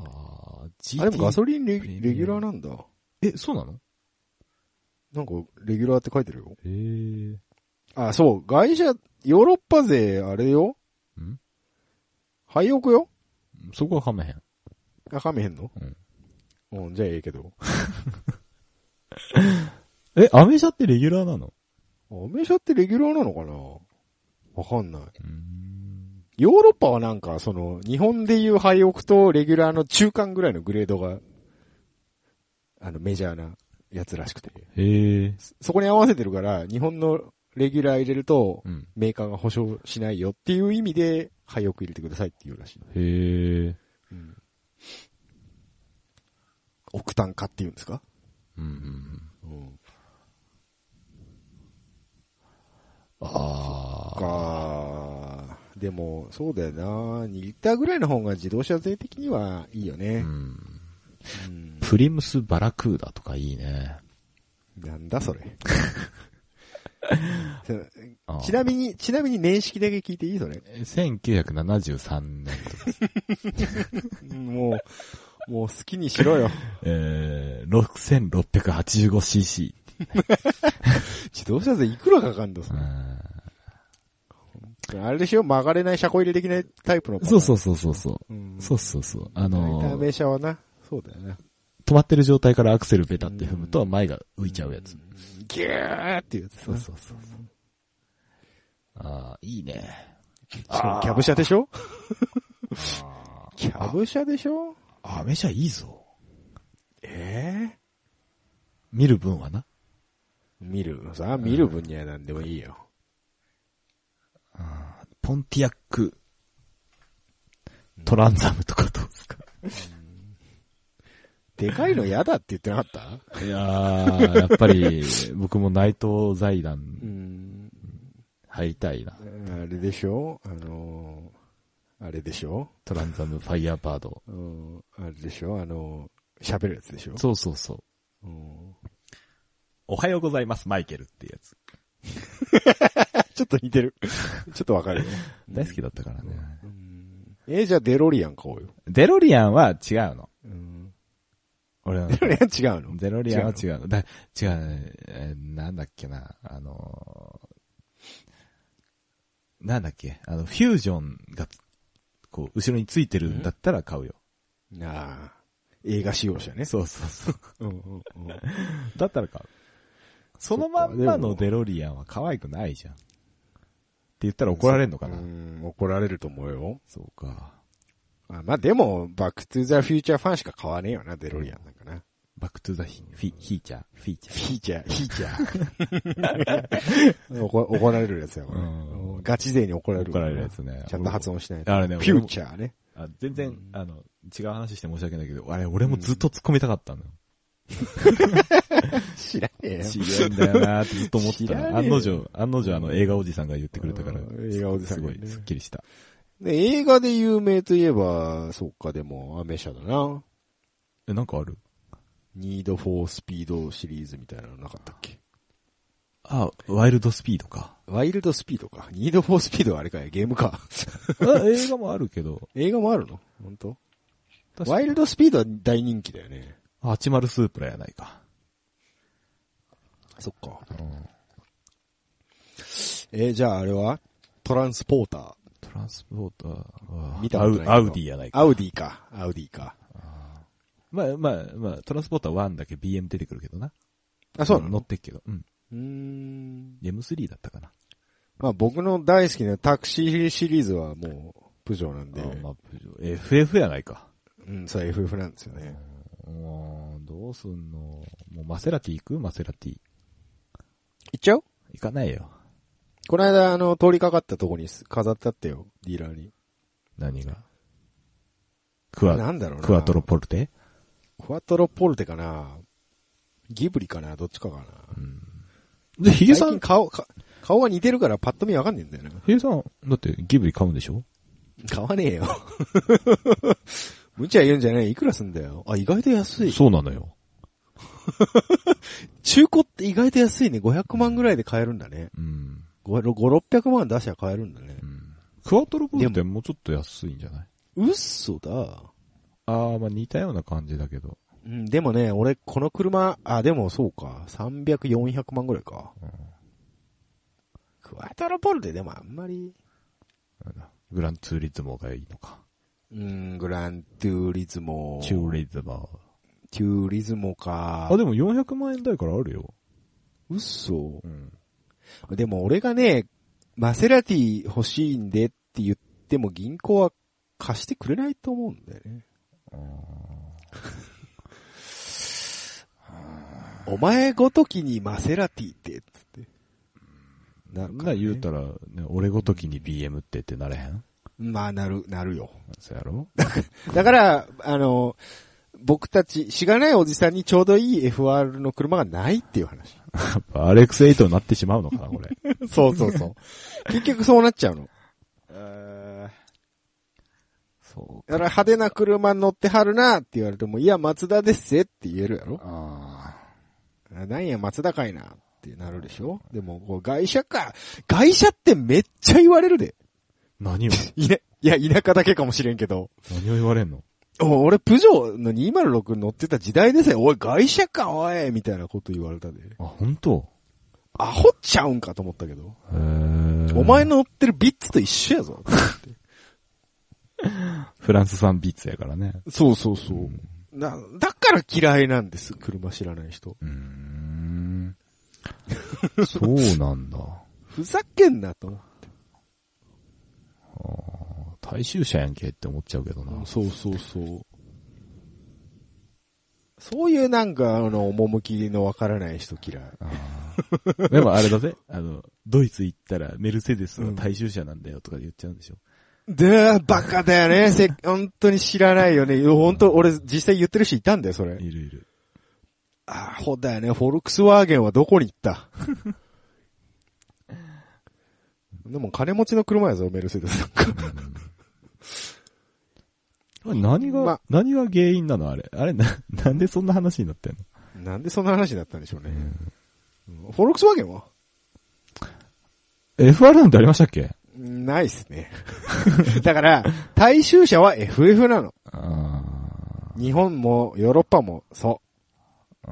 [SPEAKER 2] あー、GT。
[SPEAKER 1] あ、でもガソリンレ
[SPEAKER 2] プレミアム
[SPEAKER 1] レギュラーなんだ。
[SPEAKER 2] え、そうなの
[SPEAKER 1] なんか、レギュラーって書いてるよ。
[SPEAKER 2] えー。
[SPEAKER 1] あ、そう、外車、ヨーロッパ勢、あれよ
[SPEAKER 2] ん
[SPEAKER 1] 廃屋よ
[SPEAKER 2] そこははめへん。
[SPEAKER 1] あ、かめへんの
[SPEAKER 2] うん。
[SPEAKER 1] うん、じゃあええけど。
[SPEAKER 2] え、アメ車ってレギュラーなの
[SPEAKER 1] アメ車ってレギュラーなのかなわかんない。
[SPEAKER 2] うん。
[SPEAKER 1] ヨーロッパはなんか、その、日本でいう廃屋とレギュラーの中間ぐらいのグレードが、あの、メジャーなやつらしくて。
[SPEAKER 2] えー。
[SPEAKER 1] そこに合わせてるから、日本のレギュラー入れると、
[SPEAKER 2] うん。
[SPEAKER 1] メーカーが保証しないよっていう意味で、廃屋入れてくださいっていうらしい。
[SPEAKER 2] へー。
[SPEAKER 1] うん。オクタン化って言うんですか
[SPEAKER 2] うんうんうん。
[SPEAKER 1] うん。
[SPEAKER 2] あー。
[SPEAKER 1] かでも、そうだよな2リッターぐらいの方が自動車税的にはいいよ
[SPEAKER 2] う
[SPEAKER 1] ね。
[SPEAKER 2] ん。
[SPEAKER 1] うん
[SPEAKER 2] プリムスバラクーダとかいいね。
[SPEAKER 1] なんだそ れ。
[SPEAKER 2] あー
[SPEAKER 1] ちなみに、ちなみに年式だけ聞いていいそれ。
[SPEAKER 2] 1973年とか、
[SPEAKER 1] もう、もう好きにしろ よ。
[SPEAKER 2] えー、6685cc。
[SPEAKER 1] 自動車税いくらかかんだ
[SPEAKER 2] う
[SPEAKER 1] それ
[SPEAKER 2] ん
[SPEAKER 1] あれでしょ曲がれない車庫入れできないタイプの。。
[SPEAKER 2] そうそううそうそうそう。
[SPEAKER 1] うん。
[SPEAKER 2] そうそうそう。あ
[SPEAKER 1] 大体
[SPEAKER 2] のー、
[SPEAKER 1] 名車はな、そうだよな。
[SPEAKER 2] 止まってる状態からアクセルベタって踏むと前が浮いちゃうやつ。
[SPEAKER 1] うん。ギューっていうやつな。
[SPEAKER 2] そうそうそうそう。ああ、いいね。
[SPEAKER 1] しかもキャブ車でしょ
[SPEAKER 2] あ
[SPEAKER 1] キャブ車でしょ
[SPEAKER 2] あ、アメ車いいぞ。
[SPEAKER 1] ええ
[SPEAKER 2] 見る分はな。
[SPEAKER 1] 見る。さあ、見る分には何でもいいよ。
[SPEAKER 2] ポンティアック、トランザムとかどうですか。
[SPEAKER 1] でかいの嫌だって言ってなかった
[SPEAKER 2] いやー、やっぱり、僕も内藤財団
[SPEAKER 1] ん。
[SPEAKER 2] 入りたいな。
[SPEAKER 1] あれでしょあのー、あれでしょ
[SPEAKER 2] トランザムファイヤーバード。
[SPEAKER 1] うん。あれでしょあのー、喋るやつでしょ
[SPEAKER 2] そうそうそう。
[SPEAKER 1] うん
[SPEAKER 2] おはようございます、マイケルっていうやつ。
[SPEAKER 1] ちょっと似てる。ちょっとわかるよ。
[SPEAKER 2] 大好きだったからね。
[SPEAKER 1] うんえー、じゃあデロリアン買おうよ。
[SPEAKER 2] デロリアンは違うの。
[SPEAKER 1] うん。
[SPEAKER 2] 俺は
[SPEAKER 1] デ ロリアン違うの
[SPEAKER 2] デロリアンは違うの。だ違うね、えーなんだっけな、あのーなんだっけ、あの、フュージョンが、こう、後ろについてるんだったら買うよ。
[SPEAKER 1] なあ。映画仕様車ね。
[SPEAKER 2] そうそうそ
[SPEAKER 1] う
[SPEAKER 2] う。
[SPEAKER 1] んうんうん。
[SPEAKER 2] だったら買う。そのまんまのデロリアンは可愛くないじゃん。って言ったら怒られんのかな。
[SPEAKER 1] うん、怒られると思うよ。
[SPEAKER 2] そうか。
[SPEAKER 1] あまあでも、バックトゥーザフューチャーファンしか買わねえよな、デロリアンなんかな。
[SPEAKER 2] バックトゥザヒ、フィ、ヒーチャー、フィーチャ
[SPEAKER 1] フィーチャー、フィーチャー。 怒怒られるやつや、これ
[SPEAKER 2] うん
[SPEAKER 1] ガチ勢に怒られる。
[SPEAKER 2] 怒られるやつね。
[SPEAKER 1] ちゃんと発音しないと。
[SPEAKER 2] あれね、
[SPEAKER 1] フ
[SPEAKER 2] 俺
[SPEAKER 1] ュー
[SPEAKER 2] も
[SPEAKER 1] チャーね。
[SPEAKER 2] あ全然、あの、違う話して申し訳ないけど、あれ、俺もずっと突っ込みたかったのよ。
[SPEAKER 1] 知らねえよ。
[SPEAKER 2] 違うんだよなーってずっと思って
[SPEAKER 1] 知ら
[SPEAKER 2] た
[SPEAKER 1] ねえ
[SPEAKER 2] ら。
[SPEAKER 1] よ
[SPEAKER 2] 案の定、案の定あの映画おじさんが言ってくれたから。
[SPEAKER 1] うん映画おじさん
[SPEAKER 2] す
[SPEAKER 1] が
[SPEAKER 2] ご
[SPEAKER 1] ね
[SPEAKER 2] い、すっきりした。
[SPEAKER 1] で映画で有名といえば、そっか、でも、アメ車だな。
[SPEAKER 2] え、なんかある
[SPEAKER 1] ニードフォースピードシリーズみたいなのなかったっけ
[SPEAKER 2] あ、ワイルドスピードか。
[SPEAKER 1] ワイルドスピードか。ニードフォースピードはあれかよ、ゲーム か。
[SPEAKER 2] あ映画もあるけど。
[SPEAKER 1] 映画もあるの本当
[SPEAKER 2] 確か
[SPEAKER 1] ワイルドスピードは大人気だよね。
[SPEAKER 2] あ、チマルスープラやないか。
[SPEAKER 1] そっか。えーじゃああれはトランスポーター。
[SPEAKER 2] トランスポーターは、
[SPEAKER 1] 見たことないけど
[SPEAKER 2] アウアウディやないか。
[SPEAKER 1] アウディか。アウディか。
[SPEAKER 2] まあまあまあ、トランスポーター1だけ BM 出てくるけどな。
[SPEAKER 1] あ、そうな
[SPEAKER 2] 乗
[SPEAKER 1] の
[SPEAKER 2] ってっけど。うん。
[SPEAKER 1] うーん。
[SPEAKER 2] M3 だったかな。
[SPEAKER 1] まあ僕の大好きなタクシーシリーズはもう、プジョーなんで。
[SPEAKER 2] あまあ、プジョー FF やないか。
[SPEAKER 1] うん、それ FF なんですよね。
[SPEAKER 2] うん、どうすんのもうマセラティ行くマセラティ。
[SPEAKER 1] 行っちゃう
[SPEAKER 2] 行かないよ。
[SPEAKER 1] この間、あの、通りかかったとこにす飾ってあったよ、ディーラーに。
[SPEAKER 2] 何が。ク
[SPEAKER 1] な
[SPEAKER 2] ワ、
[SPEAKER 1] んだろうな。
[SPEAKER 2] クワトロ。ポルテ
[SPEAKER 1] クワトロポルテかなギブリかなどっちかかな
[SPEAKER 2] で、ヒゲ
[SPEAKER 1] 最
[SPEAKER 2] さ
[SPEAKER 1] 近
[SPEAKER 2] ん、
[SPEAKER 1] 顔、か顔が似てるからパッと見わかんねえんだよな。
[SPEAKER 2] ヒゲさん、だってギブリ買うんでしょ
[SPEAKER 1] 買わねえよ。無茶言うんじゃないいくらすんだよ。あ、意外と安い。
[SPEAKER 2] そうなのよ。
[SPEAKER 1] 中古って意外と安いね。500万ぐらいで買えるんだね。
[SPEAKER 2] うん。
[SPEAKER 1] 5、600万出しゃ買えるんだね。
[SPEAKER 2] クワトロポルテもうちょっと安いんじゃない
[SPEAKER 1] 嘘だ。
[SPEAKER 2] ああ、まあ似たような感じだけど。
[SPEAKER 1] うん、でもね、俺、この車、あ、でもそうか。300、400万ぐらいか。クワトロポルテでもあんまり、
[SPEAKER 2] グランツーリズモがいいのか。
[SPEAKER 1] うん、グラントゥーリズモ。
[SPEAKER 2] チューリズモ。
[SPEAKER 1] チューリズモか。
[SPEAKER 2] あ、でも400万円台からあるよ。
[SPEAKER 1] 嘘
[SPEAKER 2] うん。
[SPEAKER 1] でも俺がね、マセラティ欲しいんでって言っても銀行は貸してくれないと思うんだよね。 お前ごときにマセラティって、つって。なるか
[SPEAKER 2] な、
[SPEAKER 1] らね
[SPEAKER 2] 言うたら、ね、俺ごときに BM ってってなれへん
[SPEAKER 1] まあ、なる、なるよ。
[SPEAKER 2] そうやろ
[SPEAKER 1] だから、あの、僕たち、しがないおじさんにちょうどいい FR の車がないっていう話。
[SPEAKER 2] やっぱアレックス8になってしまうのかな、これ。
[SPEAKER 1] そうそうそう。 結局そうなっちゃうの。
[SPEAKER 2] そう。
[SPEAKER 1] だから派手な車乗ってはるなって言われても、いや、松田ですぜって言えるやろ。
[SPEAKER 2] ああ。
[SPEAKER 1] あなんや、松田かいなってなるでしょでも、こう、外車か。外車ってめっちゃ言われるで。
[SPEAKER 2] 何を、
[SPEAKER 1] いね、いや、田舎だけかもしれんけど。
[SPEAKER 2] 何を言われんの
[SPEAKER 1] お俺、プジョーの206乗ってた時代ですよ。おい、外車か、おいみたいなこと言われたで。
[SPEAKER 2] あ、本当
[SPEAKER 1] アホっちゃうんかと思ったけど。
[SPEAKER 2] へー
[SPEAKER 1] お前の乗ってるビッツと一緒やぞ。
[SPEAKER 2] フランス産ビーツやからね。
[SPEAKER 1] そうそうそう。な、だから嫌いなんです、車知らない人。
[SPEAKER 2] うー ん。そうなんだ。
[SPEAKER 1] ふざけんなと思って
[SPEAKER 2] 大衆車やんけって思っちゃうけどな。
[SPEAKER 1] そうそうそう。そういうなんか、あの、趣のわからない人嫌い。
[SPEAKER 2] でもあれだぜ。あの、ドイツ行ったらメルセデスの大衆車なんだよとか言っちゃうんでしょ。
[SPEAKER 1] で、バカだよね。せ、 本当に知らないよね。本当、俺実際言ってる人いたんだよ、それ。
[SPEAKER 2] いるいる。
[SPEAKER 1] あ、ほだよね。フォルクスワーゲンはどこに行った でも金持ちの車やぞ、メルセ デスなんか。
[SPEAKER 2] 何が、
[SPEAKER 1] ま
[SPEAKER 2] 何が原因なのあれ。あれな、 なんでそんな話になってんの
[SPEAKER 1] なんでそんな話になったんでしょうね。フォルクスワーゲンは
[SPEAKER 2] ?FR なんてありましたっけ
[SPEAKER 1] ないっすね。 だから、大衆車は FF なの。
[SPEAKER 2] あ
[SPEAKER 1] 日本もヨーロッパもそう。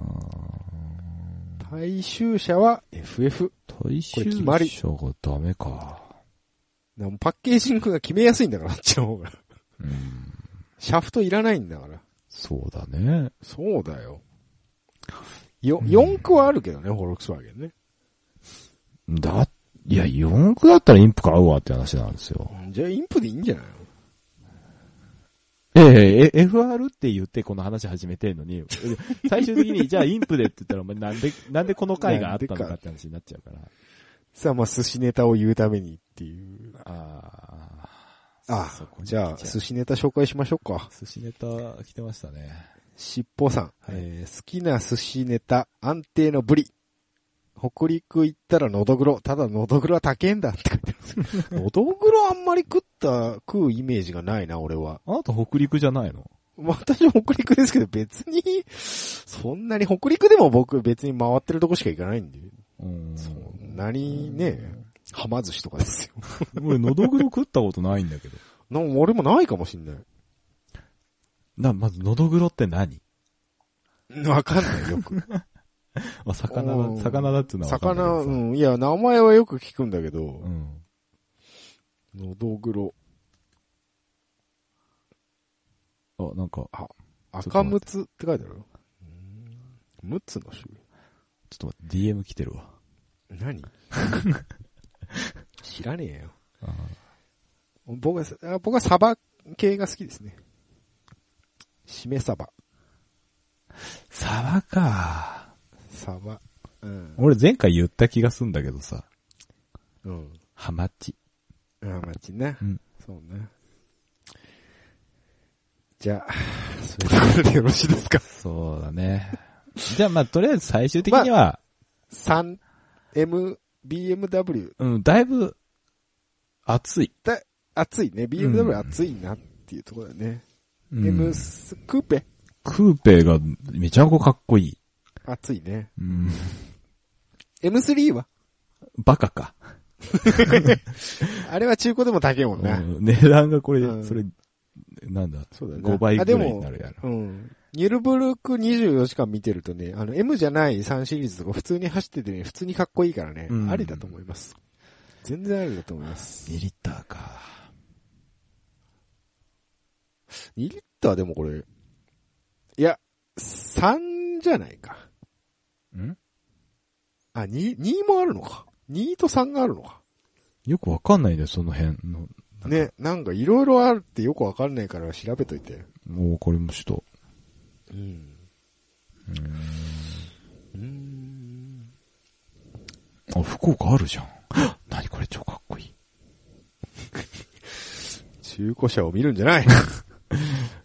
[SPEAKER 1] 大衆車は FF。
[SPEAKER 2] ー大衆
[SPEAKER 1] これ決まり
[SPEAKER 2] 車がダメか。
[SPEAKER 1] でもパッケージングが決めやすいんだから、あっちの方が。
[SPEAKER 2] うん。
[SPEAKER 1] シャフトいらないんだから。
[SPEAKER 2] そうだね。
[SPEAKER 1] そうだよ。よ、4区はあるけどね、フォルクスワーゲンね。
[SPEAKER 2] だ、いや、4区だったらインプ買うわって話なんですよ。
[SPEAKER 1] じゃあインプでいいんじゃないの
[SPEAKER 2] ええ、え、FR って言ってこの話始めてんのに、 最終的にじゃあインプでって言ったらお前なんで、なんでこの回があったのかって話になっちゃうから。
[SPEAKER 1] さあまあ寿司ネタを言うためにっていう。
[SPEAKER 2] あ
[SPEAKER 1] あ
[SPEAKER 2] そこに
[SPEAKER 1] じゃあ寿司ネタ紹介しましょうか
[SPEAKER 2] あ、。寿司ネタ来てましたね。
[SPEAKER 1] しっぽさん、
[SPEAKER 2] い
[SPEAKER 1] えー好きな寿司ネタ、安定のブリ。北陸行ったらのどぐろ、ただのどぐろは高えんだって書いて ます。のどぐろあんまり食った、食うイメージがないな、俺は。
[SPEAKER 2] あなた北陸じゃないの
[SPEAKER 1] 私は北陸ですけど別に、そんなに北陸でも僕別に回ってるとこしか行かないんで。
[SPEAKER 2] あうん。
[SPEAKER 1] そんなにね、はま寿司とかですよ。
[SPEAKER 2] 俺、のどぐろ食ったことないんだけど。
[SPEAKER 1] な俺もないかもしんない。
[SPEAKER 2] な、まず、のどぐろって何
[SPEAKER 1] うんわかんない、よく。
[SPEAKER 2] あ、魚
[SPEAKER 1] うん
[SPEAKER 2] だ、魚だっていうのはわかんない
[SPEAKER 1] 魚、
[SPEAKER 2] けどさ
[SPEAKER 1] うん、いや、名前はよく聞くんだけど、
[SPEAKER 2] うん。
[SPEAKER 1] のどぐろ、
[SPEAKER 2] あ、なんか、っと待って
[SPEAKER 1] 赤むつって書いてあるようんむつの種
[SPEAKER 2] ちょっと待って、DM 来てるわ。
[SPEAKER 1] 類。 何知らねえよ。
[SPEAKER 2] あー
[SPEAKER 1] 僕は、あ僕はサバ系が好きですね。しめサバ。
[SPEAKER 2] サバか。
[SPEAKER 1] サバ。うん。
[SPEAKER 2] 俺前回言った気がすんだけどさ、
[SPEAKER 1] うん。
[SPEAKER 2] ハマチ。
[SPEAKER 1] あ、まちな。
[SPEAKER 2] うん
[SPEAKER 1] そうね。じゃあ、そういうところでよろしいですか
[SPEAKER 2] そうだね。じゃあまあ、とりあえず最終的には、
[SPEAKER 1] 3 M、BMW。
[SPEAKER 2] うん、だいぶ、熱い。
[SPEAKER 1] だ、暑いね。BMW 暑いなっていうところだね。
[SPEAKER 2] うん
[SPEAKER 1] M ス、クーペ
[SPEAKER 2] クーペがめちゃんこかっこいい。
[SPEAKER 1] 暑いね。
[SPEAKER 2] うん、
[SPEAKER 1] M3 は
[SPEAKER 2] バカか。
[SPEAKER 1] あれは中古でも高いもんな。
[SPEAKER 2] うん値段がこれ、
[SPEAKER 1] うん
[SPEAKER 2] それ、なんだ、
[SPEAKER 1] そうだね。
[SPEAKER 2] 5倍
[SPEAKER 1] あ
[SPEAKER 2] ぐ
[SPEAKER 1] で
[SPEAKER 2] らい
[SPEAKER 1] も
[SPEAKER 2] になるやろ。
[SPEAKER 1] うん。ニュルブルク24時間見てるとね、あの、M じゃない3シリーズとか普通に走っててね、普通にかっこいいからね、
[SPEAKER 2] うん
[SPEAKER 1] ありだと思います。全然ありだと思います。
[SPEAKER 2] 2リッターか。
[SPEAKER 1] 2リッターでもこれ、いや、3じゃないか。
[SPEAKER 2] ん
[SPEAKER 1] あ、2、2もあるのか。2と3があるのか。
[SPEAKER 2] よくわかんないね、その辺の。
[SPEAKER 1] ね、なんかいろいろあるってよくわかんないから調べといて。
[SPEAKER 2] もうこれもちょっと。
[SPEAKER 1] うん。うん。
[SPEAKER 2] あ、福岡あるじゃん。 何これ超かっこいい。
[SPEAKER 1] 中古車を見るんじゃない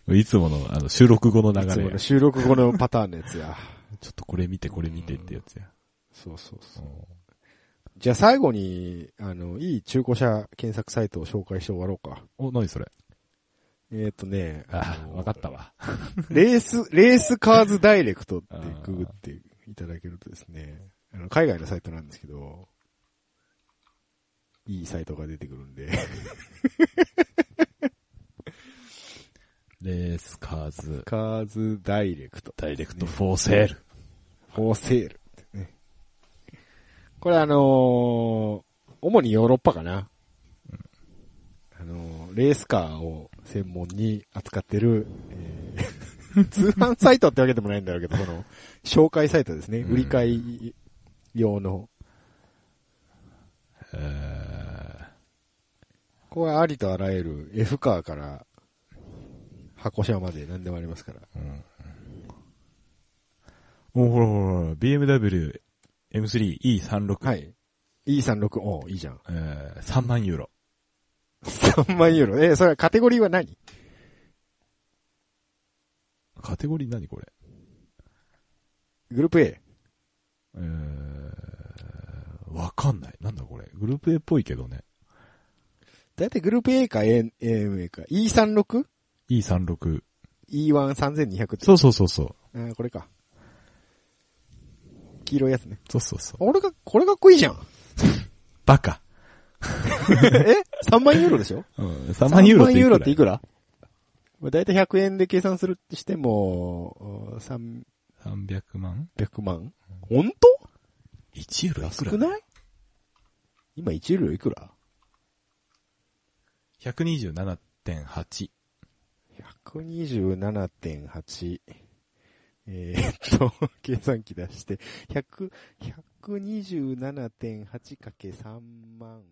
[SPEAKER 2] いつもの、あの、収録後の流
[SPEAKER 1] いつも
[SPEAKER 2] れ
[SPEAKER 1] の。収録後のパターンのやつや。
[SPEAKER 2] ちょっとこれ見て、これ見てってやつや。
[SPEAKER 1] そうそうそう。
[SPEAKER 2] う
[SPEAKER 1] じゃあ最後に、あの、いい中古車検索サイトを紹介して終わろうか。
[SPEAKER 2] んお、何それ
[SPEAKER 1] えっ、とね、
[SPEAKER 2] あ
[SPEAKER 1] の
[SPEAKER 2] わかったわ。
[SPEAKER 1] レー ス、レースカーズダイレクトって
[SPEAKER 2] あー
[SPEAKER 1] ググっていただけるとですね、あの、海外のサイトなんですけど、いいサイトが出てくるんで、
[SPEAKER 2] レースカーズ、
[SPEAKER 1] カーズダイレクト。
[SPEAKER 2] ダイレクトフォーセール。
[SPEAKER 1] フォーセールってね。これあのー主にヨーロッパかな。あのーレースカーを専門に扱ってる、えー 通販サイトってわけでもないんだろうけど、その、紹介サイトですね。
[SPEAKER 2] うん
[SPEAKER 1] 売り買い用の。
[SPEAKER 2] えー
[SPEAKER 1] ここはありとあらゆる F カーから、箱車まで何でもありますから。
[SPEAKER 2] お、ほらほらほら、BMW M3 E36。
[SPEAKER 1] はい。E36、おういいじゃん。
[SPEAKER 2] えー、3万ユーロ。
[SPEAKER 1] 3万ユーロ。えーそれはカテゴリーは何
[SPEAKER 2] カテゴリー何これ
[SPEAKER 1] グループ A。
[SPEAKER 2] えー、わかんない。なんだこれ。グループ A っぽいけどね。
[SPEAKER 1] だいたいグループ A か A- AMA か。E36?
[SPEAKER 2] E36。
[SPEAKER 1] E13200 って。
[SPEAKER 2] そうそうそうそう。
[SPEAKER 1] あーこれか。黄色いやつね。
[SPEAKER 2] そうそうそう。
[SPEAKER 1] 俺が、これかっこいいじゃん。
[SPEAKER 2] バカ。
[SPEAKER 1] え ?3 万ユーロでしょ
[SPEAKER 2] うん、3万ユーロっ
[SPEAKER 1] 3万
[SPEAKER 2] ていくらい
[SPEAKER 1] ユーロっていくらまあだいたい100円で計算するとしても、おー
[SPEAKER 2] 300万
[SPEAKER 1] 300万本当
[SPEAKER 2] ?1 ユーロい
[SPEAKER 1] 安
[SPEAKER 2] く
[SPEAKER 1] く
[SPEAKER 2] ら
[SPEAKER 1] ない今1ユーロいくら
[SPEAKER 2] ?127.8。
[SPEAKER 1] 127.8。えーっと、 計算機出して、100、127.8かけ3万。